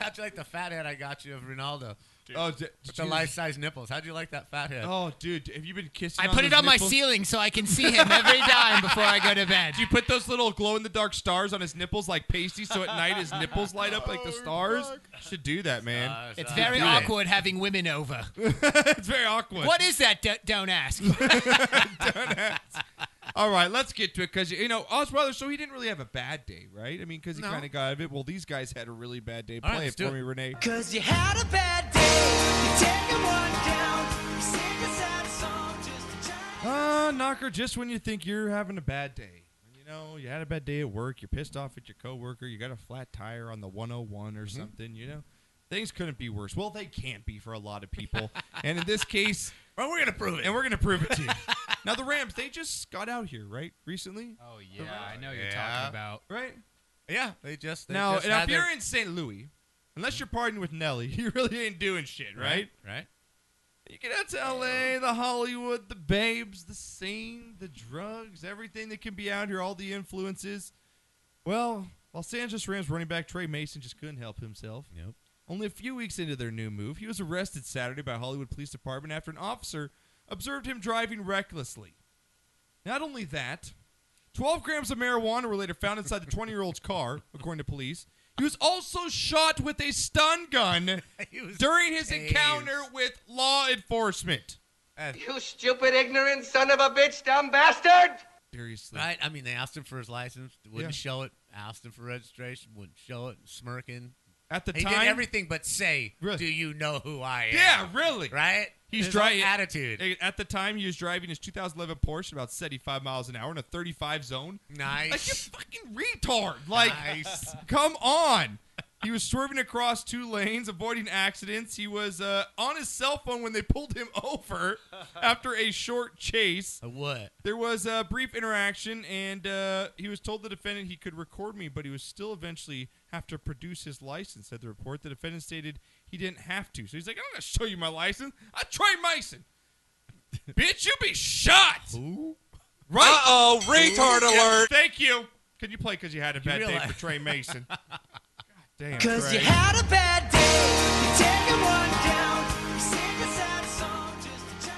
Speaker 2: How'd you like the fat head I got you of Ronaldo?
Speaker 1: Oh, d-
Speaker 2: With
Speaker 1: did
Speaker 2: the
Speaker 1: you-
Speaker 2: life-size nipples. How'd you like that fat head?
Speaker 1: Oh, dude, have you been kissing?
Speaker 3: I put it
Speaker 1: those
Speaker 3: on my
Speaker 1: nipples?
Speaker 3: ceiling so I can see him every time before I go to bed.
Speaker 1: Do you put those little glow in the dark stars on his nipples like pasty, so at night his nipples light up like the stars? Should do that, man.
Speaker 3: Uh, It's very
Speaker 2: Do it.
Speaker 3: awkward having women over.
Speaker 1: it's very awkward.
Speaker 3: What is that? D- don't ask.
Speaker 1: All right, let's get to it because you know Oz Brothers. So he didn't really have a bad day, right? I mean, because he
Speaker 2: No.
Speaker 1: kind of got out of it. Well, these guys had a really bad day.
Speaker 2: All right,
Speaker 1: Play
Speaker 2: let's
Speaker 1: it
Speaker 2: do
Speaker 1: for
Speaker 2: it.
Speaker 1: me, Renee.
Speaker 8: Cause you had a bad day. You take one down. You sing a sad song just to try to
Speaker 1: Uh, knocker, just when you think you're having a bad day. You know, you had a bad day at work, you're pissed off at your coworker, you got a flat tire on the 101
Speaker 2: Mm-hmm.
Speaker 1: or something, you know. Things couldn't be worse. Well, they can't be for a lot of people. and in this case,
Speaker 2: Well, we're gonna prove it.
Speaker 1: and we're going to prove it to you. now, the Rams, they just got out here, right? Recently?
Speaker 3: Oh yeah, I know you're
Speaker 2: Yeah.
Speaker 3: talking about.
Speaker 1: Right?
Speaker 2: yeah, they just they
Speaker 1: now,
Speaker 2: just
Speaker 1: now
Speaker 2: had
Speaker 1: if you're
Speaker 2: their-
Speaker 1: in St. Louis, unless you're partying with Nelly, you really ain't doing shit, right?
Speaker 2: right.
Speaker 1: You get out to LA, the Hollywood, the babes, the scene, the drugs, everything that can be out here, all the influences. Well, Los Angeles Rams running back Trey Mason just couldn't help himself.
Speaker 2: Nope.
Speaker 1: Only a few weeks into their new move, he was arrested Saturday by Hollywood Police Department after an officer observed him driving recklessly. Not only that, 12 grams of marijuana were later found inside the 20 year old's car, according to police. He was also shot with a stun gun
Speaker 2: He was
Speaker 1: during his
Speaker 2: tased.
Speaker 1: encounter with law enforcement.
Speaker 4: You stupid, ignorant son of a bitch, dumb bastard!
Speaker 1: Seriously.
Speaker 2: Right. I mean, they asked him for his license. Wouldn't
Speaker 1: Yeah.
Speaker 2: show it. Asked him for registration. Wouldn't show it. Smirking.
Speaker 1: At the
Speaker 2: He
Speaker 1: time.
Speaker 2: did everything but say,
Speaker 1: Really?
Speaker 2: "Do you know who I am?"
Speaker 1: yeah, really.
Speaker 2: Right.
Speaker 1: He's
Speaker 2: His whole
Speaker 1: driving-
Speaker 2: Attitude.
Speaker 1: At the time, he was driving his 2011 Porsche at about 75 miles an hour in a 35 zone. Like, you
Speaker 2: Nice.
Speaker 1: fucking retard. Like,
Speaker 2: Nice.
Speaker 1: come on. He was swerving across two lanes, avoiding accidents. He was uh, on his cell phone when they pulled him over after a short chase.
Speaker 2: I would.
Speaker 1: There was a brief interaction, and uh, he was told the defendant he could record me, but he was still eventually have to produce his license. At the report, the defendant stated he didn't have to. So he's like, "I'm gonna show you my license. I Trey Mason, bitch, you be shot." Right? Uh oh, retard alert. Thank you. Can you play? Because you had a bad day
Speaker 2: realize-
Speaker 1: for Trey Mason. God damn.
Speaker 8: Cause
Speaker 1: Trey.
Speaker 8: you had a bad day. You take one down. You sing a sad song just to try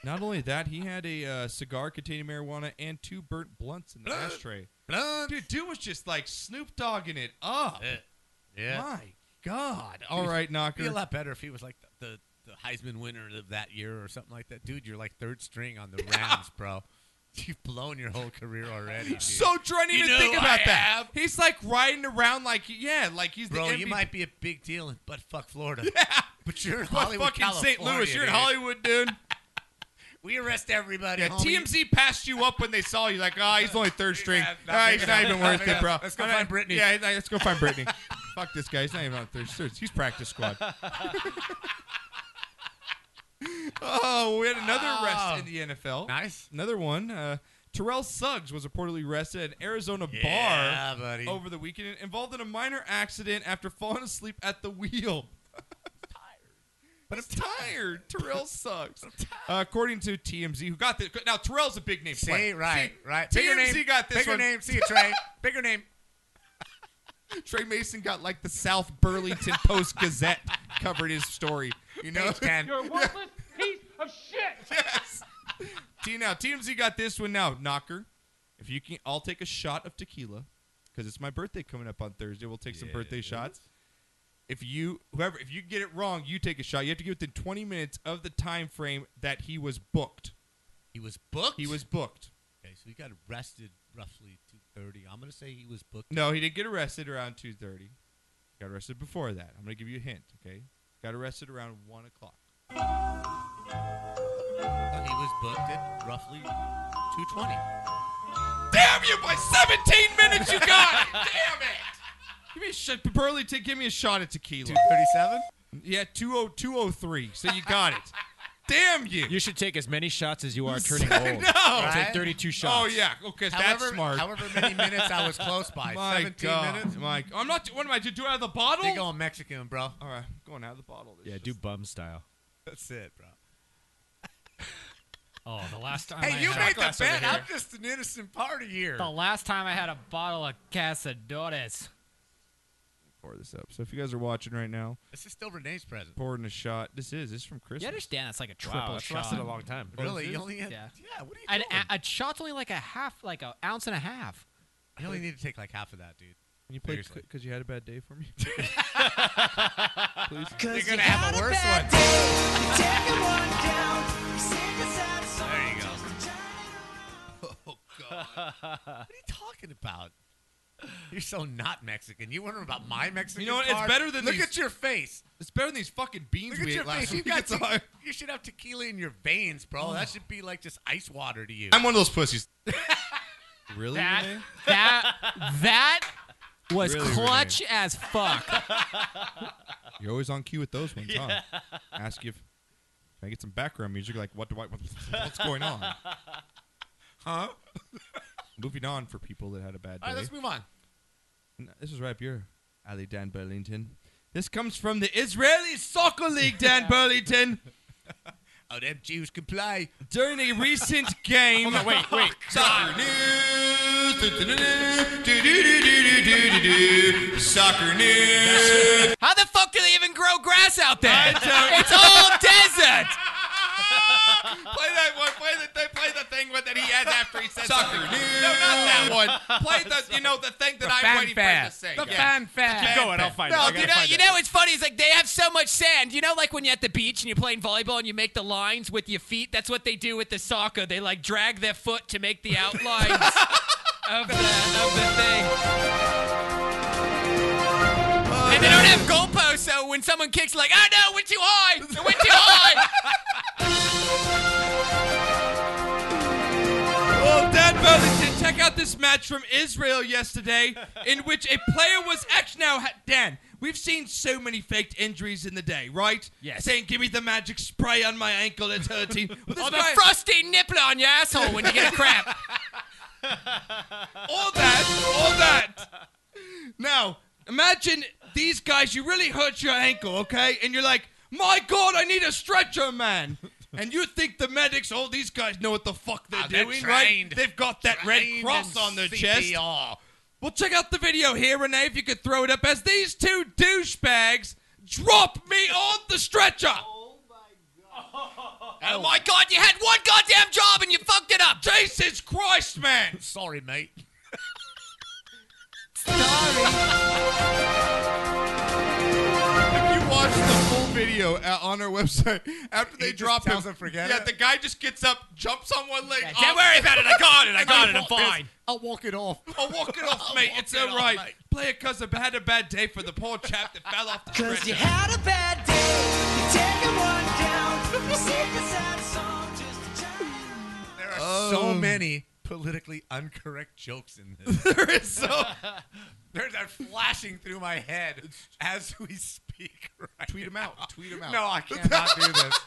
Speaker 8: to
Speaker 1: Not only that, he had a uh, cigar containing marijuana and two burnt blunts in the ashtray. Dude, dude was just like Snoop dogging it up.
Speaker 2: Yeah. Yeah.
Speaker 1: My God. All right,
Speaker 2: It'd be a
Speaker 1: Knocker.
Speaker 2: lot better if he was like the, the, the Heisman winner of that year or something like that. Dude, you're like third string on the Rams, bro. You've blown your whole career already. Dude.
Speaker 1: So true. I didn't
Speaker 2: You
Speaker 1: even
Speaker 2: know
Speaker 1: think
Speaker 2: who
Speaker 1: about
Speaker 2: I
Speaker 1: that.
Speaker 2: am.
Speaker 1: He's like riding around like, yeah, like he's
Speaker 2: bro,
Speaker 1: the MVP.
Speaker 2: you might be a big deal in but fuck Florida. But you're in
Speaker 1: But
Speaker 2: Hollywood,
Speaker 1: fucking St.
Speaker 2: California,
Speaker 1: Louis. You're in
Speaker 2: dude.
Speaker 1: Hollywood, dude.
Speaker 2: We arrest everybody.
Speaker 1: Yeah,
Speaker 2: homie.
Speaker 1: TMZ passed you up when they saw you. Like, oh, he's only third string.
Speaker 2: not
Speaker 1: Ah,
Speaker 2: big
Speaker 1: he's not
Speaker 2: enough.
Speaker 1: even
Speaker 2: Not
Speaker 1: worth
Speaker 2: big
Speaker 1: it,
Speaker 2: enough.
Speaker 1: bro.
Speaker 2: Let's go
Speaker 1: All right,
Speaker 2: find Britney.
Speaker 1: Yeah, he's- let's go find Britney. Fuck this guy. He's not even on third string. He's practice squad. oh, we had another arrest in the NFL.
Speaker 2: Nice.
Speaker 1: Another one. Uh, Terrell Suggs was reportedly arrested at an Arizona
Speaker 2: Yeah,
Speaker 1: bar
Speaker 2: buddy.
Speaker 1: over the weekend, involved in a minor accident after falling asleep at the wheel. But I'm tired. Terrell sucks. Uh, according to TMZ, who got this? Now Terrell's a big name
Speaker 2: Say
Speaker 1: player.
Speaker 2: it right,
Speaker 1: See,
Speaker 2: right. Bigger
Speaker 1: TMZ
Speaker 2: name.
Speaker 1: got this
Speaker 2: Bigger
Speaker 1: one.
Speaker 2: name. See you, Trey. Bigger name.
Speaker 1: Trey Mason got like the South Burlington Post Gazette covered his story. You know,
Speaker 2: Page 10.
Speaker 4: You're a worthless piece of shit!
Speaker 1: yes. T now TMZ got this one now. Knocker, if you can, I'll take a shot of tequila because it's my birthday coming up on Thursday. We'll take some birthday shots. If you whoever if you get it wrong, you take a shot. You have to get within 20 minutes of the time frame that he was booked.
Speaker 2: He was booked.
Speaker 1: He was booked.
Speaker 2: Okay, so he got arrested roughly 2:30. I'm gonna say he was booked.
Speaker 1: No, he didn't get arrested around 2:30. Got arrested before that. I'm gonna give you a hint. Okay, got arrested around one o'clock.
Speaker 2: He was booked at roughly 2:20.
Speaker 1: Damn you! By 17 minutes, you got it. Damn it! Give me a shot. Burley, t- give me a shot at tequila.
Speaker 2: 37.
Speaker 1: Yeah, oh, 20203. So you got it. Damn you.
Speaker 6: You should take as many shots as you are turning old.
Speaker 1: no.
Speaker 6: Take 32 shots.
Speaker 1: Oh yeah. Okay, that's smart.
Speaker 2: However many minutes I was close by.
Speaker 1: My
Speaker 2: 17
Speaker 1: God.
Speaker 2: minutes.
Speaker 1: My, I'm not. What am I? Do do it out of the bottle?
Speaker 2: They going Mexican, bro.
Speaker 1: All right, I'm going out of the bottle. This
Speaker 6: Yeah,
Speaker 1: is
Speaker 6: do
Speaker 1: just-
Speaker 6: bum style.
Speaker 2: That's it, bro.
Speaker 3: Oh, the last time. I
Speaker 2: Hey, you
Speaker 3: had-
Speaker 2: made the
Speaker 3: Glass over
Speaker 2: bet.
Speaker 3: here.
Speaker 2: I'm just an innocent party here.
Speaker 3: The last time I had a bottle of Casadores.
Speaker 1: pour this up. So if you guys are watching right now,
Speaker 2: This is still Renee's present.
Speaker 1: pouring a shot. This is this is from Christmas.
Speaker 3: You understand that's like a triple
Speaker 6: that's
Speaker 3: shot.
Speaker 6: lasted a long time.
Speaker 2: Really? You
Speaker 1: is?
Speaker 2: only had,
Speaker 3: Yeah.
Speaker 2: yeah. What are you
Speaker 3: An,
Speaker 2: doing?
Speaker 3: a, a shot's only like a half, like an ounce and a half.
Speaker 2: you only need to take like half of that, dude.
Speaker 1: Can you play
Speaker 2: Seriously.
Speaker 1: because you had a bad day for me?
Speaker 2: You're gonna have a worse one. There you go. Oh God! what are you talking about? You're so not Mexican. You wondering about my Mexican?
Speaker 1: You know what? It's
Speaker 2: card?
Speaker 1: better than
Speaker 2: look
Speaker 1: these-
Speaker 2: at your face.
Speaker 1: it's better than these fucking beans
Speaker 2: Look at
Speaker 1: we
Speaker 2: your
Speaker 1: ate last
Speaker 2: face. You
Speaker 1: week.
Speaker 2: got
Speaker 1: It's all-
Speaker 2: te- you should have tequila in your veins, bro. That should be like just ice water to you.
Speaker 1: I'm one of those pussies. really?
Speaker 3: That,
Speaker 1: Renee?
Speaker 3: that, that was
Speaker 1: Really, Renee.
Speaker 3: clutch as fuck.
Speaker 1: You're always on cue with those ones, huh? Ask you if can I get some background music. Like, what do I? What's going on? huh? Moving on for people that had a bad day.
Speaker 2: All right, let's move on.
Speaker 1: N- This is right up your alley, Dan Burlington. This comes from the Israeli Soccer League, Dan Burlington.
Speaker 2: Oh, them Jews can play.
Speaker 1: During a recent game. wait, wait. Soccer news. do-do-do-do-do-do-do-do. Soccer news.
Speaker 3: How the fuck do they even grow grass out there?
Speaker 1: don't-
Speaker 3: It's all desert.
Speaker 1: Play that one. Play the, play the thing with that he has after he says soccer news. No, not that one. Play the you know the thing that I'm waiting for him to say.
Speaker 3: The
Speaker 1: yeah.
Speaker 3: fanfare.
Speaker 6: Keep going. I'll find
Speaker 3: No,
Speaker 6: it. I
Speaker 3: you
Speaker 6: gotta
Speaker 3: know,
Speaker 6: find
Speaker 3: you
Speaker 6: it.
Speaker 3: know, it's funny. It's like they have so much sand. You know, like when you're at the beach and you're playing volleyball and you make the lines with your feet. That's what they do with the soccer. They like drag their foot to make the outlines of, the, of the thing. and they don't have goalposts, so when someone kicks, like, oh no, we're too high, we went too high.
Speaker 1: Well, Oh, Dan Burlington, check out this match from Israel yesterday, in which a player was actually now ha- Dan. We've seen so many faked injuries in the day, right?
Speaker 3: Yes.
Speaker 1: Saying, "Give me the magic spray on my ankle; it's hurting." Well, this
Speaker 3: Or Oh, the
Speaker 1: guy-
Speaker 3: frosty nipple on your asshole when you get a crap.
Speaker 1: all that, all that. Now, imagine these guys, you really hurt your ankle, okay? And you're like, my God, I need a stretcher, man. And you think the medics, all these guys know what the fuck they're
Speaker 2: Ah, they're
Speaker 1: doing,
Speaker 2: trained.
Speaker 1: right? They've got that red
Speaker 2: Trained
Speaker 1: cross
Speaker 2: in
Speaker 1: on their chest.
Speaker 2: CPR.
Speaker 1: Well, check out the video here, Renee, if you could throw it up, as these two douchebags drop me on the stretcher.
Speaker 3: Oh my god, you had one goddamn job and you fucked it up.
Speaker 1: Jesus Christ, man.
Speaker 2: Sorry, mate.
Speaker 1: If you watch the full video uh, on our website, after they
Speaker 2: just
Speaker 1: drop him,
Speaker 2: tells them forget
Speaker 1: yeah,
Speaker 2: it?
Speaker 1: the guy just gets up, jumps on one leg.
Speaker 3: Yeah,
Speaker 1: "Oh,
Speaker 3: don't worry about it. I got it. I got it. I'm fine.
Speaker 2: I'll walk it off.
Speaker 1: I'll walk it off, mate. It's
Speaker 2: walk it
Speaker 1: all
Speaker 2: off,
Speaker 1: right.
Speaker 2: mate.
Speaker 1: Play it because I had a bad day for the poor chap that fell off the
Speaker 8: Cause you
Speaker 1: stretcher.
Speaker 8: had a bad day, you take one down, you sing a sad song just to try and
Speaker 2: There are
Speaker 1: Oh.
Speaker 2: so many politically incorrect jokes in this.
Speaker 1: There is so
Speaker 2: They're, they're flashing through my head as we speak. Right
Speaker 1: tweet him out. Tweet him out.
Speaker 2: No, I cannot do this.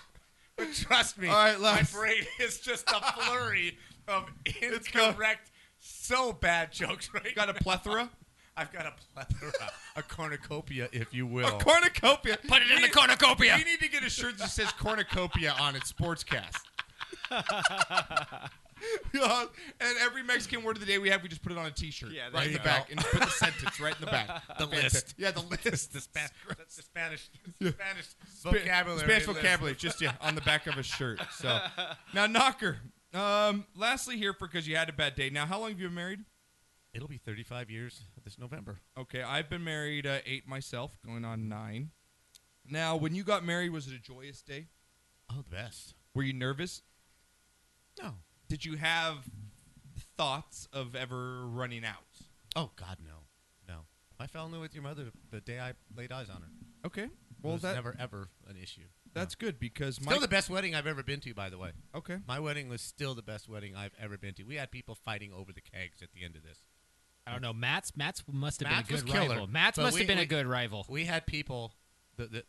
Speaker 2: But trust me,
Speaker 1: All right,
Speaker 2: my
Speaker 1: Les.
Speaker 2: brain is just a flurry of incorrect, so bad jokes right
Speaker 1: got a
Speaker 2: now.
Speaker 1: plethora,
Speaker 2: I've got a plethora, a cornucopia, if you
Speaker 1: a
Speaker 2: will.
Speaker 1: cornucopia. Put it in the
Speaker 3: cornucopia.
Speaker 1: You need to get a shirt that says cornucopia on it, sportscast. Yeah, and every Mexican word of the day we have, we just put it on a T-shirt
Speaker 6: Yeah, there
Speaker 1: right in
Speaker 6: you
Speaker 1: the back, and just put the sentence right in the back.
Speaker 2: the list.
Speaker 1: Yeah, the list.
Speaker 2: The, Spa- the Spanish, the Spanish vocabulary.
Speaker 1: Spanish
Speaker 2: list.
Speaker 1: vocabulary, just yeah, on the back of a shirt. So now, Knocker. Um, lastly, here for because you had a bad day. Now, how long have you been married?
Speaker 2: It'll be 35 years this November.
Speaker 1: Okay, I've been married uh, eight myself, going on nine. Now, when you got married, was it a joyous day?
Speaker 2: Oh, the best.
Speaker 1: Were you nervous?
Speaker 2: No.
Speaker 1: Did you have thoughts of ever running out?
Speaker 2: Oh God, no, no. I fell in love with your mother the day I laid eyes on her.
Speaker 1: Okay,
Speaker 2: Well,
Speaker 1: well
Speaker 2: was
Speaker 1: that
Speaker 2: never ever an issue.
Speaker 1: that's good because my
Speaker 2: Still the best wedding I've ever been to, by the way.
Speaker 1: okay.
Speaker 2: My wedding was still the best wedding I've ever been to. We had people fighting over the kegs at the end of this.
Speaker 3: I don't know. Matt's Matt's must have
Speaker 2: Matt's
Speaker 3: been
Speaker 2: was
Speaker 3: a good
Speaker 2: killer,
Speaker 3: rival. Matt's
Speaker 2: but
Speaker 3: must
Speaker 2: we-
Speaker 3: have been
Speaker 2: we-
Speaker 3: a good rival.
Speaker 2: We had people. that that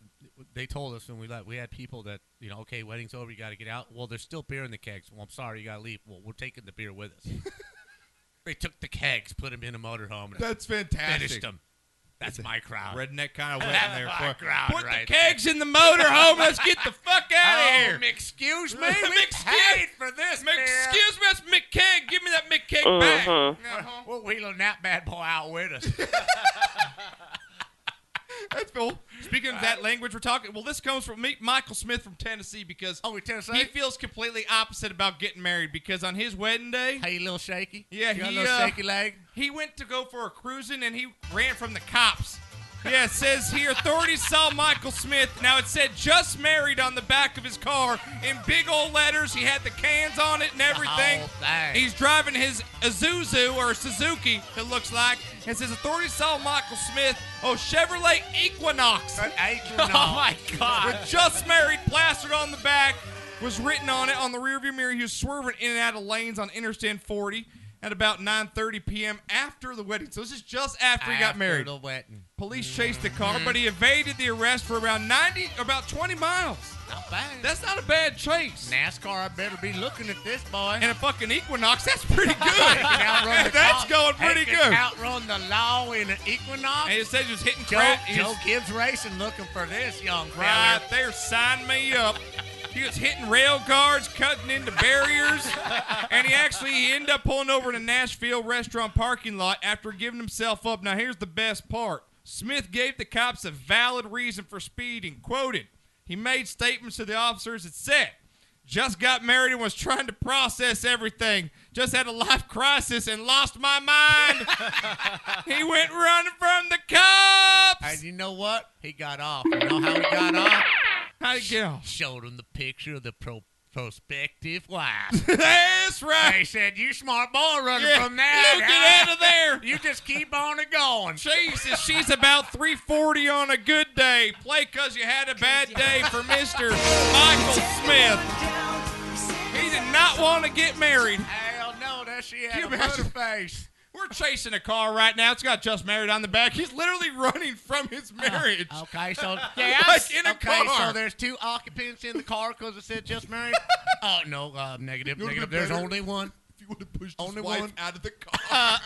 Speaker 2: they told us when we left. We had people that you know, okay, wedding's over, you got to get out. Well, there's still beer in the kegs. Well, I'm sorry, you got to leave. Well, we're taking the beer with us. they took the kegs, put them in a motorhome, and
Speaker 1: That's fantastic.
Speaker 2: finished them. That's my crowd.
Speaker 1: Redneck kind of went in there for
Speaker 2: Crowd
Speaker 1: Put
Speaker 2: right
Speaker 1: the kegs in the motorhome. Let's get the fuck out of here.
Speaker 2: Um, excuse me.
Speaker 1: Mc-
Speaker 2: we
Speaker 1: excuse-
Speaker 2: paid for this.
Speaker 1: Mc-
Speaker 2: man.
Speaker 1: Excuse me, that's McKeg. Give me that McKeg back.
Speaker 2: Uh-huh. We're wheeling that bad boy out with us.
Speaker 1: Speaking of that language we're talking, well, this comes from me, Michael Smith from Tennessee because oh, Tennessee? he feels completely opposite about getting married because on his wedding day,
Speaker 2: hey, little shaky,
Speaker 1: yeah,
Speaker 2: You
Speaker 1: he
Speaker 2: got a little
Speaker 1: uh,
Speaker 2: shaky leg?
Speaker 1: He went to go for a cruising and he ran from the cops. Yeah, it says here authorities saw Michael Smith. Now it said just married on the back of his car in big old letters. He had the cans on it and everything.
Speaker 2: whole thing.
Speaker 1: He's driving his Isuzu or Suzuki, it looks like. It says authorities saw Michael Smith. Oh, Chevrolet Equinox. Oh my God. With just married plastered on the back was written on it on the rearview mirror. He was swerving in and out of lanes on Interstate 40 at about 9:30 p.m. after the wedding. So this is just after he got
Speaker 2: After
Speaker 1: married.
Speaker 2: the wedding.
Speaker 1: Police chased the car, but he evaded the arrest for around 90, about 20 miles.
Speaker 2: Not bad.
Speaker 1: That's not a bad chase.
Speaker 2: NASCAR, I better be looking at this boy.
Speaker 1: And a fucking Equinox, that's pretty good.
Speaker 2: Can outrun the
Speaker 1: that's
Speaker 2: cop.
Speaker 1: going
Speaker 2: Hey,
Speaker 1: pretty
Speaker 2: can
Speaker 1: good.
Speaker 2: Outrun the law in an equinox.
Speaker 1: And it says he was hitting
Speaker 2: Joe,
Speaker 1: crap. he
Speaker 2: Joe
Speaker 1: was-
Speaker 2: Gibbs Racing looking for this young
Speaker 1: Right
Speaker 2: fella.
Speaker 1: there, sign me up. He was hitting rail guards, cutting into barriers, and he actually he ended up pulling over in a Nashville restaurant parking lot after giving himself up. Now here's the best part: Smith gave the cops a valid reason for speeding. Quoted, he made statements to the officers that said, "Just got married and was trying to process everything. Just had a life crisis and lost my mind. he went running from the cops.
Speaker 2: And you know what? He got off. You know how he got off?
Speaker 1: How'd he get off?
Speaker 2: Showed him the picture of the pro- prospective wife.
Speaker 1: That's
Speaker 2: they
Speaker 1: right.
Speaker 2: said, "You smart boy, running
Speaker 1: Yeah.
Speaker 2: from that.
Speaker 1: You get out of there.
Speaker 2: You just keep on a going."
Speaker 1: Jesus, she's about 340 on a good day. Play cause you had a bad day for Mr. Michael Smith. He did not want to get married.
Speaker 2: Hell no, that she
Speaker 1: Can
Speaker 2: had
Speaker 1: you
Speaker 2: a
Speaker 1: imagine?
Speaker 2: butter face.
Speaker 1: We're chasing a car right now. It's got just married on the back. He's literally running from his marriage.
Speaker 2: Ah, Okay, so
Speaker 1: Like in a
Speaker 2: okay,
Speaker 1: car.
Speaker 2: so there's two occupants in the car because it said just married. Oh no, uh, negative,
Speaker 1: would've
Speaker 2: negative.
Speaker 1: been
Speaker 2: There's
Speaker 1: better
Speaker 2: only one.
Speaker 1: If you would have pushed
Speaker 2: Only one.
Speaker 1: out of the car.
Speaker 3: Uh,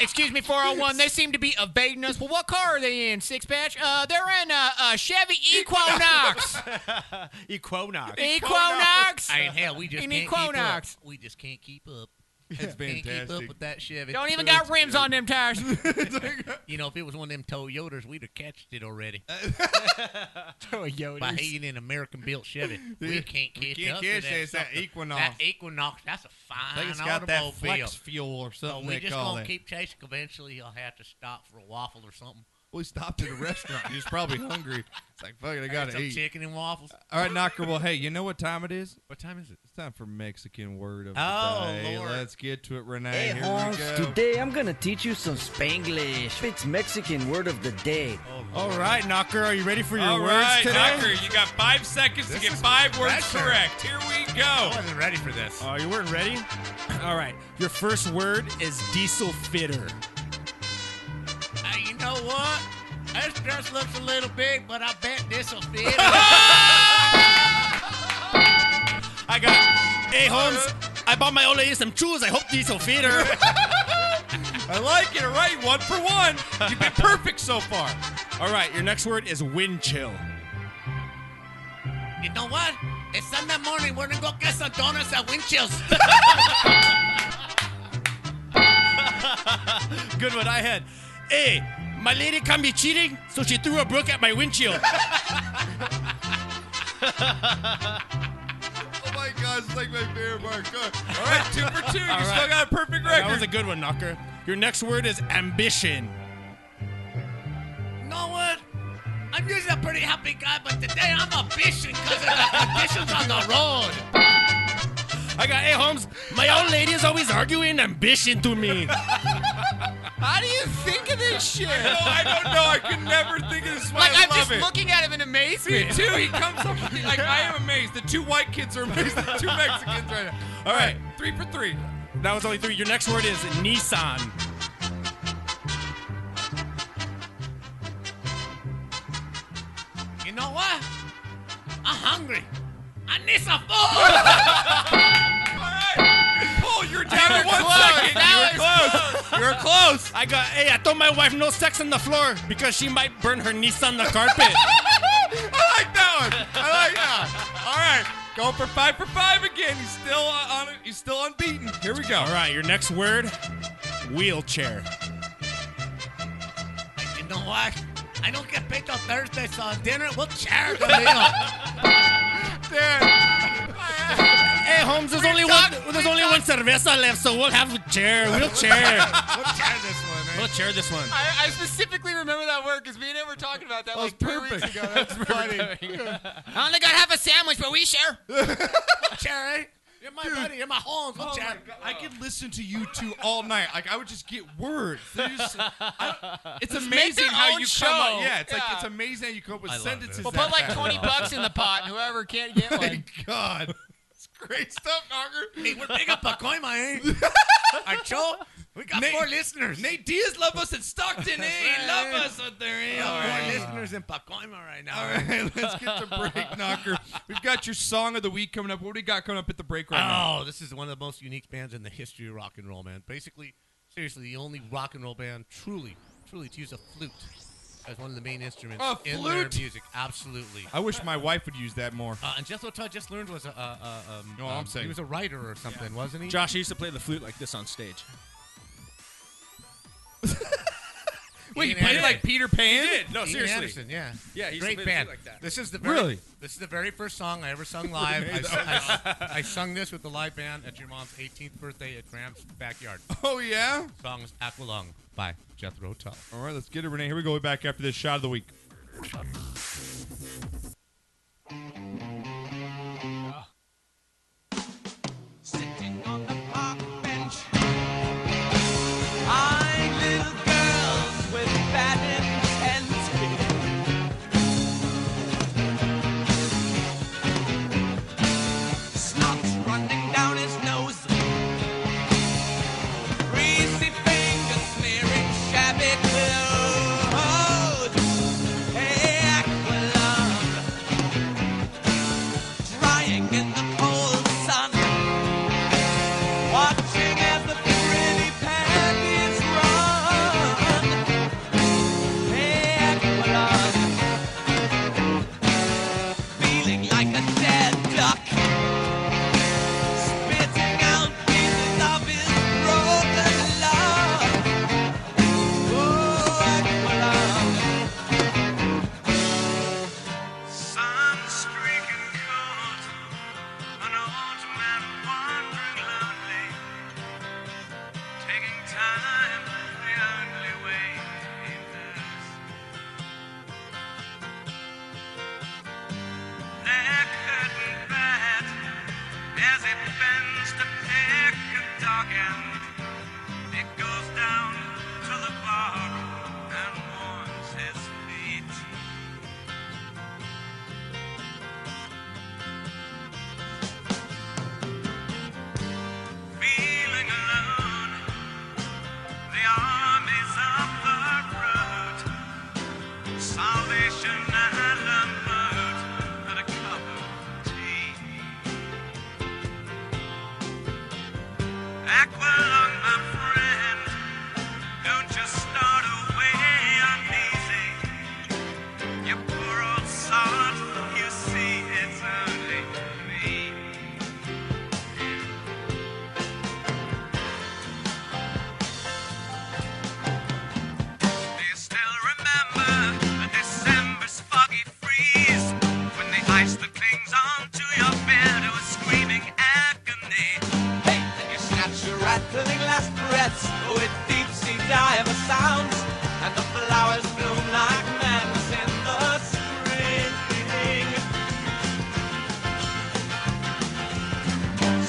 Speaker 3: Excuse me, 401. They seem to be evading us. Well, what car are they in? Six patch? Uh, they're in a, a Chevy Equinox.
Speaker 6: Equinox.
Speaker 3: Equinox.
Speaker 2: Hey, hell, we just
Speaker 3: In
Speaker 2: can't
Speaker 3: Equinox.
Speaker 2: keep up. We just can't keep up.
Speaker 1: It's
Speaker 2: Can't keep up with that Chevy.
Speaker 3: Don't even got rims on them tires.
Speaker 2: You know, if it was one of them Toyotas, we'd have catched it already. By hating an American-built Chevy, we can't catch
Speaker 1: can't
Speaker 2: up
Speaker 1: catch
Speaker 2: to
Speaker 1: it.
Speaker 2: that.
Speaker 1: It's that
Speaker 2: sucker.
Speaker 1: Equinox.
Speaker 2: That Equinox. That's a fine
Speaker 1: I think it's got
Speaker 2: automobile.
Speaker 1: that flex fuel or
Speaker 2: so
Speaker 1: something
Speaker 2: we
Speaker 1: they
Speaker 2: just
Speaker 1: call
Speaker 2: gonna
Speaker 1: it.
Speaker 2: keep chasing. Eventually, he'll have to stop for a waffle or something.
Speaker 1: we stopped at a restaurant. He was probably hungry. It's like, fuck it, I got to
Speaker 2: Some
Speaker 1: eat.
Speaker 2: chicken and waffles.
Speaker 1: All right, Knocker. Well, hey, you know what time it is?
Speaker 2: What time is it?
Speaker 1: It's time for Mexican word of the
Speaker 2: Oh,
Speaker 1: day.
Speaker 2: Lord.
Speaker 1: Let's get to it, Renee.
Speaker 9: Hey,
Speaker 1: Here
Speaker 9: Hans,
Speaker 1: we go.
Speaker 9: today I'm gonna teach you some Spanglish. It's Mexican word of the day.
Speaker 6: All right, Knocker, are you ready for your
Speaker 1: All
Speaker 6: words
Speaker 1: right,
Speaker 6: today?
Speaker 1: Knocker, you got five seconds to get five words correct. Here we go.
Speaker 2: wasn't ready for this.
Speaker 6: Oh, you weren't ready? All right. Your first word is diesel fitter.
Speaker 2: Hey, you know what? That dress looks a little big, but I bet this'll fit.
Speaker 6: I got. Hey, Holmes, I bought my old lady some shoes. I hope diesel fitter.
Speaker 1: I like it. All right, one for one. You've been perfect so far.
Speaker 6: All right, your next word is wind chill.
Speaker 2: you know what? It's Sunday morning. We're gonna go get some donuts at Winchell's.
Speaker 6: Good one I had. Hey, my lady can be cheating, so she threw a book at my windshield.
Speaker 1: Oh my gosh, it's like my favorite mark. All right, two for two. You
Speaker 6: All
Speaker 1: still
Speaker 6: right.
Speaker 1: got a perfect
Speaker 6: that was
Speaker 1: record.
Speaker 6: a good one, Knocker. Your next word is ambition.
Speaker 2: you know what? I'm usually a pretty happy guy, but today I'm a bitching because of the conditions on the road.
Speaker 6: I got, hey, Holmes, my old lady is always arguing ambition to me.
Speaker 3: How do you think of this shit?
Speaker 1: No, I don't know. I could never think of this. Why
Speaker 3: Like
Speaker 1: I
Speaker 3: I'm
Speaker 1: love
Speaker 3: just
Speaker 1: it.
Speaker 3: looking at him in
Speaker 1: Me
Speaker 3: amazement.
Speaker 1: too. He comes up with me like I am amazed. The two white kids are amazed. The two Mexicans right now. All right, three for three.
Speaker 6: That was only three. Your next word is Nissan.
Speaker 2: You know what? I'm hungry. I need some food.
Speaker 1: All right, Paul, you're down to one second.
Speaker 3: That
Speaker 1: You were close. You were close.
Speaker 6: I got, hey, I told my wife no sex on the floor because she might burn her Nissan the carpet.
Speaker 1: I like that one. I like that. All right, going for five for five again. He's still on. He's still unbeaten. Here we go.
Speaker 6: All right, your next word, wheelchair.
Speaker 2: you know what? I don't get paid till Thursday, so dinner, we'll share the meal.
Speaker 6: Hey, Holmes, there's only one. There's only one cerveza left, so we'll have a chair. We'll chair.
Speaker 2: we'll share this one.
Speaker 6: We'll chair this one.
Speaker 3: I, I specifically remember that word because me and him were talking about that like three weeks ago. That's funny. I only got half a sandwich, but we share.
Speaker 2: Cherry, you're my buddy. You're my Holmes. We'll
Speaker 1: Oh
Speaker 2: share.
Speaker 1: my God. I could listen to you two all night. Like I would just get words. They're just- I don't- it's
Speaker 3: Just make
Speaker 1: amazing
Speaker 3: their
Speaker 1: how
Speaker 3: own
Speaker 1: you come up.
Speaker 3: show.
Speaker 1: Yeah, it's like
Speaker 3: Yeah.
Speaker 1: it's amazing how you come up with
Speaker 2: I love
Speaker 1: sentences.
Speaker 2: this.
Speaker 3: We'll
Speaker 1: that
Speaker 3: put like
Speaker 1: fast.
Speaker 3: twenty bucks in the pot, and whoever can't get one.
Speaker 1: God, it's great stuff, Nogger.
Speaker 2: Hey, we're big up Pacoima, eh? Our show, we got
Speaker 1: Nate-
Speaker 2: four listeners.
Speaker 1: Nate Diaz love us in Stockton. Hey,
Speaker 2: Right.
Speaker 1: love us out there. eh?
Speaker 2: we
Speaker 1: All
Speaker 2: got
Speaker 1: right.
Speaker 2: four listeners in Pacoima right now.
Speaker 1: All right, let's get to break, Knocker. We've got your song of the week coming up. What do we got coming up at the break right now?
Speaker 2: Oh, this is one of the most unique bands in the history of rock and roll, man. Basically, seriously, the only rock and roll band truly, truly to use a flute as one of the main instruments
Speaker 1: A
Speaker 2: in their
Speaker 1: flute?
Speaker 2: music. Absolutely.
Speaker 1: I wish my wife would use that more.
Speaker 2: Uh, and Jethro Tull just learned was a, a, a um,
Speaker 6: Oh,
Speaker 1: No, I'm
Speaker 2: um,
Speaker 1: saying-
Speaker 2: he was a writer or something, wasn't he?
Speaker 6: Josh used to play the flute like this on stage.
Speaker 1: Wait, you
Speaker 2: Ian
Speaker 1: played
Speaker 2: Anderson.
Speaker 1: like Peter Pan?
Speaker 6: No,
Speaker 2: Ian Anderson, yeah,
Speaker 6: Yeah, he used to
Speaker 2: great
Speaker 6: play the
Speaker 2: band.
Speaker 6: flute like that.
Speaker 2: This is the very,
Speaker 1: Really?
Speaker 2: This is the very first song I ever sung live. I, I, I sung this with the live band at your mom's 18th birthday at Graham's backyard.
Speaker 1: Oh, yeah?
Speaker 2: song is Aqualung by Jethro Tull.
Speaker 1: All right, let's get it, Renee. Here we go. We're back after this shot of the week.
Speaker 8: Sitting on the park bench, eyeing little girls with bad intent. Snot's running down his nose, greasy fingers smearing shabby clothes. Hey, Aqualung, drying in the cold sun. Watching as the pretty panties run. Hey, Aqualung. Feeling like a dead duck. Spitting out pieces of his broken love. Oh, Aqualung. Sun-streaking cold. An old man wandering lonely, taking time the only way he knows. Their curtain bat as it bends to pick a dog end. It goes down to the bar and warms his feet. feeling alone. The armies of the road, salvation and a moat and a cup of tea. Aqualung, my friend, don't you start away uneasy. You poor old sod, you see it's only me. Do you still remember a December's foggy freeze when the ice that clings onto your beard was screaming agony? Hey, then you snatch your rattling last breaths with deep sea diver sounds, and the flowers bloom like madness in the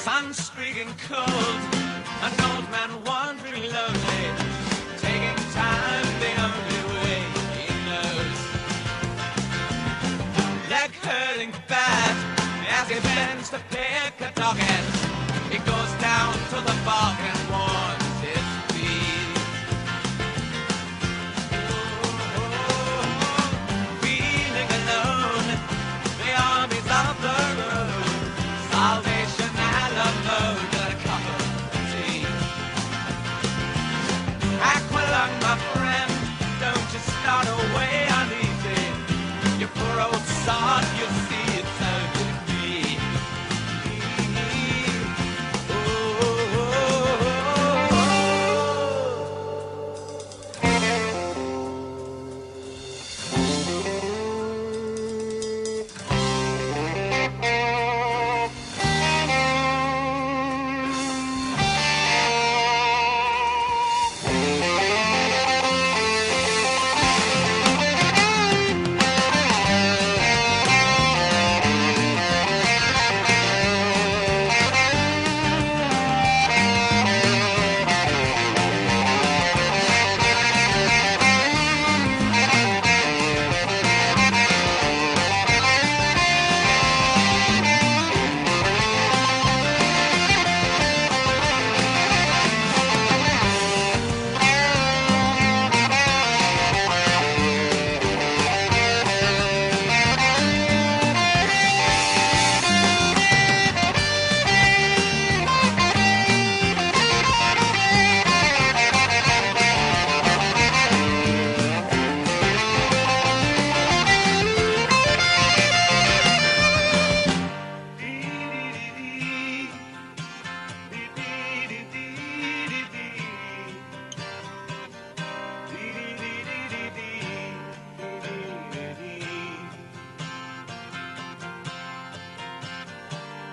Speaker 8: spring. Sun streaking cold, an old man wandering lonely, taking time the only way he knows. Leg hurting bad as he bends to pick a dog end. He goes down to the bog and warms his feet. Feeling alone, the armies of the road. Salvation and a load and a cup of tea. Aqualung, my friend, don't you start away uneasy. You poor old sod, you see it's so good to be. Oh, oh, oh,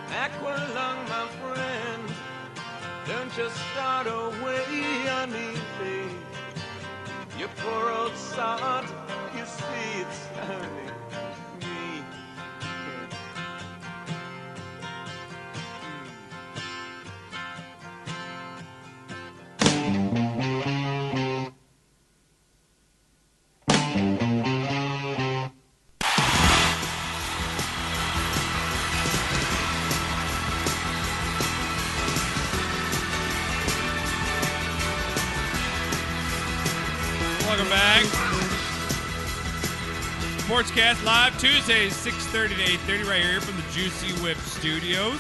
Speaker 10: Aqualung, my friend. Don't you start away, I need faith. You poor old sod, you see it's only me.
Speaker 1: Welcome back. Sportscast live Tuesdays, 6.30 to 8.30 right here from the Juicy Whip Studios.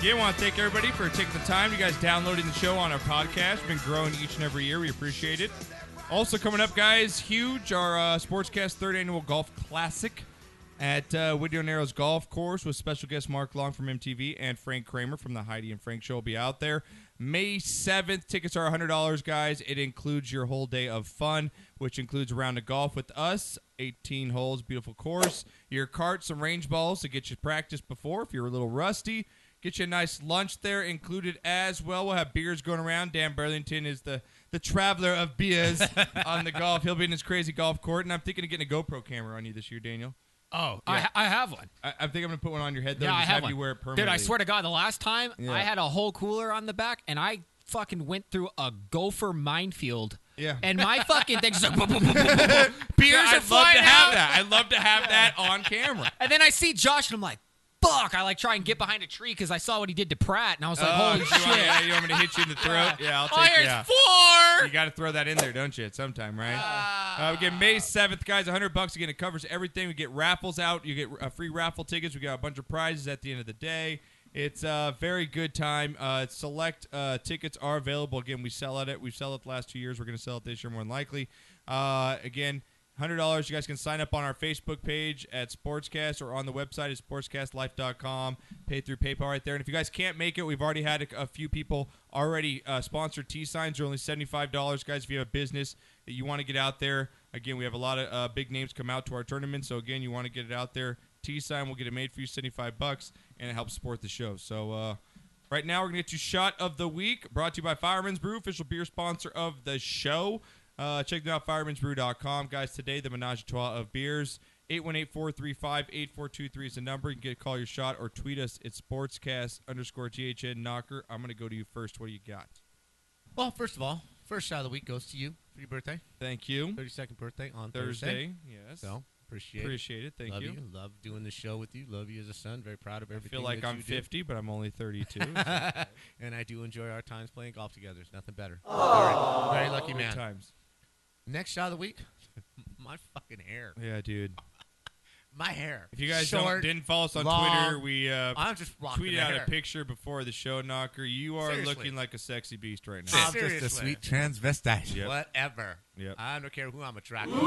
Speaker 1: Again, want to thank everybody for taking the time. You guys downloading the show on our podcast. Been growing each and every year. We appreciate it. Also coming up, guys, huge, our uh, Sportscast third annual golf classic at uh, Whittier Narrows Golf Course with special guest Mark Long from MTV and Frank Kramer from the Heidi and Frank Show will be out there. May 7th, tickets are $100, guys. It includes your whole day of fun, which includes a round of golf with us, 18 holes, beautiful course, your cart, some range balls to get you practice before if you're a little rusty. Get you a nice lunch there included as well. We'll have beers going around. Dan Burlington is the, the traveler of beers on the golf. He'll be in his crazy golf court. And I'm thinking of getting a GoPro camera on you this year, Daniel.
Speaker 3: Oh, I ha- I have one.
Speaker 1: I, I think I'm gonna put one on your head though.
Speaker 3: yeah,
Speaker 1: and
Speaker 3: I
Speaker 1: just
Speaker 3: have,
Speaker 1: have
Speaker 3: one.
Speaker 1: you wear it
Speaker 3: Dude,
Speaker 1: permanently.
Speaker 3: I swear to God, the last time
Speaker 1: Yeah.
Speaker 3: I had a whole cooler on the back, and I fucking went through a gopher minefield.
Speaker 1: Yeah.
Speaker 3: And my fucking thing just like, boom, boom, boom, boom, boom, boom. beers
Speaker 1: I'd
Speaker 3: are
Speaker 1: love
Speaker 3: flying
Speaker 1: to have
Speaker 3: out.
Speaker 1: that. I'd love to have that on camera.
Speaker 3: And then I see Josh, and I'm like, fuck. I like try and get behind a tree because I saw what he did to Pratt, and I was like,
Speaker 1: Oh,
Speaker 3: holy
Speaker 1: you
Speaker 3: shit.
Speaker 1: Want, yeah, you want me to hit you in the throat? Yeah, I'll take
Speaker 3: Iron's
Speaker 1: yeah.
Speaker 3: four.
Speaker 1: You got to throw that in there, don't you? At some time, right?
Speaker 3: Ah.
Speaker 1: Uh, we get May seventh, guys. hundred bucks again. It covers everything. We get raffles out. You get uh, free raffle tickets. We got a bunch of prizes at the end of the day. It's a very good time. Uh, select uh, tickets are available. Again, we sell at it. We've sold it the last two years. We're going to sell it this year more than likely. Uh, again, hundred dollars. You guys can sign up on our Facebook page at Sportscast or on the website at sportscastlife.com. Pay through PayPal right there. And if you guys can't make it, we've already had a, a few people already uh, sponsor T signs. They're only seventy five dollars, guys. If you have a business that you want to get out there, again, we have a lot of uh, big names come out to our tournament. So again, you want to get it out there. T sign, we'll get it made for you, seventy five bucks, and it helps support the show. So. uh Right now, we're going to get you Shot of the Week, brought to you by Fireman's Brew, official beer sponsor of the show. Uh, check them out, fireman'sbrew.com. Guys, today, the Menage a Trois of Beers. 818-435-8423 is the number. You can get, call your shot or tweet us at sportscast underscore THN knocker. I'm going to go to you first. What do you got?
Speaker 2: Well, first of all, first shot of the week goes to you for your birthday.
Speaker 1: Thank you.
Speaker 2: 32nd birthday on Thursday.
Speaker 1: Thursday, yes.
Speaker 2: So appreciate
Speaker 1: Appreciate it, thank
Speaker 2: Love
Speaker 1: you.
Speaker 2: Love doing the show with you. Love you as a son. Very proud of
Speaker 1: I
Speaker 2: everything.
Speaker 1: feel like
Speaker 2: that
Speaker 1: I'm
Speaker 2: you do.
Speaker 1: 50, but I'm only 32. so-
Speaker 2: and I do enjoy our times playing golf together. There's nothing better.
Speaker 1: Oh.
Speaker 2: Very, very lucky
Speaker 1: Good
Speaker 2: man.
Speaker 1: times.
Speaker 2: Next shot of the week, my fucking hair.
Speaker 1: yeah, dude.
Speaker 2: My hair.
Speaker 1: If you guys
Speaker 2: Short,
Speaker 1: don't, didn't follow us on
Speaker 2: long.
Speaker 1: Twitter, we uh,
Speaker 2: I'm just rocking
Speaker 1: tweeted
Speaker 2: the
Speaker 1: out
Speaker 2: hair.
Speaker 1: a picture before the show, Knocker. You are
Speaker 2: Seriously.
Speaker 1: looking like a sexy beast right now.
Speaker 2: I'm just a sweet transvestite. Whatever.
Speaker 1: Yep.
Speaker 2: I don't care who I'm attracted. to.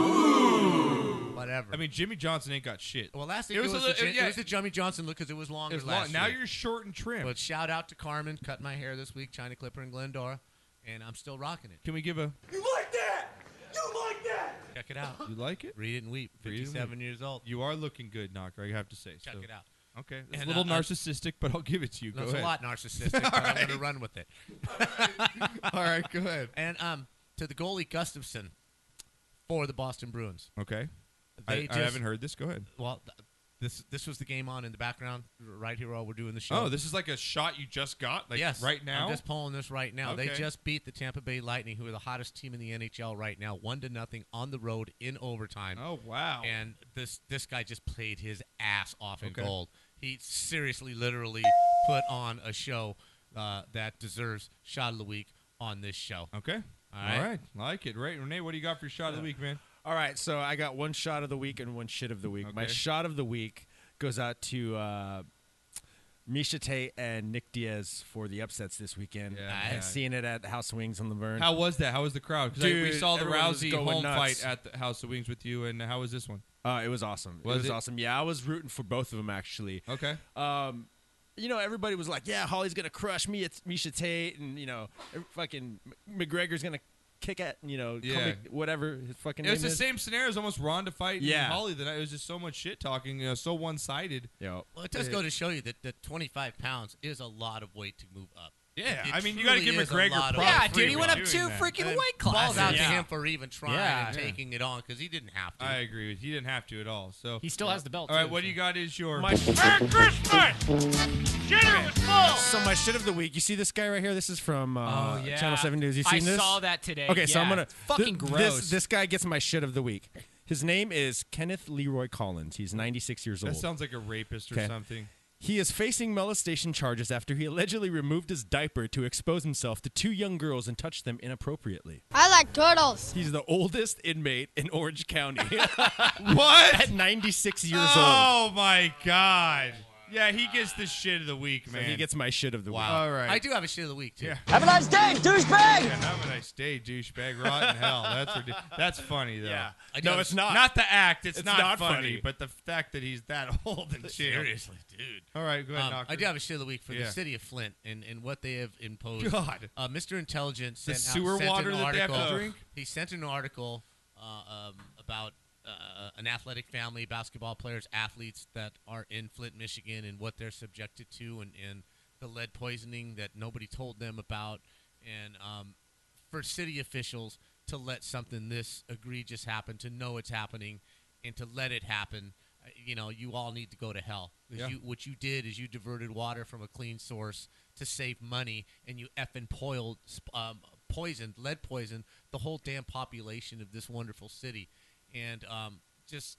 Speaker 2: Whatever.
Speaker 1: I mean, Jimmy Johnson ain't got shit.
Speaker 2: Well, last week it was, a
Speaker 1: little-
Speaker 2: the, Jim- it was the Jimmy Johnson look because it was longer
Speaker 1: It was long.
Speaker 2: last
Speaker 1: Now
Speaker 2: year.
Speaker 1: you're short and trim.
Speaker 2: But shout out to Carmen, cut my hair this week, China Clipper and Glendora, and I'm still rocking it.
Speaker 1: Can we give a?
Speaker 2: You like that? You like that? Check it out.
Speaker 1: You like it?
Speaker 2: Read it and weep. Fifty-seven years old.
Speaker 1: You are looking good, Knocker. I have to say.
Speaker 2: Check
Speaker 1: so-
Speaker 2: it out.
Speaker 1: Okay, it's a
Speaker 2: And,
Speaker 1: little
Speaker 2: uh, uh,
Speaker 1: narcissistic, but I'll give it to you.
Speaker 2: No,
Speaker 1: go
Speaker 2: it's
Speaker 1: ahead.
Speaker 2: a lot narcissistic, but I'm going to run with it.
Speaker 1: All right, go ahead.
Speaker 2: And um, to the goalie Gustafson for the Boston Bruins.
Speaker 1: Okay. I-
Speaker 2: They
Speaker 1: I
Speaker 2: just-
Speaker 1: haven't heard this. Go ahead.
Speaker 2: Well, th- this this was the game on in the background right here while we're doing the show.
Speaker 1: Oh, this is like a shot you just got, like
Speaker 2: yes,
Speaker 1: right now.
Speaker 2: I'm just pulling this right now. They
Speaker 1: Okay.
Speaker 2: just beat the Tampa Bay Lightning, who are the hottest team in the NHL right now, one to nothing on the road in overtime.
Speaker 1: Oh wow!
Speaker 2: And this this guy just played his ass off in
Speaker 1: Okay.
Speaker 2: goal. He seriously, literally put on a show uh, that deserves shot of the week on this show.
Speaker 1: Okay.
Speaker 2: All right.
Speaker 1: All right, like it. Right, Renee, what do you got for your shot of the week, man?
Speaker 6: All right, so I got one shot of the week and one shit of the week. My
Speaker 1: Okay.
Speaker 6: shot of the week goes out to uh, Misha Tate and Nick Diaz for the upsets this weekend.
Speaker 1: Yeah,
Speaker 6: I
Speaker 1: yeah.
Speaker 6: Seeing it at House of Wings on Laverne.
Speaker 1: How was that? How was the crowd? Because we
Speaker 6: Dude,
Speaker 1: saw the
Speaker 6: everyone was
Speaker 1: Rousey
Speaker 6: going
Speaker 1: home
Speaker 6: nuts.
Speaker 1: fight at the House of Wings with you, and how was this one?
Speaker 6: Uh, it was awesome.
Speaker 1: Was
Speaker 6: it was
Speaker 1: it?
Speaker 6: awesome. Yeah, I was rooting for both of them actually.
Speaker 1: Okay.
Speaker 6: Um, you know, everybody was like, "Yeah, Holly's gonna crush me. It's Misha Tate, and you know, every- fucking M- McGregor's gonna kick at you know
Speaker 1: Yeah.
Speaker 6: comic whatever his fucking
Speaker 1: It was
Speaker 6: name
Speaker 1: the
Speaker 6: is.
Speaker 1: same scenario as almost Ronda fighting
Speaker 6: Yeah.
Speaker 1: Holly that night. It was just so much shit talking, you know, so one sided.
Speaker 6: Yeah.
Speaker 2: Well, it does go to show you that the 25 pounds is a lot of weight to move up.
Speaker 1: Yeah,
Speaker 2: It
Speaker 1: I mean, you gotta
Speaker 2: truly
Speaker 1: give
Speaker 2: is a
Speaker 1: McGregor
Speaker 2: lot of
Speaker 1: props Yeah,
Speaker 2: weight
Speaker 1: dude, he
Speaker 2: to
Speaker 1: went
Speaker 2: move
Speaker 1: up two
Speaker 2: Yeah.
Speaker 1: freaking
Speaker 2: And
Speaker 1: weight
Speaker 2: Balls out to
Speaker 1: classes.
Speaker 2: him for even trying
Speaker 1: Yeah.
Speaker 2: and
Speaker 1: Yeah.
Speaker 2: taking it on because he didn't have to.
Speaker 1: I agree with. He didn't have to at all. So
Speaker 3: He still has the belt,
Speaker 1: All right,
Speaker 3: too,
Speaker 1: what do you got? Is your
Speaker 6: My-
Speaker 1: Merry Christmas? Dinner was full.
Speaker 6: So my shit of the week. You see this guy right here? This is from uh,
Speaker 3: Oh, yeah.
Speaker 6: Channel Seven News. You
Speaker 3: I
Speaker 6: seen this?
Speaker 3: saw that today.
Speaker 6: Okay, so
Speaker 3: Yeah,
Speaker 6: I'm gonna
Speaker 3: it's fucking
Speaker 6: thi-
Speaker 3: gross.
Speaker 6: This, this guy gets my shit of the week. His name is Kenneth Leroy Collins. He's 96 years
Speaker 1: That
Speaker 6: old.
Speaker 1: sounds like a rapist or
Speaker 6: Okay.
Speaker 1: something.
Speaker 6: He is facing molestation charges after he allegedly removed his diaper to expose himself to two young girls and touched them inappropriately.
Speaker 11: I like turtles.
Speaker 6: He's the oldest inmate in Orange County.
Speaker 1: what?
Speaker 6: At 96 years old.
Speaker 1: oh my god! Yeah, he gets the shit of the week,
Speaker 6: So
Speaker 1: man.
Speaker 6: he gets my shit of the
Speaker 1: Wow.
Speaker 6: week.
Speaker 1: All right.
Speaker 2: I do have a shit of the week too.
Speaker 1: Yeah.
Speaker 6: Have a nice day, douchebag!
Speaker 1: Yeah, have a nice day, douchebag. Rotten hell. That's ridiculous. That's funny though. Yeah.
Speaker 2: I do have a sh-
Speaker 1: Not the act. It's,
Speaker 2: It's
Speaker 1: not,
Speaker 2: not
Speaker 1: funny,
Speaker 2: funny.
Speaker 1: but the fact that he's that old and shit.
Speaker 2: Seriously, dude.
Speaker 1: All right, go ahead.
Speaker 2: Um,
Speaker 1: Knocker.
Speaker 2: I do have a shit of the week for
Speaker 1: Yeah.
Speaker 2: the city of Flint and, and what they have imposed.
Speaker 1: God.
Speaker 2: Uh, Mr. Intelligence
Speaker 1: The
Speaker 2: sent out-
Speaker 1: sewer
Speaker 2: sent
Speaker 1: water
Speaker 2: an
Speaker 1: that they have
Speaker 2: article.
Speaker 1: to drink?
Speaker 2: He sent an article uh, um, about uh, an athletic family, basketball players, athletes that are in Flint, Michigan, and what they're subjected to, and, and the lead poisoning that nobody told them about, and um, for city officials to let something this egregious happen, to know it's happening, and to let it happen, uh, you know, you all need to go to hell. 'Cause
Speaker 1: Yeah.
Speaker 2: you- what you did is you diverted water from a clean source to save money, and you effing poiled, sp- um, poisoned, lead poisoned the whole damn population of this wonderful city. And um, just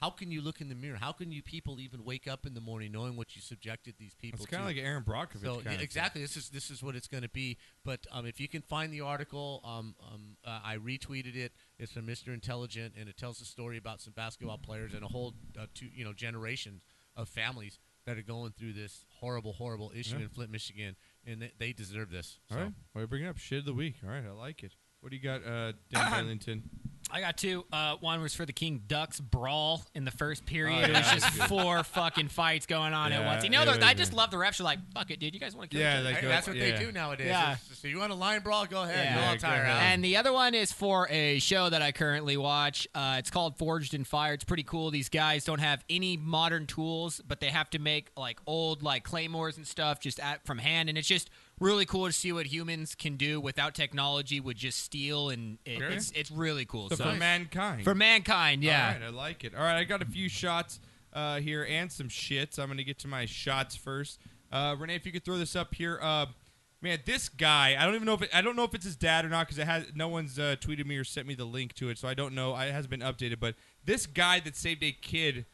Speaker 2: how can you look in the mirror? How can you people even wake up in the morning knowing what you subjected these people?
Speaker 1: It's kinda
Speaker 2: to?
Speaker 1: like Aaron Brockovich
Speaker 2: So,
Speaker 1: kinda
Speaker 2: yeah, exactly. This is this is what it's going to be. But um, if you can find the article, um, um, uh, I retweeted it. It's from Mr. Intelligent, and it tells a story about some basketball players and a whole uh, two you know generations of families that are going through this horrible, horrible issue
Speaker 1: Yeah.
Speaker 2: in Flint, Michigan, and they, they deserve this.
Speaker 1: All
Speaker 2: so.
Speaker 1: right. Why are you bringing up shit of the week? All right, I like it. What do you got, uh, Dan Ellington?
Speaker 3: I got two. Uh, one was for the King Ducks brawl in the first period.
Speaker 1: Oh, yeah,
Speaker 3: it was
Speaker 1: that was
Speaker 3: just
Speaker 1: good.
Speaker 3: four fucking fights going on at
Speaker 1: Yeah,
Speaker 3: once. You
Speaker 1: it
Speaker 3: know,
Speaker 1: was
Speaker 3: I just
Speaker 1: good.
Speaker 3: love the refs. Are like, fuck it, dude. You guys want to kill
Speaker 1: Yeah,
Speaker 3: each other?
Speaker 1: they
Speaker 2: Hey,
Speaker 1: go-
Speaker 2: that's what
Speaker 1: yeah.
Speaker 2: they do nowadays.
Speaker 3: Yeah.
Speaker 2: It's- So you want a line brawl? Go ahead.
Speaker 3: Yeah.
Speaker 2: You'll all
Speaker 3: Yeah, go
Speaker 2: tire out.
Speaker 3: And the other one is for a show that I currently watch. Uh, it's called Forged in Fire. It's pretty cool. These guys don't have any modern tools, but they have to make like old like claymores and stuff just at, from hand. And it's just really cool to see what humans can do without technology with just steel. And it,
Speaker 1: Okay.
Speaker 3: it's it's really cool.
Speaker 1: So for mankind.
Speaker 3: For mankind, yeah.
Speaker 1: All right, I like it. All right, I got a few shots uh, here and some shits. I'm going to get to my shots first. Uh, Renee, if you could throw this up here, uh, man, this guy. I don't even know if it, I don't know if it's his dad or not because it has no one's uh, tweeted me or sent me the link to it, so I don't know. I, it hasn't been updated, but this guy that saved a kid.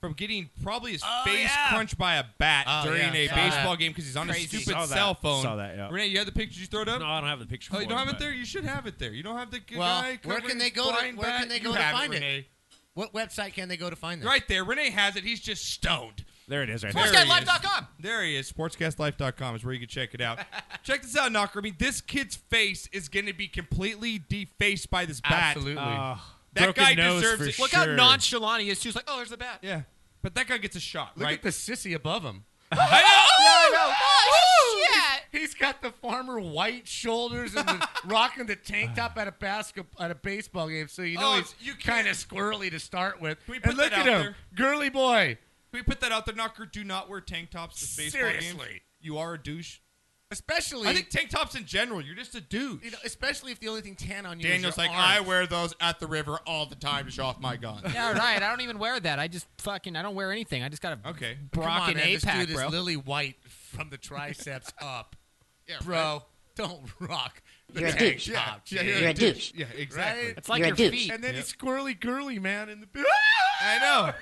Speaker 1: From getting probably his
Speaker 3: Oh,
Speaker 1: face crunched by a bat
Speaker 6: Oh,
Speaker 1: during
Speaker 6: yeah.
Speaker 1: a
Speaker 6: Saw
Speaker 1: baseball
Speaker 6: that.
Speaker 1: game because he's on
Speaker 6: Crazy.
Speaker 1: his stupid
Speaker 6: Saw that.
Speaker 1: cell phone.
Speaker 6: Saw that, yeah.
Speaker 1: Renee, you have the picture. Did you throw it up?
Speaker 6: No, I don't have the picture.
Speaker 1: Oh, you
Speaker 6: for
Speaker 1: don't
Speaker 6: it,
Speaker 1: have it
Speaker 6: but-
Speaker 1: there. You should have it there. You don't have the good
Speaker 2: Well,
Speaker 1: guy
Speaker 2: where
Speaker 1: covering
Speaker 2: can they go? To,
Speaker 1: blind
Speaker 2: where
Speaker 1: bat?
Speaker 2: can they
Speaker 1: You
Speaker 2: go to
Speaker 1: have
Speaker 2: find
Speaker 1: Renee.
Speaker 2: it? What website can they go to find it?
Speaker 1: Right there. Renee has it. He's just stoned.
Speaker 6: There it is right
Speaker 1: There
Speaker 6: there.
Speaker 1: he is. There he is. Sportscastlife.com is where you can check it out. check this out, Knocker. I mean, this kid's face is going to be completely defaced by this bat. Uh,
Speaker 3: Absolutely.
Speaker 1: That
Speaker 3: Oh,
Speaker 6: broken
Speaker 1: guy
Speaker 6: nose
Speaker 1: deserves
Speaker 6: for
Speaker 1: it.
Speaker 3: Look how nonchalant he is. He's like, oh, there's the bat.
Speaker 1: Yeah. But that guy gets a shot,
Speaker 2: Look
Speaker 1: right?
Speaker 2: at the sissy above him.
Speaker 1: I know! Oh,
Speaker 2: He's got the farmer white shoulders and the, rocking the tank top at a basketball at a baseball game, so you know
Speaker 1: Oh,
Speaker 2: he's
Speaker 1: you
Speaker 2: kind of squirrely to start with.
Speaker 1: we put
Speaker 2: and look
Speaker 1: that
Speaker 2: at
Speaker 1: out
Speaker 2: him, girly boy.
Speaker 1: Can we put that out there, Knocker? Do not wear tank tops to baseball games.
Speaker 2: Seriously.
Speaker 1: You are a douche.
Speaker 2: Especially,
Speaker 1: I think tank tops in general, you're just a douche.
Speaker 2: you know, especially if the only thing tan on you.
Speaker 1: Daniel's
Speaker 2: is your
Speaker 1: like, I
Speaker 2: arms.
Speaker 1: wear those at the river all the time to show off my gun.
Speaker 3: Yeah, right. I don't even wear that. I just fucking I don't wear anything. I just got a
Speaker 1: Okay.
Speaker 3: Brock
Speaker 2: Come on,
Speaker 3: and
Speaker 2: man, this
Speaker 3: APAC,
Speaker 2: dude is
Speaker 3: bro.
Speaker 2: Lily White from the triceps up.
Speaker 1: Yeah,
Speaker 2: bro,
Speaker 1: right.
Speaker 2: don't rock. the
Speaker 1: You're a
Speaker 2: tank
Speaker 1: douche.
Speaker 2: top,
Speaker 1: Yeah,
Speaker 2: dude.
Speaker 1: yeah, you're a douche. Yeah, exactly.
Speaker 2: Right?
Speaker 1: It's like You're a your douche. feet.
Speaker 2: And then
Speaker 1: Yep.
Speaker 2: he's squirrely girly, man. In the
Speaker 1: I know.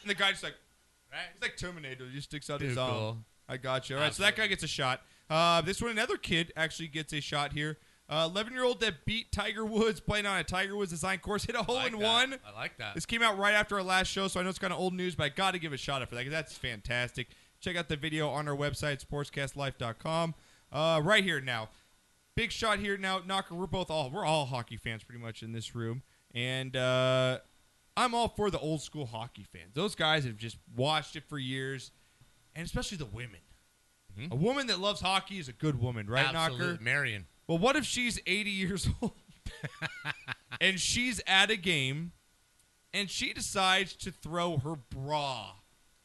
Speaker 1: And the guy just like, he's like Terminator. He just sticks out his
Speaker 2: Dude,
Speaker 1: arm.
Speaker 2: cool.
Speaker 1: I got you. All right, so that guy gets a shot. Uh, this one, another kid actually gets a shot here. Uh, Eleven-year-old that beat Tiger Woods playing on a Tiger Woods design course hit a hole in
Speaker 2: that.
Speaker 1: one.
Speaker 2: I like that.
Speaker 1: This came out right after our last show, so I know it's kind of old news, but I got to give it a shot up for that because that's fantastic. Check out the video on our website, sportscastlife.com. Uh, right here now. Big shot here now, Knocker. We're both all we're all hockey fans pretty much in this room, and uh, I'm all for the old school hockey fans. Those guys have just watched it for years, and especially the women.
Speaker 2: Mm-hmm.
Speaker 1: A woman that loves hockey is a good woman, right,
Speaker 2: Absolute
Speaker 1: Knocker?
Speaker 2: Marion.
Speaker 1: Well, what if she's 80 years old? and she's at a game, and she decides to throw her bra,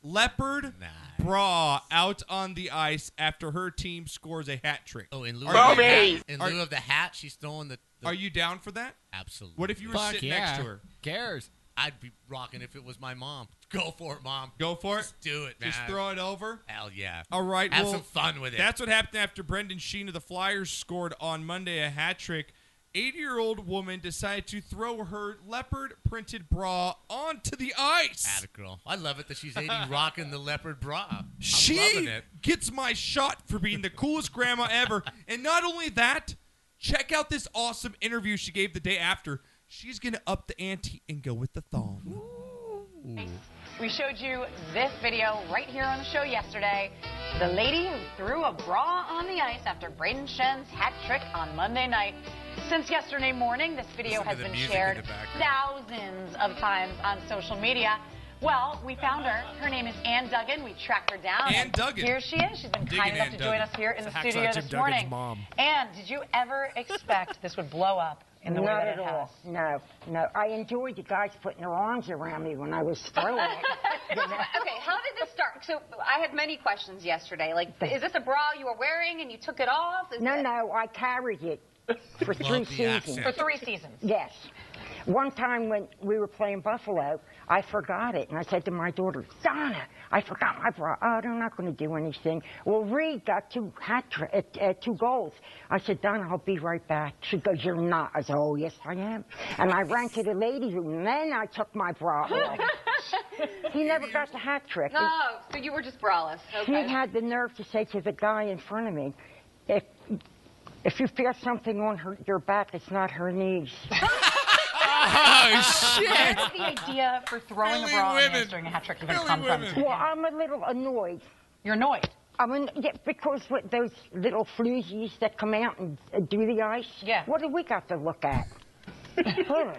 Speaker 1: leopard bra, out on the ice after her team scores a hat trick. Oh, in
Speaker 2: lieu of the hat- in lieu of the hat, she's throwing the. the
Speaker 1: Are you down for that?
Speaker 2: Absolutely.
Speaker 1: What if you were sitting next to her?
Speaker 3: Cares.
Speaker 2: I'd be rocking if it was my mom. Go for it, mom.
Speaker 1: Go for
Speaker 2: Just it. Do it.
Speaker 1: Just
Speaker 2: man.
Speaker 1: throw it over.
Speaker 2: Hell yeah.
Speaker 1: All right,
Speaker 2: Have
Speaker 1: well,
Speaker 2: some fun with it.
Speaker 1: That's what happened after Brendan Sheen of the Flyers scored on Monday a hat trick. 80 year old woman decided to throw her leopard printed bra onto the ice.
Speaker 2: Atta girl. I love it that she's 80 rocking the leopard bra. I'm loving
Speaker 1: She
Speaker 2: it.
Speaker 1: gets my shot for being the coolest grandma ever. And not only that, check out this awesome interview she gave the day after. She's going to up the ante and go with the thong.
Speaker 11: We showed you this video right here on the show yesterday. The lady who threw a bra on the ice after Braden Shen's hat trick on Monday night. Since yesterday morning, this video
Speaker 12: Listen to
Speaker 11: has
Speaker 12: the
Speaker 11: been
Speaker 12: music in
Speaker 11: shared
Speaker 12: the background.
Speaker 11: thousands of times on social media. Well, we found her. Her name is Ann Duggan. We tracked her down.
Speaker 12: Ann
Speaker 11: and
Speaker 12: Duggan.
Speaker 11: Here she is. She's been
Speaker 12: Digging
Speaker 11: kind enough
Speaker 12: Ann
Speaker 11: to
Speaker 12: Duggan.
Speaker 11: join us here in
Speaker 12: It's a
Speaker 11: the
Speaker 12: hacksaw
Speaker 11: studio
Speaker 12: Jim
Speaker 11: this
Speaker 12: Duggan's
Speaker 11: morning.
Speaker 12: mom.
Speaker 11: Ann, did you ever expect this would blow up in the way
Speaker 12: Not
Speaker 11: that
Speaker 12: at
Speaker 11: it
Speaker 12: all. No, no. I enjoyed the guys putting their arms around me when I was throwing it.
Speaker 13: okay, how did this start? So I had many questions yesterday. Like, is this a bra you were wearing and you took it off? Is
Speaker 12: No, no. I carried it for three seasons.
Speaker 11: For three seasons.
Speaker 12: Yes. One time when we were playing Buffalo, I forgot it, and I said to my daughter, Donna, I forgot my bra. Oh, they're not going to do anything. Well, Reed got two hat tri- uh, uh, two goals. I said, Donna, I'll be right back. She goes, You're not. I said, Oh, yes, I am. And I ran to the ladies' room, and then I took my bra off. he never got the hat trick.
Speaker 13: No, so you were just braless.
Speaker 12: He
Speaker 13: Okay.
Speaker 12: had the nerve to say to the guy in front of me, if, if you feel something on her, your back, it's not her knees.
Speaker 11: Oh, shit. Where's the idea for throwing a bra on the ice during a hat trick even come from?
Speaker 12: Well, I'm a little annoyed.
Speaker 11: You're annoyed?
Speaker 12: I mean, yeah, because what those little floozies that come out and uh, do the ice. Yeah. What do we got to look at? Huh.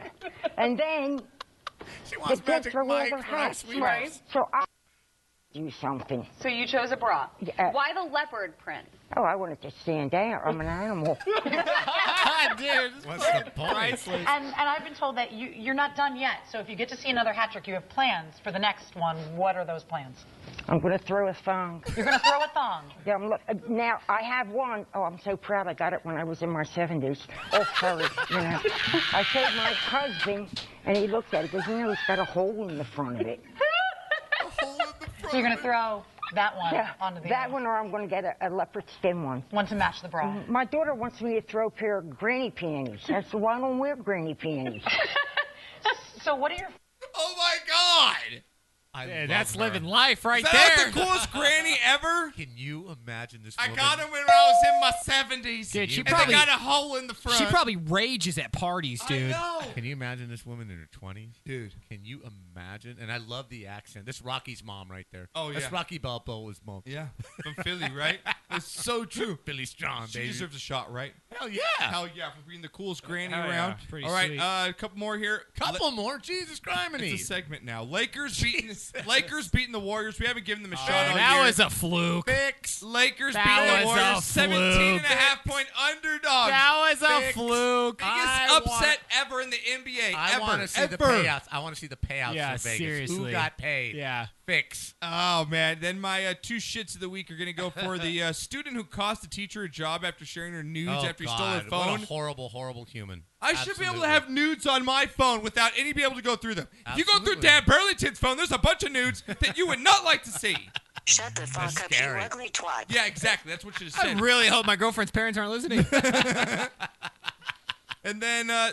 Speaker 12: and then
Speaker 11: wants
Speaker 12: the kids
Speaker 11: Magic
Speaker 12: are all
Speaker 11: Mike
Speaker 12: their
Speaker 11: for my
Speaker 12: hats.
Speaker 13: sweethearts.
Speaker 12: So I do something.
Speaker 13: So you chose a bra.
Speaker 12: Yeah.
Speaker 13: Why the leopard print?
Speaker 12: Oh, I wanted to stand out. I'm an animal.
Speaker 13: Dude,
Speaker 12: What's the
Speaker 11: And, and I've been told that you, you're not done yet. So if you get to see another hat trick, you have plans for the next one. What are those plans?
Speaker 12: I'm going to throw a thong.
Speaker 11: You're going to throw a thong.
Speaker 12: Yeah, I'm look, uh, now I have one. Oh, I'm so proud I got it when I was in my 70s. Oh, sorry, you know. I showed my husband, and he looked at it. Goes, you know, it's got a hole in the front of it.
Speaker 11: So you're going to throw that one
Speaker 12: Yeah,
Speaker 11: onto the
Speaker 12: that one, or I'm going to get a, a leopard skin one.
Speaker 11: One to match the bra.
Speaker 12: My daughter wants me to throw a pair of granny panties. That's why I don't wear granny panties.
Speaker 11: So what are your...
Speaker 1: Oh, my God.
Speaker 2: I
Speaker 3: Yeah,
Speaker 2: love
Speaker 3: that's
Speaker 2: her.
Speaker 3: living life right
Speaker 1: Is that
Speaker 3: there.
Speaker 1: not the coolest granny ever?
Speaker 2: Can you imagine this?
Speaker 1: I
Speaker 2: woman?
Speaker 1: got him when I was in my 70s.
Speaker 3: Dude, she
Speaker 1: and
Speaker 3: probably
Speaker 1: they got a hole in the front.
Speaker 3: She probably rages at parties, dude.
Speaker 2: Can you imagine this woman in her twenties,
Speaker 1: dude?
Speaker 2: Can you imagine? And I love the accent. This Rocky's mom right there.
Speaker 1: Oh, yeah.
Speaker 2: That's Rocky Balboa's mom.
Speaker 1: Yeah, from Philly, right? That's so true.
Speaker 2: Philly strong,
Speaker 1: She
Speaker 2: baby.
Speaker 1: deserves a shot, right?
Speaker 2: Hell yeah.
Speaker 1: Hell yeah, for being the coolest granny
Speaker 2: Hell yeah.
Speaker 1: around.
Speaker 2: Pretty
Speaker 1: All right,
Speaker 2: sweet.
Speaker 1: uh, a couple more here.
Speaker 2: Couple more? Jesus criminy.
Speaker 1: It's a segment now. Lakers beating Lakers beating the Warriors. We haven't given
Speaker 2: Oh,
Speaker 1: them a shot all
Speaker 3: that
Speaker 1: year.
Speaker 3: was a fluke.
Speaker 1: Fix. Lakers
Speaker 3: That
Speaker 1: beating
Speaker 3: was a
Speaker 1: the Warriors. 17 and a
Speaker 3: fluke.
Speaker 1: half point underdog.
Speaker 3: That was a
Speaker 1: Fix.
Speaker 3: fluke.
Speaker 1: Biggest
Speaker 3: I
Speaker 1: upset ever in the NBA.
Speaker 2: I
Speaker 1: ever.
Speaker 2: want to see the
Speaker 1: ever.
Speaker 2: payouts. I want to see the payouts
Speaker 1: Yeah,
Speaker 2: for Vegas.
Speaker 1: seriously.
Speaker 2: Who got paid?
Speaker 3: Yeah.
Speaker 2: Fix.
Speaker 1: Oh man! Then my uh, two shits of the week are going to go for the uh, student who cost the teacher a job after sharing her nudes
Speaker 2: Oh,
Speaker 1: after he stole her
Speaker 2: God.
Speaker 1: phone.
Speaker 2: What a horrible, horrible human.
Speaker 1: I should be able to
Speaker 2: Absolutely.
Speaker 1: have nudes on my phone without any be able to go through them. If you go through
Speaker 2: Absolutely.
Speaker 1: Dan Burlington's phone, there's a bunch of nudes that you would not like to see. Shut the fuck
Speaker 2: up, you scary.
Speaker 1: ugly twat. Yeah, exactly. That's what you
Speaker 3: I
Speaker 1: said.
Speaker 3: really hope my girlfriend's parents aren't listening.
Speaker 1: And then, uh,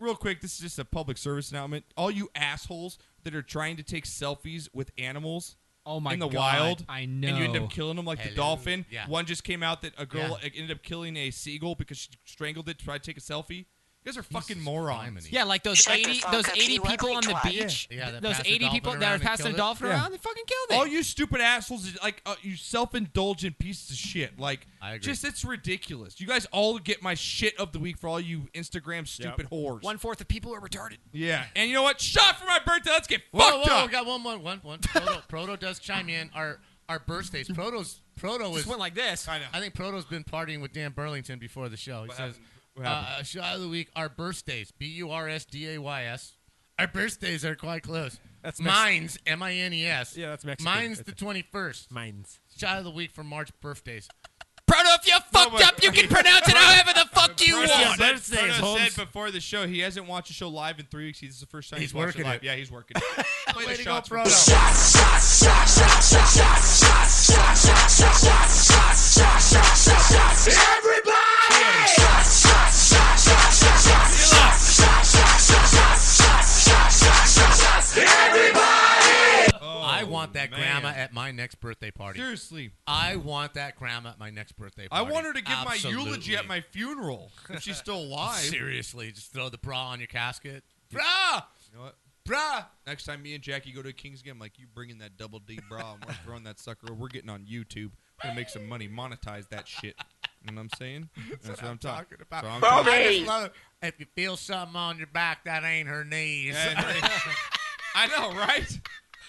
Speaker 1: real quick, this is just a public service announcement. All you assholes that are trying to take selfies with animals.
Speaker 3: Oh my
Speaker 1: in the
Speaker 3: God,
Speaker 1: wild,
Speaker 3: I
Speaker 1: And you end
Speaker 3: know.
Speaker 1: up killing them like the
Speaker 3: Hello.
Speaker 1: dolphin.
Speaker 3: Yeah.
Speaker 1: One just came out that a girl
Speaker 3: Yeah.
Speaker 1: ended up killing a seagull because she strangled it to try to take a selfie. You guys are fucking morons.
Speaker 3: yeah, like those eighty, those eighty people on the beach.
Speaker 1: Yeah. Yeah, that
Speaker 3: those
Speaker 1: passed a
Speaker 3: eighty people
Speaker 1: dolphin
Speaker 3: that
Speaker 1: around
Speaker 3: were
Speaker 1: and
Speaker 3: passing
Speaker 1: killed
Speaker 3: a
Speaker 1: it.
Speaker 3: dolphin
Speaker 1: Yeah.
Speaker 3: around, they fucking killed it.
Speaker 1: All you stupid assholes, is like uh, you self-indulgent pieces of shit. Like, I
Speaker 3: agree.
Speaker 1: just it's ridiculous. You guys all get my shit of the week for all you Instagram stupid whores.
Speaker 3: One fourth of people are retarded.
Speaker 1: Yeah, and you know what? Shot for my birthday. Let's get
Speaker 2: Whoa,
Speaker 1: fucked
Speaker 2: whoa,
Speaker 1: up.
Speaker 2: we got one more, one, one. Proto, Proto does chime in. Our our birthdays. Proto's Proto
Speaker 3: Just
Speaker 2: is
Speaker 3: went like this.
Speaker 2: I know. I think Proto's been partying with Dan Burlington before the show. He says,
Speaker 1: What happened?
Speaker 2: Uh, shot of the week are birthdays. B U R S D A Y S. Our birthdays are quite close.
Speaker 6: That's Mex-
Speaker 2: mine's M I N E S.
Speaker 6: Yeah, that's Mexican.
Speaker 2: Mine's the twenty first.
Speaker 6: Mine's
Speaker 2: shot of the week for March birthdays.
Speaker 3: Proto, if you fucked up, you can pronounce it however the fuck you
Speaker 1: Bruno
Speaker 3: want.
Speaker 1: said, Bruno said before the show he hasn't watched the show live in three weeks. He's the first time
Speaker 2: He's
Speaker 1: he's, watched
Speaker 2: working
Speaker 1: it live.
Speaker 2: it.
Speaker 1: Yeah, he's working it. Play the
Speaker 2: Way to go,
Speaker 1: shots.
Speaker 2: Bruno.
Speaker 3: Oh,
Speaker 2: I want that grandma at my next birthday party.
Speaker 1: Seriously.
Speaker 2: I want that grandma at my next birthday
Speaker 1: I
Speaker 2: party.
Speaker 1: want her to give
Speaker 2: Absolutely.
Speaker 1: my eulogy at my funeral if she's still alive.
Speaker 2: Seriously, just throw the bra on your casket.
Speaker 1: Bruh! You know what? Bruh! Next time me and Jackie go to a Kings game, I'm like, you bringing that double D bra and we're throwing that sucker. We're getting on YouTube. We're going to make some money. Monetize that shit. You know what I'm saying? That's, what, I'm talking
Speaker 2: about.
Speaker 1: So I'm
Speaker 2: I
Speaker 1: talking-
Speaker 2: just love it. If you feel something on your back, that ain't her knees.
Speaker 1: I know, right?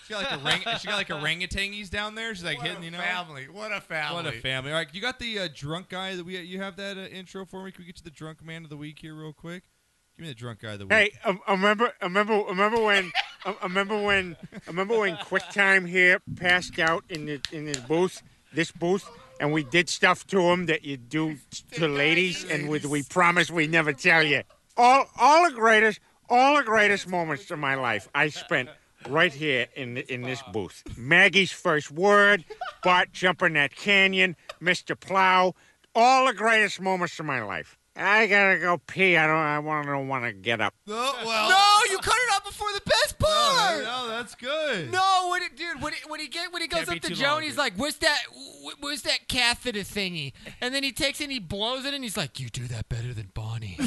Speaker 1: She got like orang- she got like orangutangis down there. She's like
Speaker 2: What
Speaker 1: hitting,
Speaker 2: a
Speaker 1: you know.
Speaker 2: family. What a family.
Speaker 1: What a family. All right, you got the uh, drunk guy that we you have that uh, intro for me. Can we get to the drunk man of the week here real quick? Give me the drunk guy of the week.
Speaker 14: Hey, um, I, I remember, I remember, I remember when, I, I remember when, I remember when QuickTime here passed out in the in the booth, this booth, and we did stuff to him that you do to ladies, and we, we promise we never tell you. All, all the greatest, all the greatest moments of my life I spent right here in the, in this booth. Maggie's first word, Bart jumping that canyon, Mr. Plow, all the greatest moments of my life. I gotta go pee. I don't. I want to want to get up.
Speaker 1: Oh, well.
Speaker 3: No, you cut it off before the best part.
Speaker 1: No, Oh, that's good.
Speaker 3: No, when it, dude, when, it, when he get when he goes
Speaker 1: Can't be
Speaker 3: up to
Speaker 1: too
Speaker 3: Joe
Speaker 1: long,
Speaker 3: and he's
Speaker 1: dude.
Speaker 3: like, "Where's that? wh- Where's that catheter thingy?" And then he takes it and he blows it and he's like, "You do that better than Bonnie."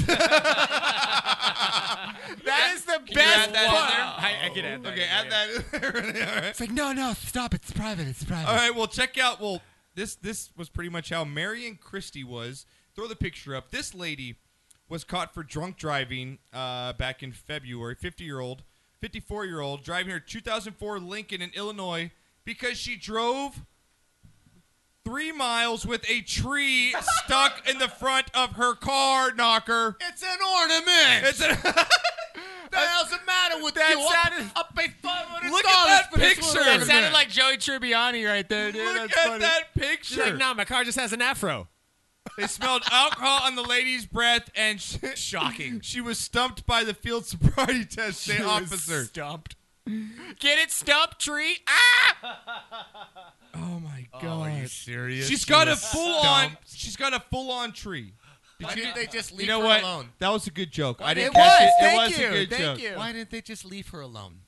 Speaker 3: that is the
Speaker 1: Can you
Speaker 3: best
Speaker 1: add that in
Speaker 3: part.
Speaker 1: there? I, I can add that. Okay, add that in there. All right.
Speaker 3: It's like, no, no, stop! It's private. It's private.
Speaker 1: All right, well, check out. Well, this this was pretty much how Marion Christie was. Throw the picture up. This lady was caught for drunk driving uh, back in February. Fifty year old, fifty four year old, driving her 2004 Lincoln in Illinois because she drove three miles with a tree stuck in the front of her car. Knocker.
Speaker 2: It's an ornament.
Speaker 1: It's an.
Speaker 2: What the hell's the matter with
Speaker 1: That
Speaker 2: you? I'll-
Speaker 1: sounded-
Speaker 2: I'll pay five hundred
Speaker 3: Look at that
Speaker 2: for this
Speaker 3: picture.
Speaker 2: little
Speaker 3: That
Speaker 2: ornament.
Speaker 3: sounded like Joey Tribbiani right there, dude.
Speaker 1: Look
Speaker 3: That's
Speaker 1: at
Speaker 3: funny.
Speaker 1: that picture.
Speaker 6: She's like, no, my car just has an afro.
Speaker 1: They smelled alcohol on the lady's breath, and she,
Speaker 2: shocking.
Speaker 1: She was stumped by the field sobriety test
Speaker 3: She
Speaker 1: day
Speaker 3: was
Speaker 1: officer.
Speaker 3: stumped. Get it, stump tree. Ah!
Speaker 1: Oh my god!
Speaker 2: are you serious?
Speaker 1: She's
Speaker 2: She
Speaker 1: got a
Speaker 2: was
Speaker 1: full on. She's got a full on tree.
Speaker 2: Why didn't they just leave
Speaker 1: you know
Speaker 2: her
Speaker 1: what?
Speaker 2: alone?
Speaker 1: That was a good joke. I
Speaker 2: It
Speaker 1: didn't
Speaker 2: was.
Speaker 1: catch it.
Speaker 2: Thank
Speaker 1: it was
Speaker 2: you.
Speaker 1: a good
Speaker 2: Thank
Speaker 1: joke.
Speaker 2: you. Why didn't they just leave her alone?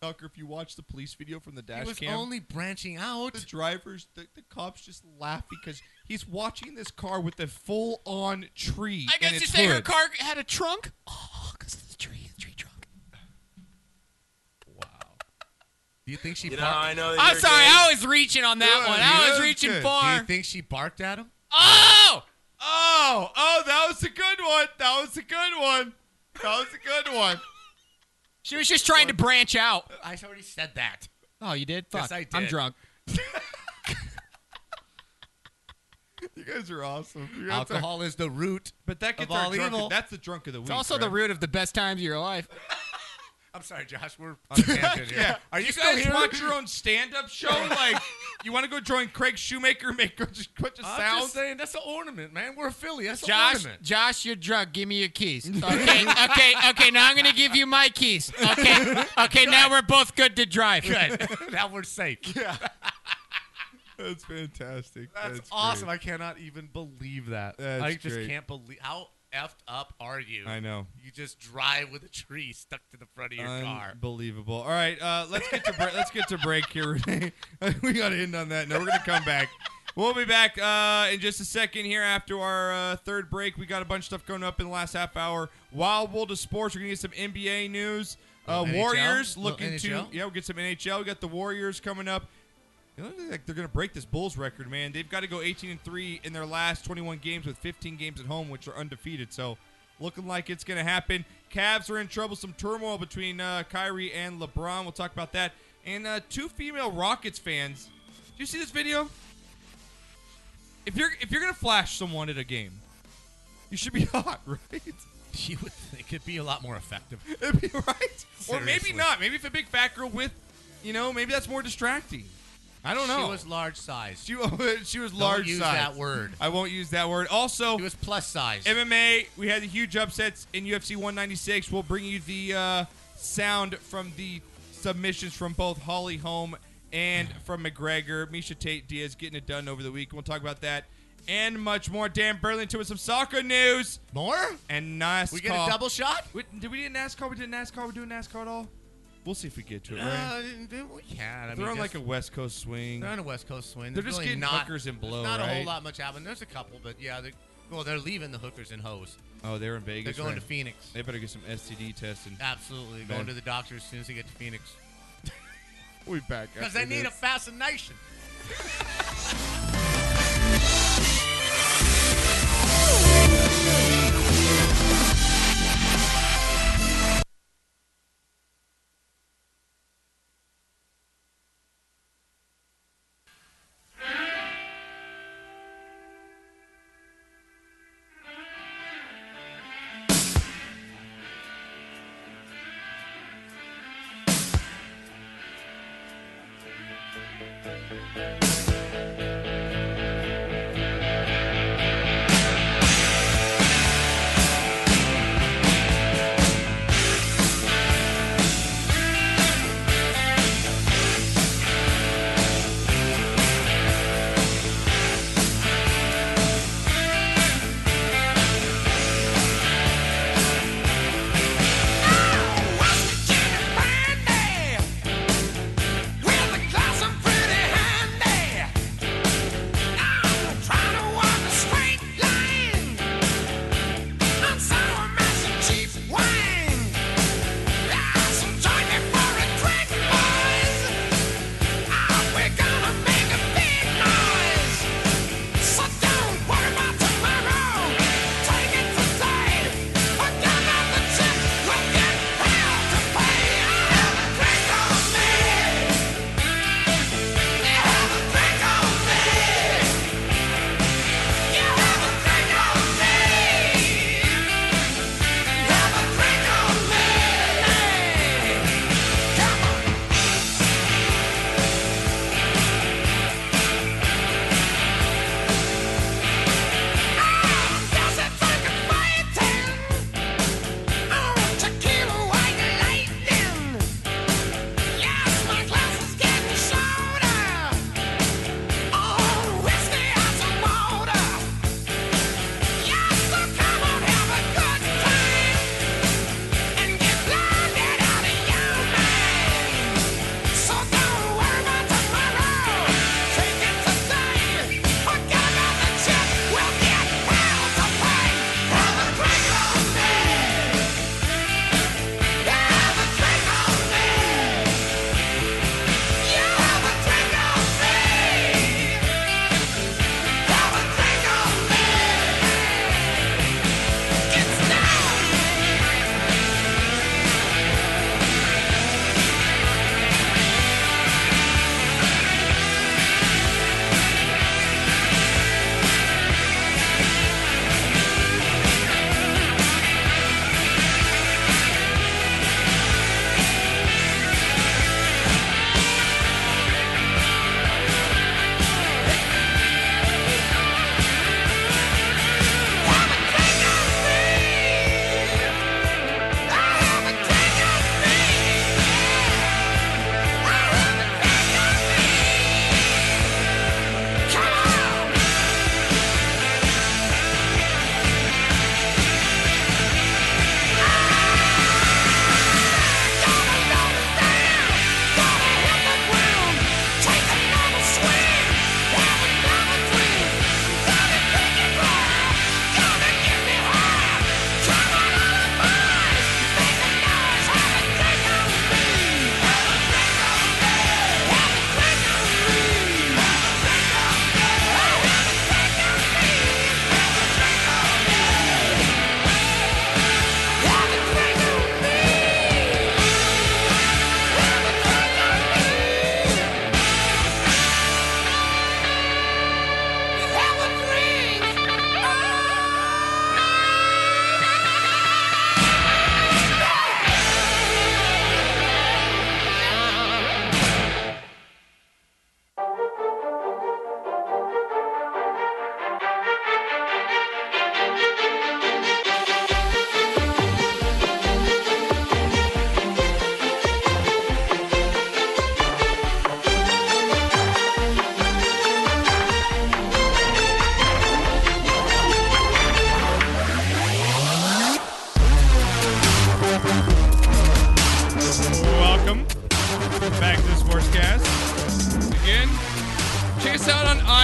Speaker 1: Tucker, if you watch the police video from the dash
Speaker 2: was
Speaker 1: cam,
Speaker 2: only branching out.
Speaker 1: The drivers, the, the cops just laugh because he's watching this car with a full on tree.
Speaker 3: I
Speaker 1: in
Speaker 3: guess you
Speaker 1: its
Speaker 3: say her
Speaker 1: hood.
Speaker 3: car had a trunk. Oh, because the tree, the tree trunk.
Speaker 2: Do you think she?
Speaker 3: You know,
Speaker 2: barked?
Speaker 3: I know that I'm you're sorry, gay. I was reaching on that one. I
Speaker 2: you
Speaker 3: was
Speaker 2: know
Speaker 3: reaching
Speaker 2: good.
Speaker 3: far.
Speaker 2: Do you think she barked at him?
Speaker 3: Oh!
Speaker 1: Oh! Oh, that was a good one. That was a good one. That was a good one.
Speaker 3: She was just trying to branch out.
Speaker 2: I already said that.
Speaker 3: Oh, you did? Fuck.
Speaker 2: Yes, I
Speaker 3: I'm
Speaker 2: did.
Speaker 3: drunk.
Speaker 1: You guys are awesome. You guys are-
Speaker 2: Alcohol is the root.
Speaker 1: But that
Speaker 2: of
Speaker 1: gets
Speaker 2: all
Speaker 1: our drunk.
Speaker 2: evil.
Speaker 1: That's the drunk of the week.
Speaker 3: It's also the
Speaker 1: right?
Speaker 3: root of the best times of your life.
Speaker 2: I'm sorry, Josh. We're on a tangent here.
Speaker 1: Yeah.
Speaker 2: Are you,
Speaker 1: you
Speaker 2: still
Speaker 1: guys
Speaker 2: here?
Speaker 1: want your own stand-up show? like, you want to go join Craig Shoemaker? Make a just bunch of
Speaker 2: I'm
Speaker 1: sounds.
Speaker 2: just saying that's an ornament, man. We're a Philly. That's an
Speaker 3: Josh,
Speaker 2: ornament.
Speaker 3: Josh, you're drunk. Give me your keys. Okay, okay, okay. Now I'm gonna give you my keys. Okay, okay. Now we're both good to drive.
Speaker 2: Good. now we're safe. Yeah.
Speaker 1: That's fantastic.
Speaker 2: That's, awesome. I cannot even believe that.
Speaker 1: That's
Speaker 2: I just
Speaker 1: great.
Speaker 2: can't believe how effed up are you?
Speaker 1: I know.
Speaker 2: You just drive with a tree stuck to the front of your car.
Speaker 1: Unbelievable. All right, uh, let's get to bre- let's get to break here. Renee. we got to end on that. No, we're gonna come back. We'll be back uh, in just a second here after our uh, third break. We got a bunch of stuff going up in the last half hour. Wild World of Sports. We're gonna get some NBA news. Uh,
Speaker 2: Little
Speaker 1: Warriors
Speaker 2: NHL?
Speaker 1: looking
Speaker 2: Little
Speaker 1: to
Speaker 2: NHL?
Speaker 1: yeah. We'll get some NHL. We got the Warriors coming up. It looks like they're going to break this Bulls record, man. They've got to go 18 and 3 in their last 21 games with 15 games at home, which are undefeated. So, looking like it's going to happen. Cavs are in trouble. Some turmoil between uh, Kyrie and LeBron. We'll talk about that. And uh, two female Rockets fans. Do you see this video? If you're if you're going to flash someone at a game, You should be hot, right?
Speaker 2: You would think it'd be a lot more effective.
Speaker 1: It'd be right. Or maybe
Speaker 2: Seriously.
Speaker 1: not. Maybe if a big fat girl with, you know, maybe that's more distracting. I don't know.
Speaker 2: She was large size.
Speaker 1: She, she was large
Speaker 2: use
Speaker 1: size.
Speaker 2: that word.
Speaker 1: I won't use that word. Also, it was
Speaker 2: plus size.
Speaker 1: MMA. We had the huge upsets in UFC 196. We'll bring you the uh, sound from the submissions from both Holly Holm and from McGregor. Misha Tate Diaz getting it done over the week. We'll talk about that and much more. Dan Burlington with some soccer news.
Speaker 2: More
Speaker 1: and NASCAR.
Speaker 2: We get a double shot?
Speaker 1: We, did we do NASCAR? We did NASCAR. We do NASCAR at all? We'll see if we get to it.
Speaker 2: Uh,
Speaker 1: right?
Speaker 2: we can. I
Speaker 1: They're
Speaker 2: mean,
Speaker 1: on like
Speaker 2: just-
Speaker 1: a West Coast swing.
Speaker 2: They're on a West Coast swing.
Speaker 1: They're
Speaker 2: There's
Speaker 1: just
Speaker 2: really
Speaker 1: getting
Speaker 2: not,
Speaker 1: hookers and
Speaker 2: there's
Speaker 1: blow,
Speaker 2: Not a whole
Speaker 1: right?
Speaker 2: lot much happening. There's a couple, but yeah, they're, well, they're leaving the hookers and hoes.
Speaker 1: Oh, they're in Vegas.
Speaker 2: going
Speaker 1: right?
Speaker 2: to Phoenix.
Speaker 1: They better get some STD testing.
Speaker 2: Absolutely, going to the doctor as soon as they get to Phoenix
Speaker 1: We back
Speaker 2: because
Speaker 1: after
Speaker 2: they need a
Speaker 1: this.
Speaker 2: fascination.
Speaker 8: Thank you. Ah,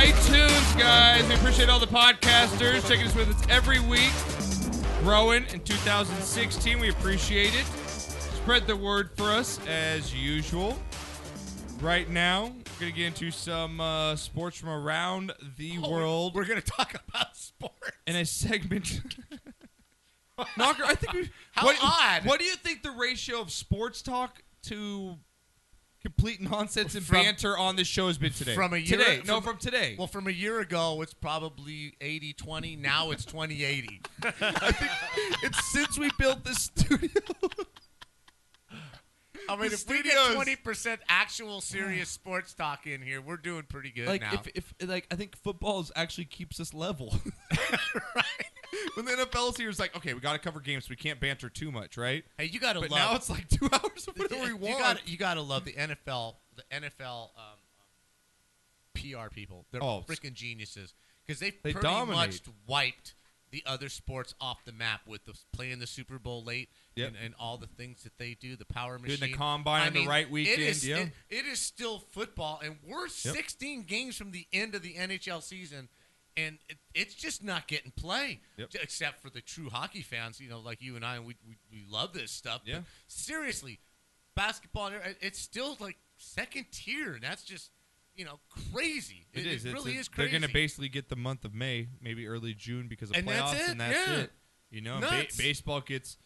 Speaker 1: We appreciate all the podcasters taking us with us every week. Growing in 2016. We appreciate it. Spread the word for us as usual. Right now, we're going to get into some uh, sports from around the world. Oh, We're going to talk about sports. In a segment. Knocker, I think we.
Speaker 8: How
Speaker 1: what,
Speaker 8: odd.
Speaker 1: What do you think the ratio of sports talk to complete nonsense and
Speaker 2: From-
Speaker 1: banter on this show has been today?
Speaker 2: From a year
Speaker 1: Today. no, from today.
Speaker 2: Well, from a year ago, it's probably 80 20. Now it's 20 80.
Speaker 1: it's since we built this studio.
Speaker 2: I mean,
Speaker 8: The
Speaker 2: if we get
Speaker 8: studio's-
Speaker 2: 20% actual serious sports talk in here, we're doing pretty good
Speaker 1: like
Speaker 2: now.
Speaker 1: if, if like I think football is actually keeps us level. right. When the NFL's here, it's like, okay, we got to cover games. We can't banter too much, right?
Speaker 2: Hey, you gotta
Speaker 1: But
Speaker 2: love.
Speaker 1: now it's like two hours of whatever we
Speaker 2: you
Speaker 1: want.
Speaker 2: Gotta, you gotta love the NFL. The NFL um, um, PR people. They're
Speaker 1: Oh, it's-
Speaker 2: freaking geniuses because they
Speaker 1: They
Speaker 2: pretty
Speaker 1: dominate.
Speaker 2: much wiped the other sports off the map with the, playing the Super Bowl late
Speaker 1: Yep.
Speaker 2: and, and all the things that they do. The power
Speaker 1: Doing the
Speaker 2: machine,
Speaker 1: combine
Speaker 2: I
Speaker 1: on the
Speaker 2: mean,
Speaker 1: right
Speaker 2: It
Speaker 1: weekend,
Speaker 2: is,
Speaker 1: yeah.
Speaker 2: it- it is still football, and we're
Speaker 1: Yep.
Speaker 2: 16 games from the end of the NHL season. And it, it's just not getting play,
Speaker 1: Yep.
Speaker 2: except for the true hockey fans, you know, like you and I, and we, we, we love this stuff.
Speaker 1: Yeah.
Speaker 2: But seriously, basketball, and every- it's still like second tier. And that's just, you know, crazy. It, it
Speaker 1: It's-
Speaker 2: really
Speaker 1: it's-
Speaker 2: is crazy.
Speaker 1: They're going to basically get the month of May, maybe early June because of
Speaker 2: And
Speaker 1: playoffs,
Speaker 2: that's it,
Speaker 1: and that's
Speaker 2: yeah.
Speaker 1: it. You know, and ba-
Speaker 2: Nuts.
Speaker 1: baseball gets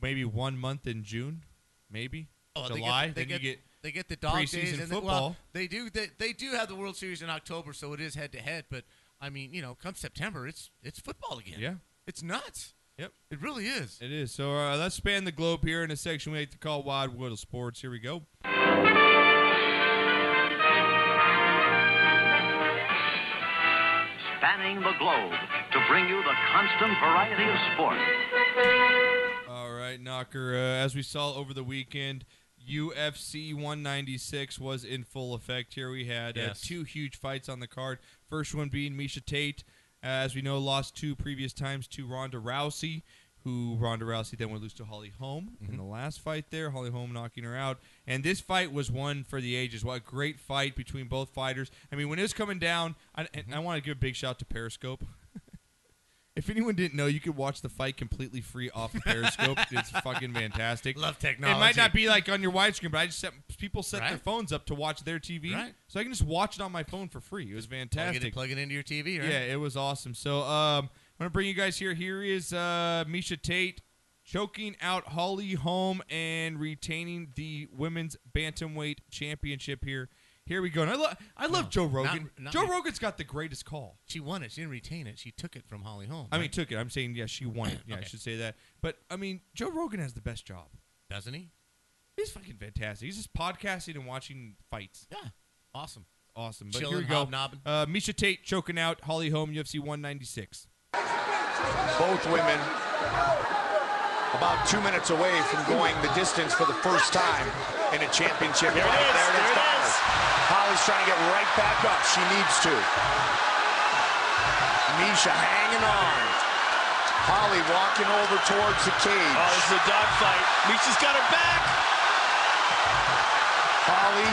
Speaker 1: maybe one month in June, maybe
Speaker 2: Oh, they get-
Speaker 1: July.
Speaker 2: they
Speaker 1: then you get
Speaker 2: they get the dog
Speaker 1: preseason
Speaker 2: days and the-
Speaker 1: football.
Speaker 2: well, they do they, they do have the World Series in October, so it is head to head. But I mean, you know, come September, it's it's football again.
Speaker 1: Yeah.
Speaker 2: it's nuts.
Speaker 1: Yep,
Speaker 2: it really is.
Speaker 1: It is. So uh, let's span the globe here in a section we like to call Wide World of Sports. Here we go.
Speaker 15: Spanning the globe to bring you the constant variety of sport.
Speaker 1: All right, Knocker. Uh, as we saw over the weekend, UFC 196 was in full effect. Here we had
Speaker 2: Yes.
Speaker 1: uh, two huge fights on the card. First one being Misha Tate, uh, as we know, lost two previous times to Ronda Rousey, who Ronda Rousey then would lose to Holly Holm in the last fight there. Holly Holm knocking her out. And this fight was one for the ages. What a great fight between both fighters. I mean, when it was coming down, I, and I want to give a big shout to Periscope. If anyone didn't know, you could watch the fight completely free off of Periscope. it's fucking fantastic.
Speaker 2: Love
Speaker 1: It might
Speaker 2: technology.
Speaker 1: not be like on your widescreen, but I just set people set their
Speaker 2: Right.
Speaker 1: phones up to watch their TV,
Speaker 2: Right.
Speaker 1: so I can just watch it on my phone for free. It was
Speaker 2: Plug
Speaker 1: fantastic.
Speaker 2: it, plug it into your TV, right?
Speaker 1: Yeah, it was awesome. So um, I'm gonna bring you guys here. Here is uh, Misha Tate choking out Holly Holm and retaining the women's bantamweight championship. Here, here we go. And I love, I love Joe Rogan.
Speaker 2: not
Speaker 1: Joe
Speaker 2: re-
Speaker 1: Rogan's got the greatest call.
Speaker 2: She won it. She didn't retain it. She took it from Holly Holm.
Speaker 1: I mean,
Speaker 2: right?
Speaker 1: took it. I'm saying, yeah, she won it. Yeah, I
Speaker 2: Okay.
Speaker 1: should say that. But I mean, Joe Rogan has the best job,
Speaker 2: doesn't he?
Speaker 1: He's fucking fantastic. He's just podcasting and watching fights.
Speaker 2: Yeah, awesome,
Speaker 1: awesome. But
Speaker 2: Chilling,
Speaker 1: here we go.
Speaker 2: hobnobbing.
Speaker 1: Uh, Misha Tate choking out Holly Holm, UFC 196.
Speaker 16: both women about two minutes away from going the distance for the first time in a championship
Speaker 17: There it
Speaker 16: fight.
Speaker 17: is,
Speaker 16: There it is.
Speaker 17: there it
Speaker 16: Bauer. Holly's trying to get right back up. She needs to. Misha hanging on. Holly walking over towards the cage. Oh, this is a dogfight. Misha's got her back. Holly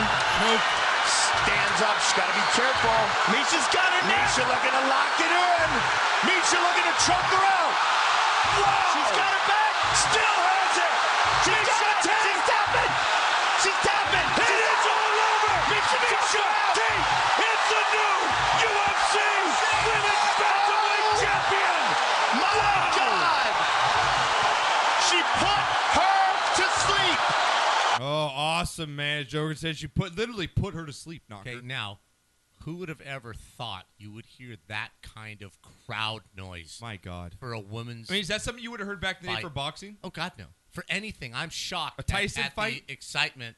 Speaker 16: stands up. She's got to be careful. Misha's got her now. Misha looking to lock it in. Misha looking to choke her out. She's got her back. Still has it. She's tapping. She's tapping. She's tapping. It is all over. Misha, Misha, It's the new UFC Women's Bantamweight Champion. My God. She put her to sleep.
Speaker 1: Oh, awesome, man. As Joe Rogan says, she put literally put her to sleep, knocker.
Speaker 2: Okay, now, who would have ever thought you would hear that kind of crowd noise?
Speaker 1: My God,
Speaker 2: for a woman's.
Speaker 1: I mean, is that something you would have heard back in the day
Speaker 2: Fight.
Speaker 1: for boxing?
Speaker 2: Oh God, no. For anything, I'm shocked.
Speaker 1: A Tyson
Speaker 2: at, at
Speaker 1: fight?
Speaker 2: the excitement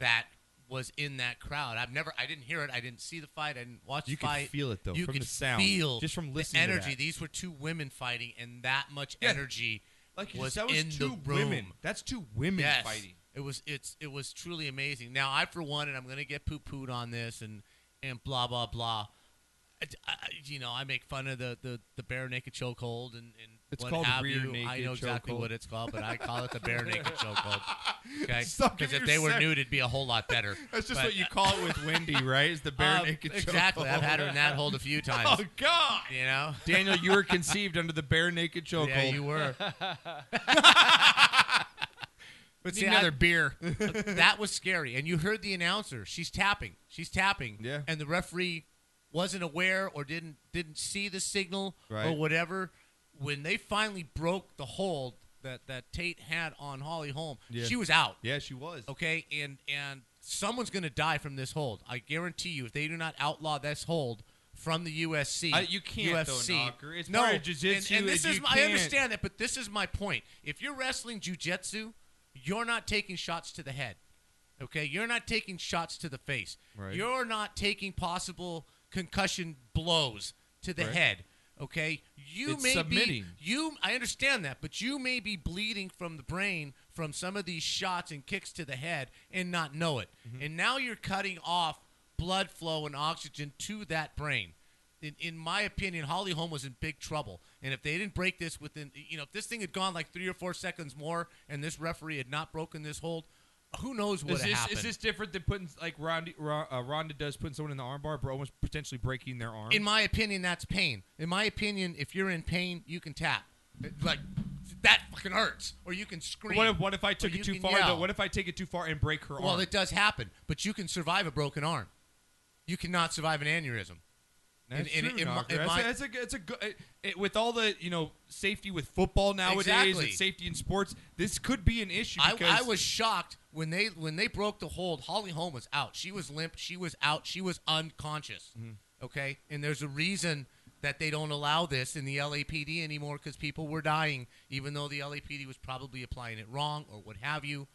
Speaker 2: that was in that crowd. I've never, I didn't hear it. I didn't see the fight. I didn't watch
Speaker 1: You
Speaker 2: the
Speaker 1: could
Speaker 2: fight.
Speaker 1: feel it, though,
Speaker 2: You
Speaker 1: from
Speaker 2: could
Speaker 1: the sound,
Speaker 2: feel
Speaker 1: just from
Speaker 2: the
Speaker 1: listening to
Speaker 2: energy.
Speaker 1: that.
Speaker 2: These were two women fighting, and that much
Speaker 1: Yeah.
Speaker 2: energy
Speaker 1: Like you
Speaker 2: was
Speaker 1: said, that was
Speaker 2: in
Speaker 1: two
Speaker 2: the room.
Speaker 1: women. That's two women
Speaker 2: Yes.
Speaker 1: fighting.
Speaker 2: It was it's it was truly amazing. Now I for one, and I'm gonna get poo pooed on this and and blah blah blah. I, I- you know, I make fun of the the, the bare naked chokehold and and
Speaker 1: It's
Speaker 2: what
Speaker 1: called
Speaker 2: have
Speaker 1: rear
Speaker 2: you. I
Speaker 1: naked
Speaker 2: know exactly
Speaker 1: chokehold.
Speaker 2: what it's called, but I call it the bare naked chokehold. Okay,
Speaker 1: Stop
Speaker 2: because
Speaker 1: giving
Speaker 2: if they were
Speaker 1: yourself-
Speaker 2: nude, it'd be a whole lot better.
Speaker 1: That's just
Speaker 2: But-
Speaker 1: what you call it with Wendy, right? Is the bare
Speaker 2: Um,
Speaker 1: naked
Speaker 2: Exactly. I've had her in that
Speaker 1: chokehold.
Speaker 2: hold a few times.
Speaker 1: Oh, God.
Speaker 2: You know,
Speaker 1: Daniel, you were conceived under the bare naked chokehold.
Speaker 2: Yeah, you were.
Speaker 1: Need another beer.
Speaker 2: that was scary. And you heard the announcer. She's tapping. She's tapping. Yeah. And the referee wasn't aware or didn't didn't see the signal or
Speaker 1: Right.
Speaker 2: whatever. When they finally broke the hold that that Tate had on Holly Holm,
Speaker 1: Yeah.
Speaker 2: she was out.
Speaker 1: Yeah, she was.
Speaker 2: Okay. And and someone's gonna die from this hold. I guarantee you. If they do not outlaw this hold. From the USC,
Speaker 1: I- you can't, though,
Speaker 2: UFC.
Speaker 1: Knocker. It's
Speaker 2: no,
Speaker 1: part of jiu-jitsu,
Speaker 2: And, and this
Speaker 1: like,
Speaker 2: is
Speaker 1: you
Speaker 2: my, I
Speaker 1: can't-
Speaker 2: understand that, but this is my point. If you're wrestling jujitsu, you're not taking shots to the head. Okay, you're not taking shots to the face.
Speaker 1: Right.
Speaker 2: You're not taking possible concussion blows to the
Speaker 1: Right.
Speaker 2: head. Okay, you
Speaker 1: It's
Speaker 2: may be
Speaker 1: submitting.
Speaker 2: you. I understand that, but you may be bleeding from the brain from some of these shots and kicks to the head and not know it.
Speaker 1: Mm-hmm.
Speaker 2: And now you're cutting off blood flow and oxygen to that brain. In, in my opinion, Holly Holm was in big trouble. And if they didn't break this within, you know, if this thing had gone like three or four seconds more, and this referee had not broken this hold, who knows what
Speaker 1: Is this,
Speaker 2: happened?
Speaker 1: is this different than putting like Ronda, Ro- uh, Ronda does putting someone in the armbar, but almost potentially breaking their arm?
Speaker 2: In my opinion, that's pain. In my opinion, if you're in pain, you can tap. It- Like that fucking hurts, or you can
Speaker 1: But
Speaker 2: scream.
Speaker 1: what if what if I
Speaker 2: or
Speaker 1: took
Speaker 2: you
Speaker 1: it too
Speaker 2: can
Speaker 1: far?
Speaker 2: yell.
Speaker 1: Though? What if I take it too far and break her arm?
Speaker 2: Well, it does happen, but you can survive a broken arm. You cannot survive an aneurysm.
Speaker 1: That's
Speaker 2: In- in-
Speaker 1: true,
Speaker 2: in my-
Speaker 1: Knocker.
Speaker 2: in
Speaker 1: That's
Speaker 2: my-
Speaker 1: a- that's a good- it's a good. it- it- with all the you know safety with football nowadays
Speaker 2: Exactly.
Speaker 1: and safety in sports, this could be an issue.
Speaker 2: I,
Speaker 1: because
Speaker 2: I was shocked when they when they broke the hold. Holly Holm was out. She was limp. She was out. She was unconscious.
Speaker 1: Mm-hmm.
Speaker 2: Okay, and there's a reason that they don't allow this in the LAPD anymore because people were dying, even though the LAPD was probably applying it wrong or what have you.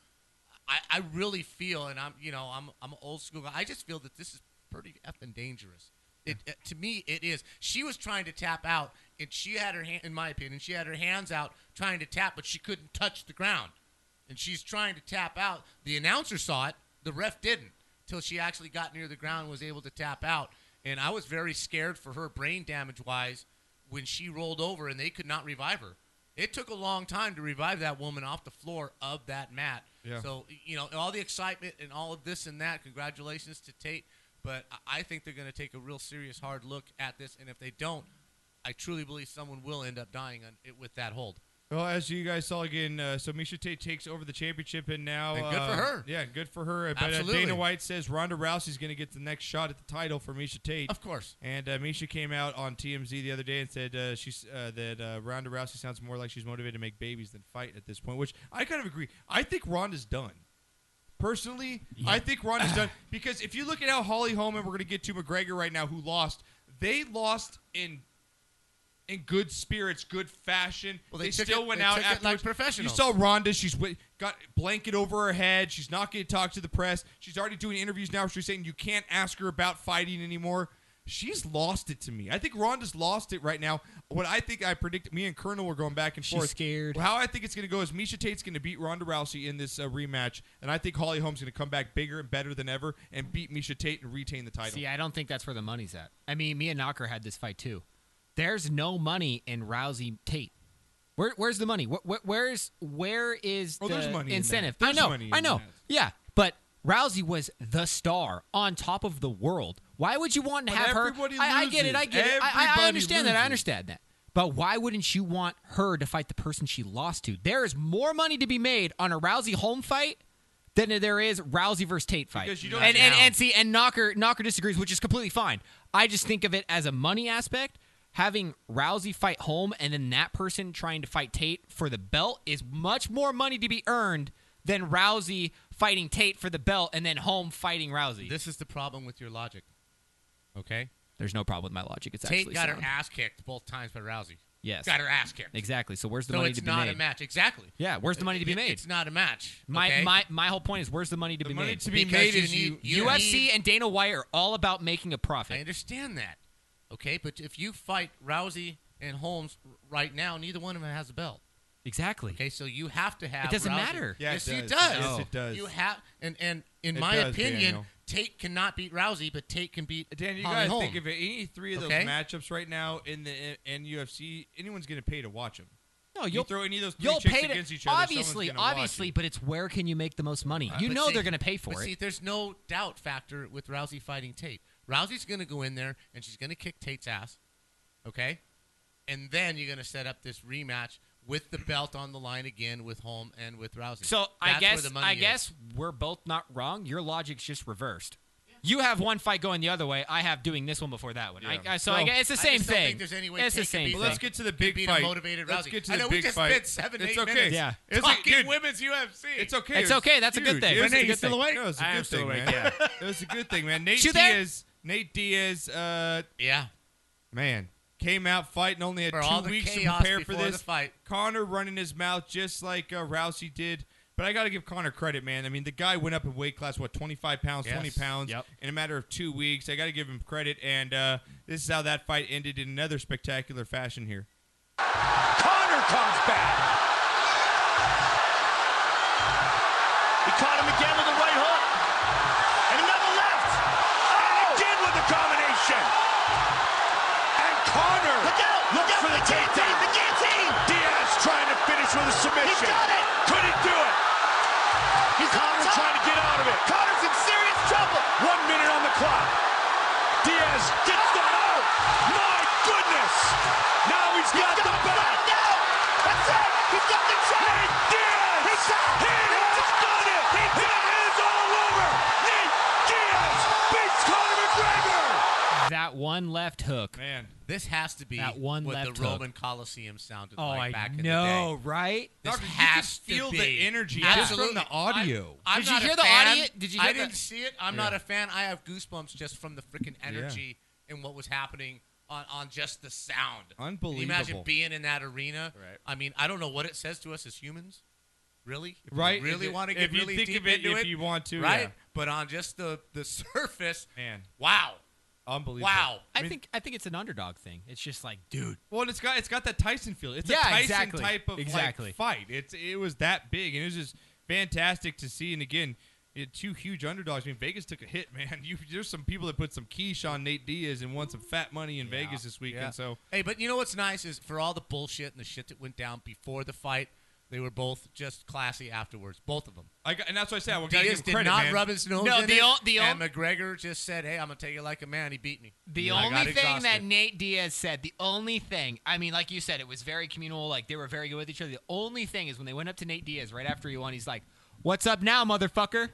Speaker 2: I, I really feel, and I'm you know I'm I'm an old school. guy. I just feel that this is pretty effing dangerous. It, uh, to me, it is. She was trying to tap out, and she had her hand. In my opinion, she had her hands out trying to tap, but she couldn't touch the ground, and she's trying to tap out. The announcer saw it. The ref didn't till she actually got near the ground and was able to tap out. And I was very scared for her brain damage wise when she rolled over and they could not revive her. It took a long time to revive that woman off the floor of that mat.
Speaker 1: Yeah.
Speaker 2: So, you know, all the excitement and all of this and that, congratulations to Tate. But I- I think they're going to take a real serious, hard look at this. And if they don't, I truly believe someone will end up dying on it with that hold.
Speaker 1: Well, as you guys saw again, uh, so Misha Tate takes over the championship, and now
Speaker 2: And good for
Speaker 1: uh,
Speaker 2: her.
Speaker 1: Yeah, good for her. But uh,
Speaker 2: Absolutely.
Speaker 1: Dana White says Ronda Rousey's going to get the next shot at the title for Misha Tate.
Speaker 2: Of course.
Speaker 1: And uh, Misha came out on TMZ the other day and said uh, she's uh, that uh, Ronda Rousey sounds more like she's motivated to make babies than fight at this point, which I kind of agree. I think Ronda's done. Personally, I think Ronda's done because if you look at how Holly Holm and we're going to get to McGregor right now, who lost, they lost in in good spirits, good fashion.
Speaker 2: Well, they
Speaker 1: they
Speaker 2: took
Speaker 1: still
Speaker 2: it-
Speaker 1: went
Speaker 2: they
Speaker 1: out
Speaker 2: took it like
Speaker 1: afterwards.
Speaker 2: professionals.
Speaker 1: You saw Rhonda; she's wi- got blanket over her head. She's not going to talk to the press. She's already doing interviews now. where She's saying you can't ask her about fighting anymore. She's lost it to me. I think Rhonda's lost it right now. What I think I predict, me and Colonel were going back and
Speaker 3: She's
Speaker 1: forth.
Speaker 3: scared.
Speaker 1: How I think it's going to go is Misha Tate's going to beat Ronda Rousey in this uh, rematch, and I think Holly Holm's going to come back bigger and better than ever and beat Misha Tate and retain the title.
Speaker 3: See, I don't think that's where the money's at. I mean, me and Knocker had this fight too. There's no money in Rousey Tate. Where, where's the money? Where, where, where's where is
Speaker 1: Oh,
Speaker 3: the
Speaker 1: there's money in
Speaker 3: incentive?
Speaker 1: that. There's
Speaker 3: I know,
Speaker 1: money
Speaker 3: I
Speaker 1: in
Speaker 3: know.
Speaker 1: that.
Speaker 3: Yeah, but Rousey was the star on top of the world. Why would you want to
Speaker 1: But
Speaker 3: have her?
Speaker 1: everybody
Speaker 3: I, I get it.
Speaker 1: loses.
Speaker 3: I get it. I- I, I
Speaker 1: Everybody
Speaker 3: understand that. I
Speaker 1: loses.
Speaker 3: understand that. But why wouldn't you want her to fight the person she lost to? There is more money to be made on a Rousey home fight than there is Rousey versus Tate fight.
Speaker 1: Because you don't
Speaker 3: and, and
Speaker 1: know.
Speaker 3: and see and Knocker Knocker disagrees, which is completely fine. I just think of it as a money aspect. Having Rousey fight home and then that person trying to fight Tate for the belt is much more money to be earned than Rousey fighting Tate for the belt and then home fighting Rousey.
Speaker 2: This is the problem with your logic. Okay.
Speaker 3: There's no problem with my logic. It's
Speaker 2: Tate
Speaker 3: actually
Speaker 2: got
Speaker 3: sound.
Speaker 2: her ass kicked both times by Rousey.
Speaker 3: Yes.
Speaker 2: Got her ass kicked.
Speaker 3: Exactly. So where's the
Speaker 2: so
Speaker 3: money
Speaker 2: it's
Speaker 3: to be
Speaker 2: not
Speaker 3: made?
Speaker 2: a match. Exactly.
Speaker 3: Yeah, where's the money to be
Speaker 2: It-
Speaker 3: made?
Speaker 2: It's not a match.
Speaker 3: My,
Speaker 2: okay?
Speaker 3: my my whole point is where's the money to be
Speaker 2: money
Speaker 3: made?
Speaker 2: to be Because made you is you- need- you
Speaker 3: UFC
Speaker 2: need-
Speaker 3: and Dana White are all about making a profit.
Speaker 2: I understand that. Okay, but if you fight Rousey and Holmes r- right now, neither one of them has a belt.
Speaker 3: Exactly.
Speaker 2: Okay, so you have to have.
Speaker 3: doesn't
Speaker 2: Rousey.
Speaker 3: matter. Yeah,
Speaker 2: yes,
Speaker 3: it
Speaker 2: it
Speaker 3: does.
Speaker 2: does.
Speaker 3: Yes, it does.
Speaker 2: You have, and and in
Speaker 1: It
Speaker 2: my
Speaker 1: does,
Speaker 2: opinion,
Speaker 1: Daniel.
Speaker 2: Tate cannot beat Rousey, but Tate can beat
Speaker 1: Dan, you
Speaker 2: Holly
Speaker 1: guys
Speaker 2: Holm.
Speaker 1: think of it, any three of those
Speaker 2: Okay?
Speaker 1: matchups right now in the in UFC, anyone's going to pay to watch them.
Speaker 3: No,
Speaker 1: You
Speaker 3: you'll
Speaker 1: throw any of those three
Speaker 3: You'll
Speaker 1: chicks
Speaker 3: pay to,
Speaker 1: against each other, someone's
Speaker 3: Obviously,
Speaker 1: gonna watch
Speaker 3: obviously,
Speaker 1: you.
Speaker 3: but it's where can you make the most money?
Speaker 2: Uh,
Speaker 3: you
Speaker 2: but
Speaker 3: know
Speaker 2: see-
Speaker 3: they're going to pay for
Speaker 2: but
Speaker 3: it.
Speaker 2: See, there's no doubt factor with Rousey fighting Tate. Rousey's going to go in there and she's going to kick Tate's ass, okay? And then you're going to set up this rematch with the belt on the line again with Holm and with Rousey.
Speaker 3: So
Speaker 2: That's
Speaker 3: I
Speaker 2: where
Speaker 3: guess
Speaker 2: the money
Speaker 3: I
Speaker 2: is.
Speaker 3: guess we're both not wrong. Your logic's just reversed. You have one fight going the other way. I have doing this one before that one. I- I, so I
Speaker 2: Well,
Speaker 3: guess it's the same
Speaker 2: I just don't
Speaker 3: thing.
Speaker 2: Think there's any way
Speaker 3: it's the
Speaker 2: Tate could
Speaker 3: same.
Speaker 2: beat
Speaker 3: thing.
Speaker 2: them. Could beat a motivated
Speaker 1: Let's
Speaker 2: Rousey.
Speaker 1: get to
Speaker 2: I
Speaker 1: the
Speaker 2: know we
Speaker 1: big
Speaker 2: just
Speaker 1: fight.
Speaker 2: spent seven,
Speaker 1: It's
Speaker 2: eight
Speaker 1: okay.
Speaker 2: minutes
Speaker 1: Yeah. It's okay,
Speaker 2: talking
Speaker 1: dude.
Speaker 2: women's UFC.
Speaker 1: It's okay.
Speaker 3: It's okay, that's a good
Speaker 1: dude,
Speaker 3: thing.
Speaker 1: It was
Speaker 3: Renee,
Speaker 1: a
Speaker 3: you
Speaker 1: good
Speaker 3: still
Speaker 1: thing.
Speaker 3: awake?
Speaker 1: No, it was a
Speaker 3: I am
Speaker 1: good
Speaker 3: still
Speaker 1: thing,
Speaker 3: awake,
Speaker 1: man.
Speaker 3: yeah.
Speaker 1: It was a good thing, man. Nate
Speaker 3: You there?
Speaker 1: Diaz. Nate Diaz. Uh,
Speaker 2: yeah.
Speaker 1: Man, came out fighting. Only had
Speaker 2: For
Speaker 1: two
Speaker 2: all the
Speaker 1: weeks to
Speaker 2: chaos
Speaker 1: prepare for
Speaker 2: before
Speaker 1: this
Speaker 2: the fight.
Speaker 1: Connor running his mouth just like uh, Rousey did. But I got to give Connor credit, man. I mean, the guy went up in weight class, what, 25 pounds,
Speaker 2: Yes.
Speaker 1: 20 pounds in a matter of two weeks. I got to give him credit. And uh, this is how that fight ended in another spectacular fashion here.
Speaker 16: Connor comes back. He caught him again with a right hook. And another left. And again with the combination. And Connor look out, look looks out, for the guillotine. The guillotine. Diaz trying to finish with a submission. He got it. Couldn't do it. He's Connor trying to get out of it. Connor's in serious trouble. One minute on the clock. Diaz gets the belt. My goodness. Now he's got, the belt. That's it. He's got the chain. Nate Diaz. He's He has done it. it is all over. Nate Diaz beats Conor McGregor.
Speaker 3: that one left hook.
Speaker 1: Man,
Speaker 2: This has to be
Speaker 3: That one
Speaker 2: what
Speaker 3: left
Speaker 2: the
Speaker 3: hook.
Speaker 2: Roman Coliseum sounded
Speaker 3: Oh,
Speaker 2: like
Speaker 3: I
Speaker 2: back
Speaker 3: know,
Speaker 2: in the day.
Speaker 3: right?
Speaker 2: This
Speaker 3: Doctor, you can
Speaker 2: has to
Speaker 3: feel the
Speaker 2: be.
Speaker 3: energy just
Speaker 2: Absolutely.
Speaker 3: from the audio.
Speaker 2: I, I'm
Speaker 3: Did you
Speaker 2: not a
Speaker 3: hear the
Speaker 2: fan.
Speaker 3: audio? Did you hear
Speaker 2: I
Speaker 3: the-
Speaker 2: didn't see it. I'm
Speaker 3: Yeah.
Speaker 2: not a fan. I have goosebumps just from the freaking energy and what was happening on, on just the sound. Can you imagine
Speaker 1: Unbelievable.
Speaker 2: being in that arena. Right. I mean, I don't know what it says to us as humans. Really? If you
Speaker 1: Right.
Speaker 2: really
Speaker 1: If it-
Speaker 2: want to
Speaker 1: if
Speaker 2: get
Speaker 1: you
Speaker 2: really
Speaker 1: think
Speaker 2: deep
Speaker 1: of it,
Speaker 2: into
Speaker 1: if
Speaker 2: it.
Speaker 1: you want to,
Speaker 2: Right?
Speaker 1: yeah.
Speaker 2: But on just the, the surface.
Speaker 1: Man.
Speaker 2: Wow.
Speaker 1: Unbelievable.
Speaker 2: Wow.
Speaker 3: I, think I think it's an underdog thing. It's just like, dude,
Speaker 1: Well, and it's got it's got that Tyson feel. It's
Speaker 3: Yeah,
Speaker 1: a Tyson
Speaker 3: exactly.
Speaker 1: type of
Speaker 3: Exactly.
Speaker 1: like, fight. It's it was that big, and it was just fantastic to see. And again, it, two huge underdogs. I mean, Vegas took a hit, man. You, there's some people that put some quiche on Nate Diaz and won some fat money in Vegas this weekend.
Speaker 2: Yeah.
Speaker 1: So
Speaker 2: hey, but you know what's nice is for all the bullshit and the shit that went down before the fight, they were both just classy afterwards. Both of them.
Speaker 1: I got, and that's why I said I gotta
Speaker 2: Diaz
Speaker 1: give him
Speaker 2: did
Speaker 1: credit,
Speaker 2: not
Speaker 1: man.
Speaker 2: rub his nose.
Speaker 3: No,
Speaker 2: in
Speaker 3: the
Speaker 2: it,
Speaker 3: on- the
Speaker 2: and McGregor just said, "Hey, I'm gonna take it like a man." He beat me.
Speaker 3: The
Speaker 2: And I
Speaker 3: only
Speaker 2: got
Speaker 3: thing
Speaker 2: exhausted.
Speaker 3: that Nate Diaz said, the only thing, I mean, like you said, it was very communal. Like they were very good with each other. The only thing is when they went up to Nate Diaz right after he won, he's like, "What's up now, motherfucker?"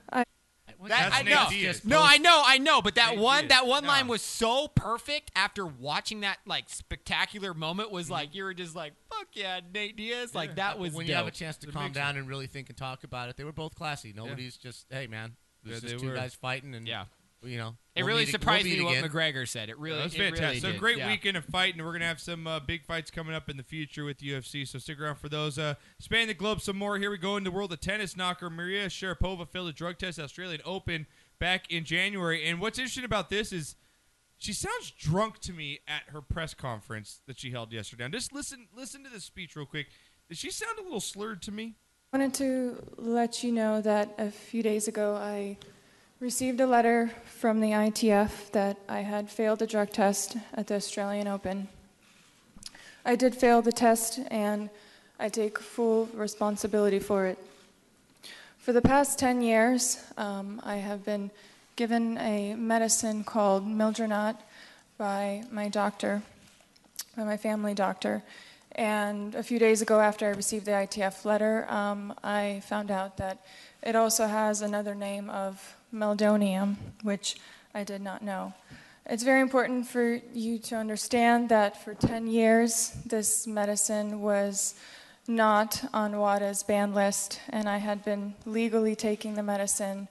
Speaker 3: That,
Speaker 2: That's
Speaker 3: I
Speaker 2: Nate
Speaker 3: know.
Speaker 2: Diaz.
Speaker 3: No, I know, I know. But that
Speaker 2: Nate
Speaker 3: one,
Speaker 2: Diaz.
Speaker 3: that one line was so perfect. After watching that like spectacular moment, was like you were just like, "Fuck Mm-hmm. yeah, Nate Diaz!" Like that was.
Speaker 2: when you have a
Speaker 3: dope.
Speaker 2: chance to calm down and really think and talk about it. They were both classy. Nobody's just, "Hey, man,
Speaker 3: Yeah,
Speaker 2: there's
Speaker 3: they
Speaker 2: just two
Speaker 3: were.
Speaker 2: guys fighting," and yeah, you know,
Speaker 3: It
Speaker 2: we'll
Speaker 3: really
Speaker 2: meet ag-
Speaker 3: surprised
Speaker 2: we'll meet
Speaker 3: me what
Speaker 2: again.
Speaker 3: McGregor said. It really,
Speaker 1: That was
Speaker 3: it really
Speaker 1: fantastic. so
Speaker 3: did.
Speaker 1: great
Speaker 3: Yeah.
Speaker 1: weekend of fighting. and We're gonna have some uh, big fights coming up in the future with UFC. So stick around for those. Uh, span the globe some more. Here we go in the world of tennis. Knocker Maria Sharapova failed a drug test at Australian Open back in January. And what's interesting about this is she sounds drunk to me at her press conference that she held yesterday. And just listen, listen to this speech real quick. Did she sound a little slurred to me?
Speaker 17: wanted to let you know that a few days ago I received a letter from the ITF that I had failed a drug test at the Australian Open. I did fail the test and I take full responsibility for it. For the past 10 years, um, I have been given a medicine called Mildronat by my doctor, by my family doctor. And a few days ago, after I received the ITF letter, um, I found out that it also has another name of meldonium, which I did not know. It's very important for you to understand that for 10 years, this medicine was not on WADA's ban list, and I had been legally taking the medicine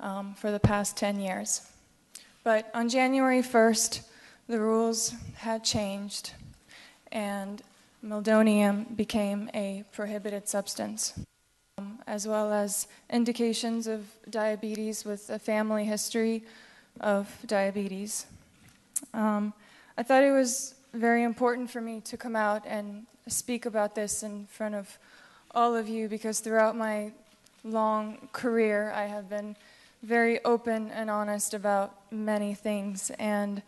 Speaker 17: um, for the past 10 years. But on January 1st, the rules had changed, and meldonium became a prohibited substance, um, as well as indications of diabetes with a family history of diabetes. Um, I thought it was very important for me to come out and speak about this in front of all of you because throughout my long career, I have been very open and honest about many things. And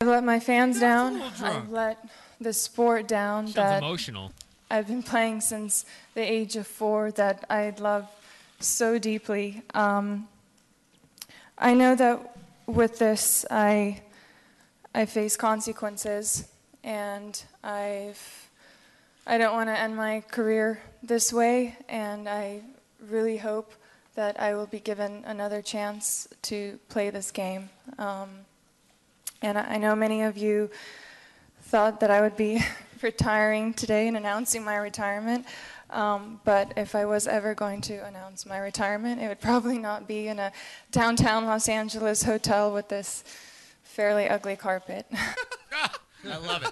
Speaker 17: I've let my fans down, I've let the sport down.
Speaker 3: Sounds
Speaker 17: that
Speaker 3: emotional.
Speaker 17: I've been playing since the age of four that I love so deeply. Um, I know that with this, I I face consequences, and I've I don't want to end my career this way, and I really hope that I will be given another chance to play this game. Um, and I I know many of you thought that I would be retiring today and announcing my retirement. Um, but if I was ever going to announce my retirement, it would probably not be in a downtown Los Angeles hotel with this fairly ugly carpet.
Speaker 2: I love it.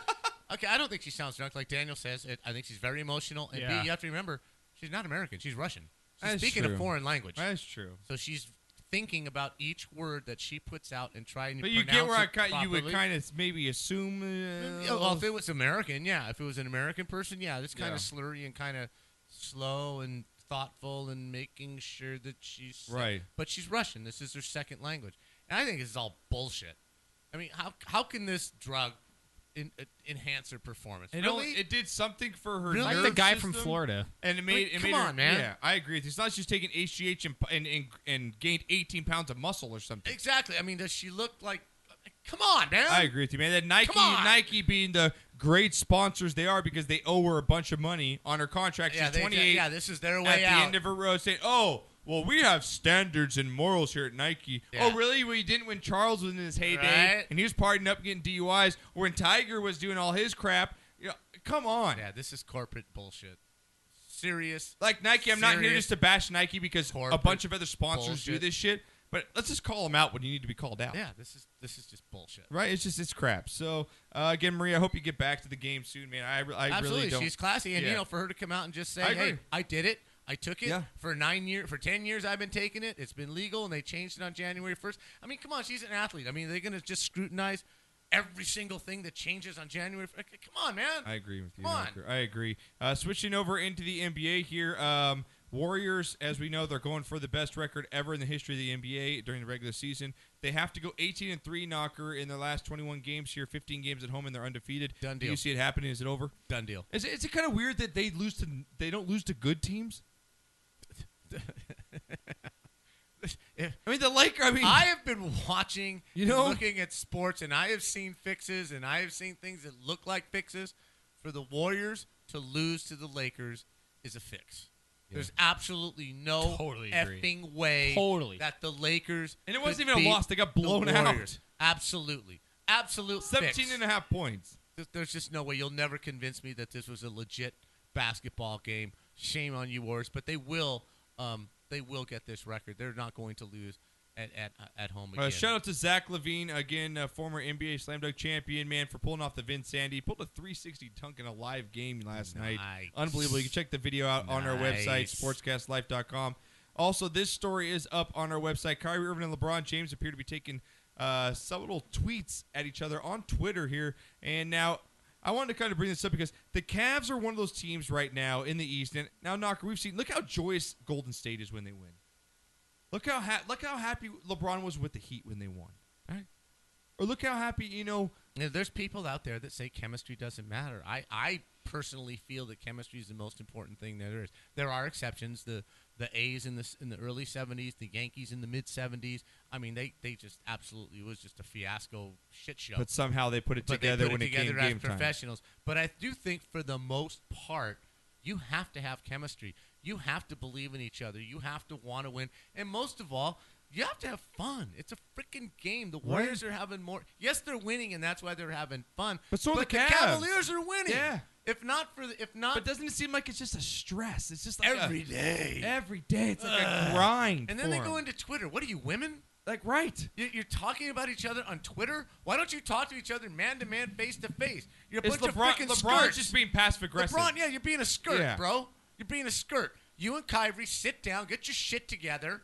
Speaker 2: Okay, I don't think she sounds drunk like Daniel says. It, I think she's very emotional. And
Speaker 1: Yeah.
Speaker 2: B, you have to remember, she's not American. She's Russian. She's
Speaker 1: That is
Speaker 2: speaking a
Speaker 1: true.
Speaker 2: foreign language.
Speaker 1: That is true.
Speaker 2: So she's thinking about each word that she puts out and trying to
Speaker 1: But you get
Speaker 2: pronounce
Speaker 1: where I
Speaker 2: it
Speaker 1: cut. You would
Speaker 2: properly.
Speaker 1: kind of maybe assume. Uh,
Speaker 2: Yeah, well, if it was American, yeah. If it was an American person, yeah. It's kind
Speaker 1: Yeah.
Speaker 2: of slurry and kind of slow and thoughtful and making sure that she's
Speaker 1: Right.
Speaker 2: But she's Russian. This is her second language, and I think this is all bullshit. I mean, how how can this drug in, uh, enhance her performance?
Speaker 1: It
Speaker 2: really?
Speaker 1: only- it did something for her.
Speaker 2: Really? Like
Speaker 1: nerve
Speaker 2: the guy from
Speaker 1: system,
Speaker 3: Florida.
Speaker 1: and it
Speaker 2: I
Speaker 1: made.
Speaker 2: mean,
Speaker 1: it
Speaker 2: come
Speaker 1: made her-
Speaker 2: on, man.
Speaker 1: Yeah, I agree. with you. It's not just taking HGH and and and, and gained eighteen pounds of muscle or something.
Speaker 2: Exactly. I mean, does she look like? uh, Come on, man.
Speaker 1: I agree with you, man. That Nike, Nike being the great sponsors they are because they owe her a bunch of money on her contract.
Speaker 2: Yeah,
Speaker 1: She's
Speaker 2: they-
Speaker 1: 28.
Speaker 2: yeah, this is their
Speaker 1: At
Speaker 2: way
Speaker 1: the
Speaker 2: out.
Speaker 1: end of her road, saying, "Oh, well, we have standards and morals here at Nike."
Speaker 2: Yeah.
Speaker 1: Oh, really? Well, you didn't when Charles was in his heyday
Speaker 2: Right.
Speaker 1: and he was partying up, getting DUIs. Or when Tiger was doing all his crap. You know, come on.
Speaker 2: Yeah, this is corporate bullshit. Serious.
Speaker 1: Like Nike, I'm not here
Speaker 2: serious
Speaker 1: just to bash Nike because a
Speaker 2: corporate
Speaker 1: bunch of other sponsors do
Speaker 2: bullshit.
Speaker 1: this shit. But let's just call them out when you need to be called out.
Speaker 2: Yeah, this is this is just bullshit.
Speaker 1: Right? It's just it's crap. So uh, again, Maria, I hope you get back to the game soon, man. I, re- I
Speaker 2: Absolutely,
Speaker 1: really don't.
Speaker 2: she's classy, and
Speaker 1: Yeah.
Speaker 2: you know, for her to come out and just say,
Speaker 1: I
Speaker 2: "Hey,
Speaker 1: agree.
Speaker 2: I did it, I took it
Speaker 1: Yeah.
Speaker 2: for nine years, for ten years, I've been taking it. It's been legal, and they changed it on January first. I mean, come on, she's an athlete. I mean, they're gonna just scrutinize every single thing that changes on January. 1st. Come on, man.
Speaker 1: I agree with you.
Speaker 2: Come on.
Speaker 1: Knocker. I agree. Uh, switching over into the NBA here. Um, Warriors, as we know, they're going for the best record ever in the history of the NBA during the regular season. They have to go 18 and three knocker in their last 21 games here, 15 games at home, and they're undefeated. Done Do you
Speaker 2: deal.
Speaker 1: see it happening? Is it over?
Speaker 2: Done deal.
Speaker 1: Is it, is it kind of weird that they lose to they don't lose to good teams? I mean, the Lakers. I mean,
Speaker 2: I have been watching,
Speaker 1: You
Speaker 2: and
Speaker 1: know?
Speaker 2: looking at sports, and I have seen fixes, and I have seen things that look like fixes. For the Warriors to lose to the Lakers is a fix.
Speaker 1: Yeah.
Speaker 2: There's absolutely no
Speaker 1: Totally agree.
Speaker 2: effing way
Speaker 1: Totally.
Speaker 2: that the Lakers
Speaker 1: And it wasn't
Speaker 2: could
Speaker 1: even a
Speaker 2: beat
Speaker 1: loss. They got blown
Speaker 2: the
Speaker 1: out.
Speaker 2: Warriors. Absolutely, absolute.
Speaker 1: 17
Speaker 2: fix.
Speaker 1: and a half points.
Speaker 2: Th- There's just no way. You'll never convince me that this was a legit basketball game. Shame on you, Warriors. But they will. Um, they will get this record. They're not going to lose at at, at home again.
Speaker 1: Uh, shout out to Zach Levine again, uh, former NBA slam dunk champion, man, for pulling off the Vince Sandy. He pulled a 360 dunk in a live game last night. Unbelievable. You can check the video out on our website,
Speaker 2: Nice.
Speaker 1: sportscastlife.com. Also, this story is up on our website. Kyrie Irving and LeBron James appear to be taking uh, subtle tweets at each other on Twitter here. And now, I wanted to kind of bring this up because the Cavs are one of those teams right now in the East. And now, Knocker, we've seen look how joyous Golden State is when they win. Look how ha- look how happy LeBron was with the Heat when they won. Right? Or look how happy you know.
Speaker 2: there's people out there that say chemistry doesn't matter. I I personally feel that chemistry is the most important thing there is. There are exceptions. The the A's in the s- in the early '70s, the Yankees in the mid '70s. I mean, they they just absolutely it was just a fiasco shit show.
Speaker 1: But somehow they put it
Speaker 2: But they
Speaker 1: together
Speaker 2: put
Speaker 1: when it came
Speaker 2: together as
Speaker 1: game time.
Speaker 2: professionals. But I do think for the most part, you have to have chemistry. You have to believe in each other. You have to want to win, and most of all. You have to have fun. It's a freaking game. The
Speaker 1: Right.
Speaker 2: Warriors are having more. Yes, they're winning, and that's why they're having fun.
Speaker 1: But so are the Cavs.
Speaker 2: Cavaliers are winning.
Speaker 1: Yeah.
Speaker 2: If not for the, if not.
Speaker 1: But doesn't it seem like it's just a stress? It's just like
Speaker 2: Every
Speaker 1: a,
Speaker 2: day.
Speaker 1: Every day, it's like
Speaker 2: Ugh.
Speaker 1: a grind.
Speaker 2: And then they go
Speaker 1: in.
Speaker 2: into Twitter. What are you women?
Speaker 1: Like right.
Speaker 2: You- You're talking about each other on Twitter. Why don't you talk to each other man to man, face to face? You're a
Speaker 1: It's
Speaker 2: bunch
Speaker 1: LeBron-
Speaker 2: of freaking
Speaker 1: LeBron's
Speaker 2: skirts.
Speaker 1: just being passive aggressive.
Speaker 2: LeBron, yeah, you're being a skirt,
Speaker 1: Yeah.
Speaker 2: bro. You're being a skirt. You and Kyrie sit down, get your shit together,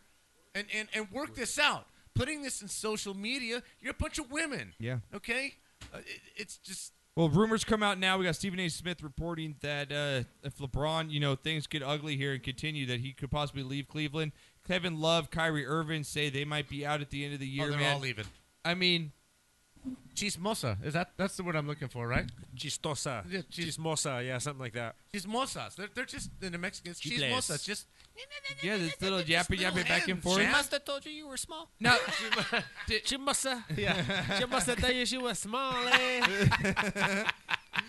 Speaker 2: and, and, and work this out. Putting this in social media, you're a bunch of women.
Speaker 1: Yeah.
Speaker 2: Okay. Uh, it, it's just
Speaker 1: Well, rumors come out now. We got Stephen A. Smith reporting that uh, if LeBron, you know, things get ugly here and continue, that he could possibly leave Cleveland. Kevin Love, Kyrie Irving say they might be out at the end of the year.
Speaker 2: Oh, they're
Speaker 1: man.
Speaker 2: all leaving.
Speaker 1: I mean,
Speaker 2: Chismosa. Is that that's the word I'm looking for, right?
Speaker 6: Chistosa. Chismosa. Yeah, something like that.
Speaker 2: Chismosas. They're, they're just in the Mexicans.
Speaker 6: Chicles.
Speaker 2: Chismosas. Just
Speaker 1: Yeah, this little yappy yappy back and forth.
Speaker 3: She must have told you you were small.
Speaker 1: No.
Speaker 6: Chimosa.
Speaker 1: Yeah.
Speaker 6: Chimosa tell you she was small, eh?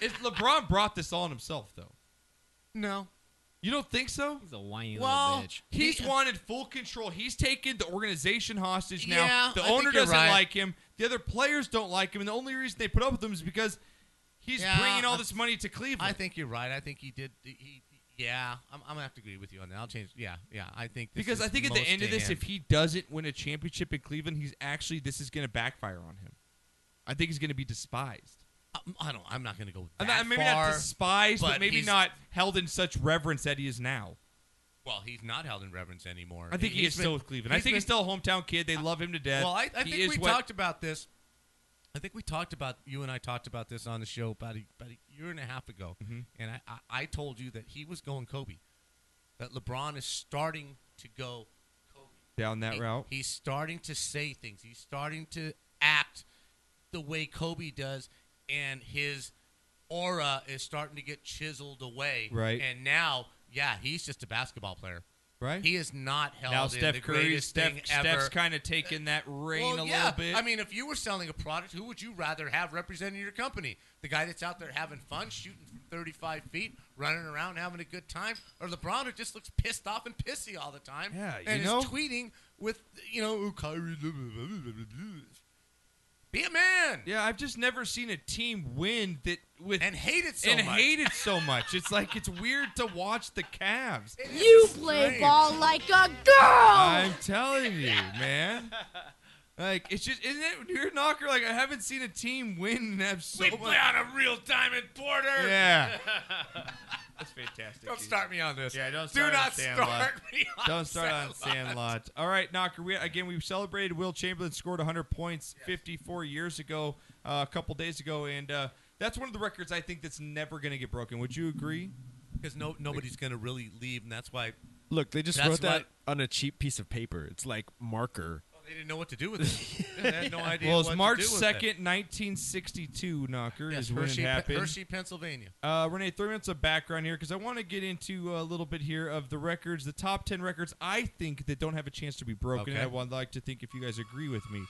Speaker 1: If LeBron brought this on himself, though.
Speaker 2: No.
Speaker 1: You don't think so? He's
Speaker 3: a whiny
Speaker 1: well,
Speaker 3: little bitch.
Speaker 1: he's wanted full control. He's taken the organization hostage now.
Speaker 2: Yeah,
Speaker 1: the
Speaker 2: I
Speaker 1: owner
Speaker 2: think you're
Speaker 1: doesn't
Speaker 2: right.
Speaker 1: like him. The other players don't like him. And the only reason they put up with him is because he's
Speaker 2: Yeah,
Speaker 1: bringing all
Speaker 2: I-
Speaker 1: this money to Cleveland.
Speaker 2: I think you're right. I think he did. He, he- yeah, I'm, I'm gonna have to agree with you on that. I'll change. Yeah, yeah. I think this
Speaker 1: because
Speaker 2: is
Speaker 1: I think at the
Speaker 2: most
Speaker 1: end of
Speaker 2: to
Speaker 1: this,
Speaker 2: him.
Speaker 1: if he doesn't win a championship in Cleveland, he's actually this is going to backfire on him. I think he's going to be despised.
Speaker 2: I don't. I'm not going to go.
Speaker 1: I'm
Speaker 2: that
Speaker 1: not- maybe
Speaker 2: far,
Speaker 1: not despised, but,
Speaker 2: but
Speaker 1: maybe
Speaker 2: he's-
Speaker 1: not held in such reverence that he is now.
Speaker 2: well, he's not held in reverence anymore.
Speaker 1: I think he
Speaker 2: He's
Speaker 1: is
Speaker 2: been-
Speaker 1: still with Cleveland. I think he's
Speaker 2: been-
Speaker 1: still a hometown kid. They love him to death.
Speaker 2: Well, I, I
Speaker 1: He
Speaker 2: think
Speaker 1: is
Speaker 2: we
Speaker 1: what-
Speaker 2: talked about this. I think we talked about you and I talked about this on the show about a, about a year and a half ago,
Speaker 1: Mm-hmm.
Speaker 2: and I, I, I told you that he was going Kobe, that LeBron is starting to go
Speaker 1: down that
Speaker 2: He-
Speaker 1: route.
Speaker 2: He's starting to say things. He's starting to act the way Kobe does, and his aura is starting to get chiseled away.
Speaker 1: Right.
Speaker 2: And now, yeah, he's just a basketball player.
Speaker 1: Right.
Speaker 2: He is not held
Speaker 1: now
Speaker 2: in
Speaker 1: Steph
Speaker 2: the
Speaker 1: Curry,
Speaker 2: greatest
Speaker 1: Steph,
Speaker 2: thing ever.
Speaker 1: Steph's kind of taking that reign
Speaker 2: well,
Speaker 1: a
Speaker 2: yeah.
Speaker 1: little bit.
Speaker 2: I mean, if you were selling a product, who would you rather have representing your company? The guy that's out there having fun, shooting from 35 feet, running around, having a good time, or LeBron who just looks pissed off and pissy all the time?
Speaker 1: Yeah, you
Speaker 2: and
Speaker 1: know?
Speaker 2: is tweeting with you know "Ooh, Kyrie. blah, blah, blah, blah, blah, blah." Be a man.
Speaker 1: Yeah, I've just never seen a team win that with
Speaker 2: and hate it so
Speaker 1: and
Speaker 2: much.
Speaker 1: hate it so much. It's like it's weird to watch the Cavs.
Speaker 18: You play ball like a girl.
Speaker 1: I'm telling you, man. Like it's just isn't it you're a knocker like I haven't seen a team win and have so
Speaker 2: We
Speaker 1: much.
Speaker 2: play on a real diamond border.
Speaker 1: Yeah. That's fantastic.
Speaker 2: Don't start me on this.
Speaker 1: Yeah, don't
Speaker 2: Do
Speaker 1: start
Speaker 2: not
Speaker 1: on Sandlot.
Speaker 2: start me on
Speaker 1: Don't start on
Speaker 2: Sandlot.
Speaker 1: Sandlot. All right, Knocker. We again we celebrated Will Chamberlain scored 100 points 54 years ago, uh, a couple days ago, and uh, that's one of the records I think that's never going to get broken. Would you agree?
Speaker 2: Because no nobody's going to really leave, and that's why
Speaker 6: Look, they just
Speaker 2: That's
Speaker 6: wrote that
Speaker 2: why-
Speaker 6: on a cheap piece of paper. It's like marker.
Speaker 2: they didn't know what to do with it. they had no idea.
Speaker 1: Well,
Speaker 2: what
Speaker 1: it's
Speaker 2: to
Speaker 1: March
Speaker 2: do with it.
Speaker 1: 2nd, 1962, Knocker,
Speaker 2: Yes,
Speaker 1: is when
Speaker 2: Hershey,
Speaker 1: it
Speaker 2: Pe-
Speaker 1: happened.
Speaker 2: Hershey, Pennsylvania.
Speaker 1: Uh, Renee, three minutes of background here because I want to get into uh, a little bit here of the records, the top 10 records I think that don't have a chance to be broken.
Speaker 2: Okay.
Speaker 1: I would like to think if you guys agree with me.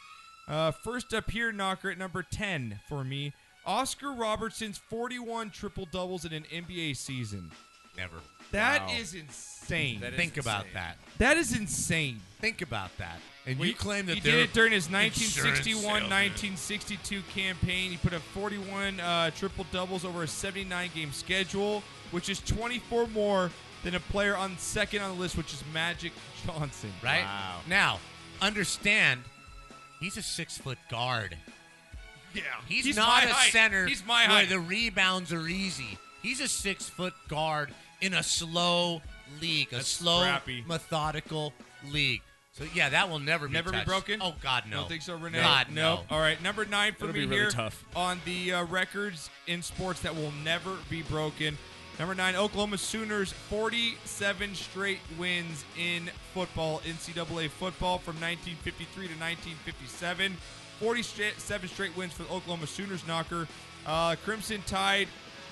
Speaker 1: Uh, first up here, knocker at number 10 for me Oscar Robertson's 41 triple doubles in an NBA season.
Speaker 2: Never.
Speaker 1: That
Speaker 2: Wow.
Speaker 1: is insane.
Speaker 2: That is Think about insane. that.
Speaker 1: That is insane.
Speaker 2: Think about that. And
Speaker 1: Well,
Speaker 2: you claim that
Speaker 1: he
Speaker 2: they're
Speaker 1: did it during his
Speaker 2: insurance
Speaker 1: 1961
Speaker 2: salesmen.
Speaker 1: 1962 campaign. He put up 41 uh, triple doubles over a 79 game schedule, which is 24 more than a player on second on the list, which is Magic Johnson.
Speaker 2: right? Now, understand, he's a six foot guard.
Speaker 1: Yeah,
Speaker 2: He's,
Speaker 1: He's
Speaker 2: not
Speaker 1: my
Speaker 2: a
Speaker 1: height.
Speaker 2: center.
Speaker 1: He's my
Speaker 2: where
Speaker 1: height.
Speaker 2: the rebounds are easy. He's a six foot guard in a slow league, a slow,
Speaker 1: scrappy.
Speaker 2: methodical league. So yeah, that will never be
Speaker 1: Never
Speaker 2: touched.
Speaker 1: be broken.
Speaker 2: Oh God, no.
Speaker 1: Don't think so, Renee.
Speaker 2: God,
Speaker 1: nope.
Speaker 2: no.
Speaker 1: All right, number nine for
Speaker 2: It'll
Speaker 1: me
Speaker 2: be really
Speaker 1: here
Speaker 2: tough.
Speaker 1: on the uh, records in sports that will never be broken. Number nine, Oklahoma Sooners, 47 straight wins in football, NCAA football from 1953 to 1957. 47 straight wins for the Oklahoma Sooners knocker. Uh, Crimson Tide,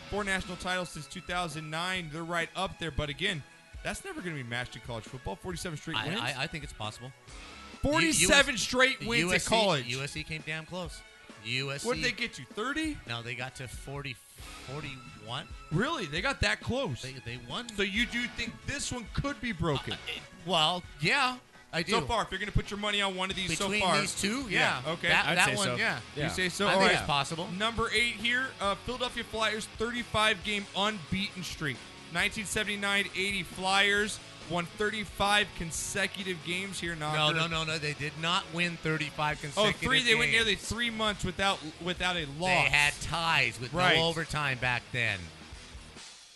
Speaker 1: four national titles since 2009. They're right up there, but again, that's never going to be matched in college football. 47 straight
Speaker 2: I,
Speaker 1: wins.
Speaker 2: I, I think it's possible.
Speaker 1: 47
Speaker 2: U-
Speaker 1: straight
Speaker 2: the
Speaker 1: wins at
Speaker 2: USC
Speaker 1: college.
Speaker 2: USC came damn close. USC.
Speaker 1: What did they get you? 30?
Speaker 2: No, they got to 40, 41.
Speaker 1: Really? They got that close.
Speaker 2: They, they won.
Speaker 1: So you do think this one could be broken?
Speaker 2: well, yeah, I
Speaker 1: Uh, So
Speaker 2: do.
Speaker 1: far, if you're going to put your money on one of these
Speaker 2: Between
Speaker 1: so far.
Speaker 2: these two, yeah.
Speaker 1: Okay.
Speaker 2: That- I'd that say one, so. yeah.
Speaker 1: You
Speaker 2: Yeah.
Speaker 1: say so?
Speaker 2: I
Speaker 1: All
Speaker 2: think
Speaker 1: right.
Speaker 2: it's possible.
Speaker 1: Number eight here uh, Philadelphia Flyers 35 game unbeaten streak. 1979 80 Flyers won 35 consecutive games here,
Speaker 2: No,
Speaker 1: Knocker.
Speaker 2: no, no, no. They did not win 35
Speaker 1: Oh,
Speaker 2: consecutive
Speaker 1: three. They went
Speaker 2: games.
Speaker 1: nearly three months without without a loss.
Speaker 2: They had ties with
Speaker 1: Right.
Speaker 2: no overtime back then.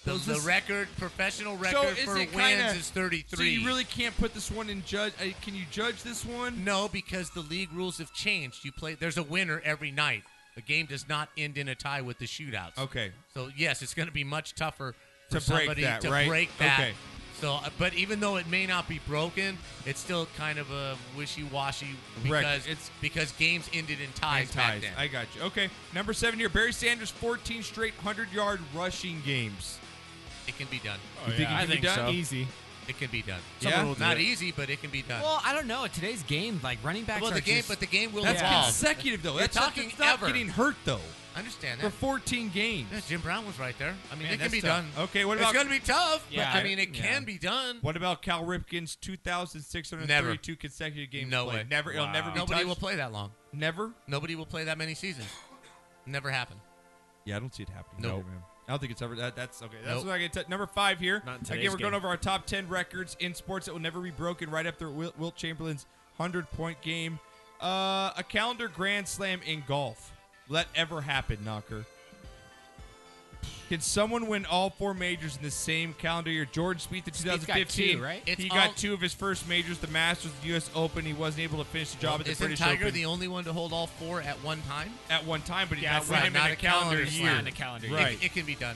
Speaker 2: The,
Speaker 1: Those
Speaker 2: the
Speaker 1: is-
Speaker 2: record, professional
Speaker 1: So
Speaker 2: record
Speaker 1: is
Speaker 2: for wins
Speaker 1: it kinda-
Speaker 2: is 33.
Speaker 1: So you really can't put this one in judge. Uh, can you judge this one?
Speaker 2: No, because the league rules have changed. You play. There's a winner every night. The game does not end in a tie with the shootouts.
Speaker 1: Okay.
Speaker 2: So yes, it's going to be much tougher for
Speaker 1: To break
Speaker 2: somebody
Speaker 1: that,
Speaker 2: to
Speaker 1: right?
Speaker 2: break that.
Speaker 1: Okay.
Speaker 2: So, uh, but even though it may not be broken, it's still kind of a wishy-washy
Speaker 1: Correct.
Speaker 2: because it's because games ended in ties,
Speaker 1: And
Speaker 2: back
Speaker 1: ties.
Speaker 2: then.
Speaker 1: I got you. Okay, number seven here. Barry Sanders, 14 straight 100-yard rushing games.
Speaker 2: It can be done.
Speaker 1: You think it can be done?
Speaker 2: It can be done.
Speaker 1: Someone Yeah? e-, will do
Speaker 2: not
Speaker 1: it.
Speaker 2: easy, but it can be done.
Speaker 3: Well, I don't know. At today's game, like running backs
Speaker 2: Well,
Speaker 3: are
Speaker 2: the game-
Speaker 3: just-
Speaker 2: but the game will
Speaker 1: That's
Speaker 2: evolve.
Speaker 1: consecutive though.
Speaker 2: You're
Speaker 1: That's not,
Speaker 2: talking
Speaker 1: that's not
Speaker 2: ever.
Speaker 1: getting hurt though.
Speaker 2: I understand
Speaker 1: For
Speaker 2: that.
Speaker 1: 14 games.
Speaker 2: Yeah, Jim Brown was right there. I mean,
Speaker 1: Man,
Speaker 2: it can
Speaker 1: that's
Speaker 2: be
Speaker 1: tough.
Speaker 2: done.
Speaker 1: Okay, what
Speaker 2: It's
Speaker 1: about
Speaker 2: going to be tough, but
Speaker 1: Yeah.
Speaker 2: I mean, it
Speaker 1: Yeah.
Speaker 2: can be done.
Speaker 1: What about Cal Ripken's 2,632 consecutive games?
Speaker 2: No
Speaker 1: played?
Speaker 2: way.
Speaker 1: Never. It'll never be
Speaker 2: Nobody
Speaker 1: touched?
Speaker 2: will play that long.
Speaker 1: Never.
Speaker 2: Nobody will play that many seasons. Never happen.
Speaker 1: Yeah, I don't see it happening.
Speaker 2: Nope.
Speaker 1: No, man. I don't think it's ever. That, that's okay. That's
Speaker 2: Nope.
Speaker 1: what I get. number five here. Again,
Speaker 2: today's
Speaker 1: we're going
Speaker 2: game.
Speaker 1: over our top ten records in sports that will never be broken. Right after Wilt, Wilt Chamberlain's hundred-point game, uh, a calendar grand slam in golf. Will that ever happen, Knocker? Can someone win all four majors in the same calendar year? George Spieth in
Speaker 3: got
Speaker 1: 2015,
Speaker 3: two, right?
Speaker 1: he
Speaker 3: It's all-
Speaker 1: got two of his first majors, the Masters, the U.S. Open. He wasn't able to finish the job at the
Speaker 2: Isn't
Speaker 1: British
Speaker 2: Tiger
Speaker 1: Open
Speaker 2: the only one to hold all four at one time?
Speaker 1: at one time, but he
Speaker 2: Yeah,
Speaker 1: got
Speaker 2: it's
Speaker 1: one
Speaker 2: not-
Speaker 1: in a calendar
Speaker 2: slam.
Speaker 1: year.
Speaker 2: Not a calendar year.
Speaker 1: Right.
Speaker 2: It, it can be done.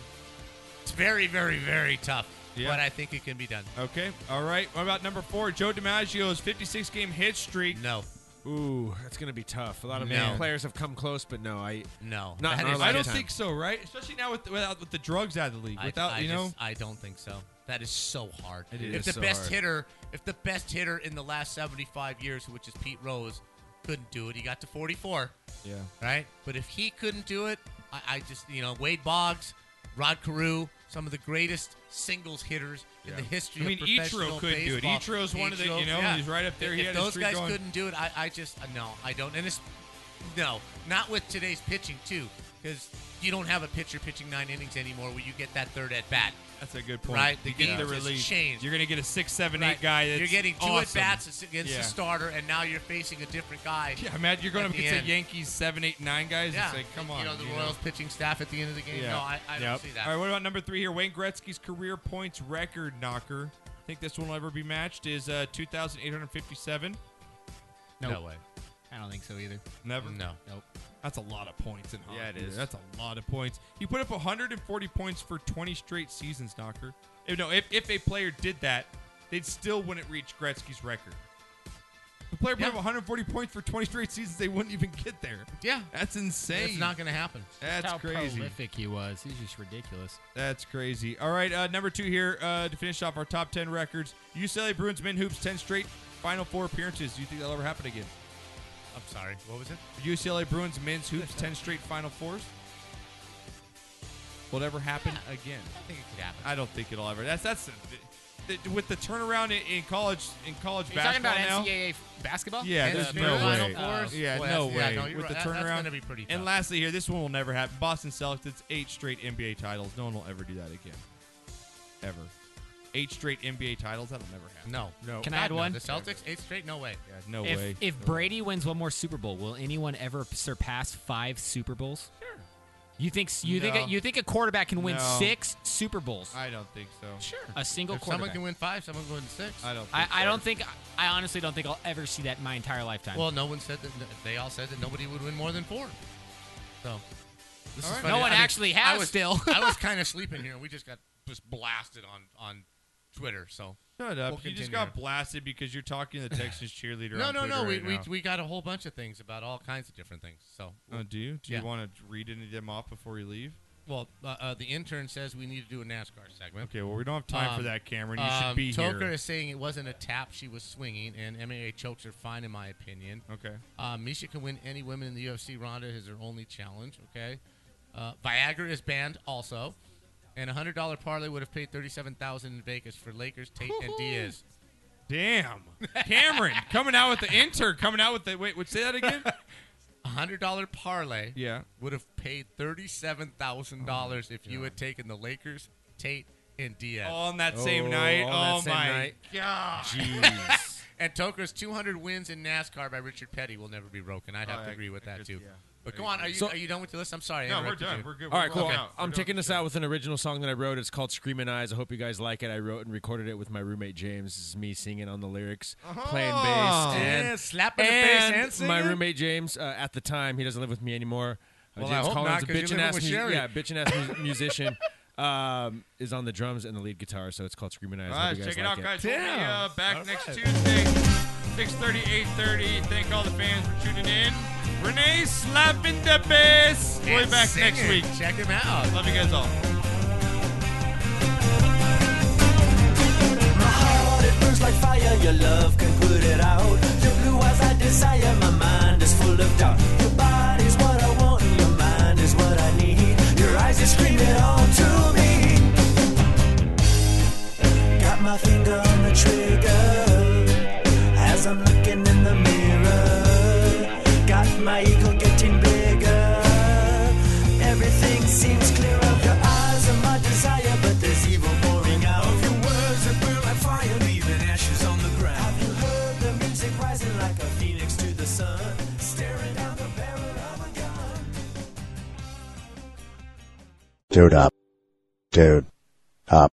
Speaker 2: It's very, very, very tough,
Speaker 1: Yeah.
Speaker 2: but I think it can be done.
Speaker 1: Okay. All right. What about number four? Joe DiMaggio's 56 game hit streak.
Speaker 2: No.
Speaker 6: Ooh, that's gonna be tough. A lot of
Speaker 1: No.
Speaker 6: players have come close, but no, I
Speaker 2: no,
Speaker 6: not. in
Speaker 1: I
Speaker 6: our
Speaker 1: don't
Speaker 6: lifetime.
Speaker 1: think so, right? Especially now with without with the drugs out of the league.
Speaker 2: I-
Speaker 1: Without
Speaker 2: I
Speaker 1: you know,
Speaker 2: just- I don't think so. That is so hard.
Speaker 1: It
Speaker 2: if
Speaker 1: is
Speaker 2: the
Speaker 1: so
Speaker 2: best
Speaker 1: hard.
Speaker 2: hitter, if the best hitter in the last 75 years, which is Pete Rose, couldn't do it, he got to 44.
Speaker 1: Yeah.
Speaker 2: Right. But if he couldn't do it, I, I just you know Wade Boggs, Rod Carew, some of the greatest singles hitters in
Speaker 1: Yeah.
Speaker 2: the history.
Speaker 1: I mean,
Speaker 2: of
Speaker 1: Ichiro
Speaker 2: professional
Speaker 1: couldn't do it.
Speaker 2: baseball.
Speaker 1: Ichiro's one of the- you know, he's right up there.
Speaker 2: If,
Speaker 1: He
Speaker 2: if
Speaker 1: had his
Speaker 2: those
Speaker 1: streak
Speaker 2: guys
Speaker 1: going.
Speaker 2: couldn't do it, I, I just uh, no, I don't. And it's no, not with today's pitching too, because you don't have a pitcher pitching nine innings anymore where you get that third at bat.
Speaker 1: that's a good point.
Speaker 2: Right, the
Speaker 1: You get
Speaker 2: game
Speaker 1: the
Speaker 2: has
Speaker 1: relief.
Speaker 2: changed.
Speaker 1: You're gonna get a six, seven, eight
Speaker 2: Right.
Speaker 1: guy. That's
Speaker 2: you're getting two
Speaker 1: awesome.
Speaker 2: at bats against
Speaker 1: yeah.
Speaker 2: the starter, and now you're facing a different guy.
Speaker 1: Yeah, Matt, you're going
Speaker 2: at
Speaker 1: up
Speaker 2: the
Speaker 1: against
Speaker 2: end.
Speaker 1: the Yankees seven, eight, nine guys.
Speaker 2: Yeah.
Speaker 1: It's like, come on.
Speaker 2: You know, the Royals pitching staff at the end of the game. No, I, I
Speaker 1: Yep.
Speaker 2: don't see that.
Speaker 1: All right, what about number three here? Wayne Gretzky's career points record knocker. I think this one will ever be matched is uh, 2,857.
Speaker 3: Nope. No way. I don't think so either.
Speaker 1: Never.
Speaker 2: No.
Speaker 3: Nope.
Speaker 1: That's a lot of points in hockey.
Speaker 3: Yeah, it
Speaker 1: dude.
Speaker 3: is.
Speaker 1: That's a lot of points. He put up 140 points for 20 straight seasons, Knocker. If, no, if, if a player did that, they'd still wouldn't reach Gretzky's record. The player put up 140 points for 20 straight seasons, they wouldn't even get there.
Speaker 2: Yeah.
Speaker 1: That's insane.
Speaker 2: It's not going to happen.
Speaker 1: That's
Speaker 3: how
Speaker 1: crazy.
Speaker 3: prolific he was. He's just ridiculous.
Speaker 1: That's crazy. All right, uh, number two here uh, to finish off our top 10 records UCLA Bruins men hoops 10 straight final four appearances. Do you think that'll ever happen again?
Speaker 2: I'm sorry. What was it?
Speaker 1: UCLA Bruins men's hoops 10 straight final fours. Will it ever happen again? I
Speaker 2: think it could happen.
Speaker 1: I don't think it'll ever. That's that's the, the, with the turnaround in, in college in college
Speaker 3: Are you talking
Speaker 1: basketball
Speaker 3: about
Speaker 1: now.
Speaker 3: NCAA f- basketball?
Speaker 1: Yeah, there's
Speaker 3: The
Speaker 1: no
Speaker 3: Final
Speaker 1: way.
Speaker 3: Fours?
Speaker 1: Yeah,
Speaker 2: Well,
Speaker 1: no
Speaker 2: that's-
Speaker 1: way.
Speaker 2: yeah, no, you're
Speaker 1: With
Speaker 2: right.
Speaker 1: the
Speaker 2: That-
Speaker 1: turnaround,
Speaker 2: that's gonna be pretty
Speaker 1: And
Speaker 2: tough.
Speaker 1: lastly, here, this one will never happen. Boston Celtics, eight straight NBA titles. No one will ever do that again, ever. Eight straight NBA titles. That'll never happen.
Speaker 2: No,
Speaker 1: no.
Speaker 3: Can I add
Speaker 2: No,
Speaker 3: one?
Speaker 2: The Celtics, eight straight? No way. Yeah,
Speaker 1: no
Speaker 3: if,
Speaker 1: way.
Speaker 3: If Brady wins one more Super Bowl, will anyone ever surpass five Super Bowls? Sure. You think you
Speaker 1: No.
Speaker 3: think a, you think a quarterback can win
Speaker 1: No.
Speaker 3: six Super Bowls?
Speaker 1: I don't think so.
Speaker 3: Sure. A single
Speaker 2: If someone
Speaker 3: quarterback.
Speaker 2: can win five, someone can win six.
Speaker 1: I don't.
Speaker 3: I, I don't think I honestly don't think I'll ever see that in my entire lifetime.
Speaker 2: Well, no one said that. They all said that nobody would win more than four. So, this
Speaker 3: All
Speaker 2: is
Speaker 3: right.
Speaker 2: funny.
Speaker 3: No one
Speaker 2: I mean,
Speaker 3: actually has
Speaker 2: I was,
Speaker 3: still.
Speaker 2: I was kind of sleeping here, and we just got just blasted on on Twitter. So
Speaker 1: Shut up.
Speaker 2: We'll
Speaker 1: you
Speaker 2: continue.
Speaker 1: just got blasted because you're talking to the Texas cheerleader.
Speaker 2: No,
Speaker 1: on
Speaker 2: no,
Speaker 1: Twitter
Speaker 2: no. We,
Speaker 1: right
Speaker 2: we,
Speaker 1: now.
Speaker 2: we got a whole bunch of things about all kinds of different things. So,
Speaker 1: Oh, do you? Do
Speaker 2: Yeah.
Speaker 1: you want to read any of them off before you leave?
Speaker 2: well, uh, uh, the intern says we need to do a NASCAR segment.
Speaker 1: Okay, well, we don't have time for that, Cameron. You should
Speaker 2: um,
Speaker 1: be here.
Speaker 2: Toker is saying it wasn't a tap; she was swinging, and MAA chokes are fine, in my opinion.
Speaker 1: Okay.
Speaker 2: Uh, Misha can win any women in the UFC. Ronda is her only challenge. Okay. Uh, Viagra is banned also, and a hundred dollar parlay would have paid thirty seven thousand in Vegas for Lakers, Tate, and Diaz.
Speaker 1: Damn, Cameron coming out with the intern. Coming out with the wait. Would say that again?
Speaker 2: A hundred dollar parlay.
Speaker 1: Yeah. Oh,
Speaker 2: Would have paid thirty seven thousand dollars if you had taken the Lakers, Tate, and Diaz
Speaker 1: All on that same Oh, night? all on that Oh, same my night.
Speaker 2: god!
Speaker 1: Jeez.
Speaker 2: and Toker's two hundred wins in NASCAR by Richard Petty will never be broken. I'd have
Speaker 1: Oh,
Speaker 2: to
Speaker 1: I-
Speaker 2: agree with
Speaker 1: I
Speaker 2: that
Speaker 1: could-
Speaker 2: too.
Speaker 1: yeah.
Speaker 2: But
Speaker 1: I
Speaker 2: go on, are you
Speaker 1: agree.
Speaker 2: are you done with the list? I'm sorry. I
Speaker 1: No, we're
Speaker 2: interrupted
Speaker 1: done.
Speaker 2: you.
Speaker 1: We're good.
Speaker 6: All right, cool. I'm, I'm taking this out with an original song that I wrote. It's called "Screaming Eyes." I hope you guys like it. I wrote and recorded it with my roommate James. This is me singing on the lyrics, playing
Speaker 2: Oh.
Speaker 6: bass, and
Speaker 2: Yeah, slapping the bass
Speaker 6: and
Speaker 2: and singing.
Speaker 6: my roommate James. Uh, at the time, he doesn't live with me anymore. Uh,
Speaker 2: Well, I
Speaker 6: James
Speaker 2: hope
Speaker 6: Collins,
Speaker 2: not,
Speaker 6: a
Speaker 2: 'cause you
Speaker 6: bitch
Speaker 2: live
Speaker 6: and ass,
Speaker 2: with
Speaker 6: mu-
Speaker 2: Sherry.
Speaker 6: yeah, bitch and ass mu- musician. um, is on the drums and the lead guitar, so it's called Screaming Eyes.
Speaker 1: All
Speaker 6: Hope
Speaker 1: right,
Speaker 6: you
Speaker 1: check it
Speaker 6: guys like
Speaker 1: out, guys. We'll be uh, back
Speaker 6: All
Speaker 1: next
Speaker 6: right.
Speaker 1: Tuesday, 6.30, 8.30. Thank all the fans for tuning in. Renee slapping the bass. We'll be
Speaker 19: And
Speaker 1: back next
Speaker 19: singing.
Speaker 1: week.
Speaker 19: Check him out.
Speaker 1: Love you guys all.
Speaker 8: It burns like fire, your love can put it out. Your blue eyes I desire, my mind is full of doubt. Your body's what I want, and your mind is what I need. Your eyes are screaming on to me. Got my finger on the trigger as I'm looking in the mirror. Got my ego getting bigger. Everything seems clearer. Your eyes are my desire, but there's evil pouring out. Of your words that burn like fire, leaving ashes on the ground. Have you heard the music rising like a phoenix to the sun? Staring down the barrel of a gun.
Speaker 16: Dude up. Dude up.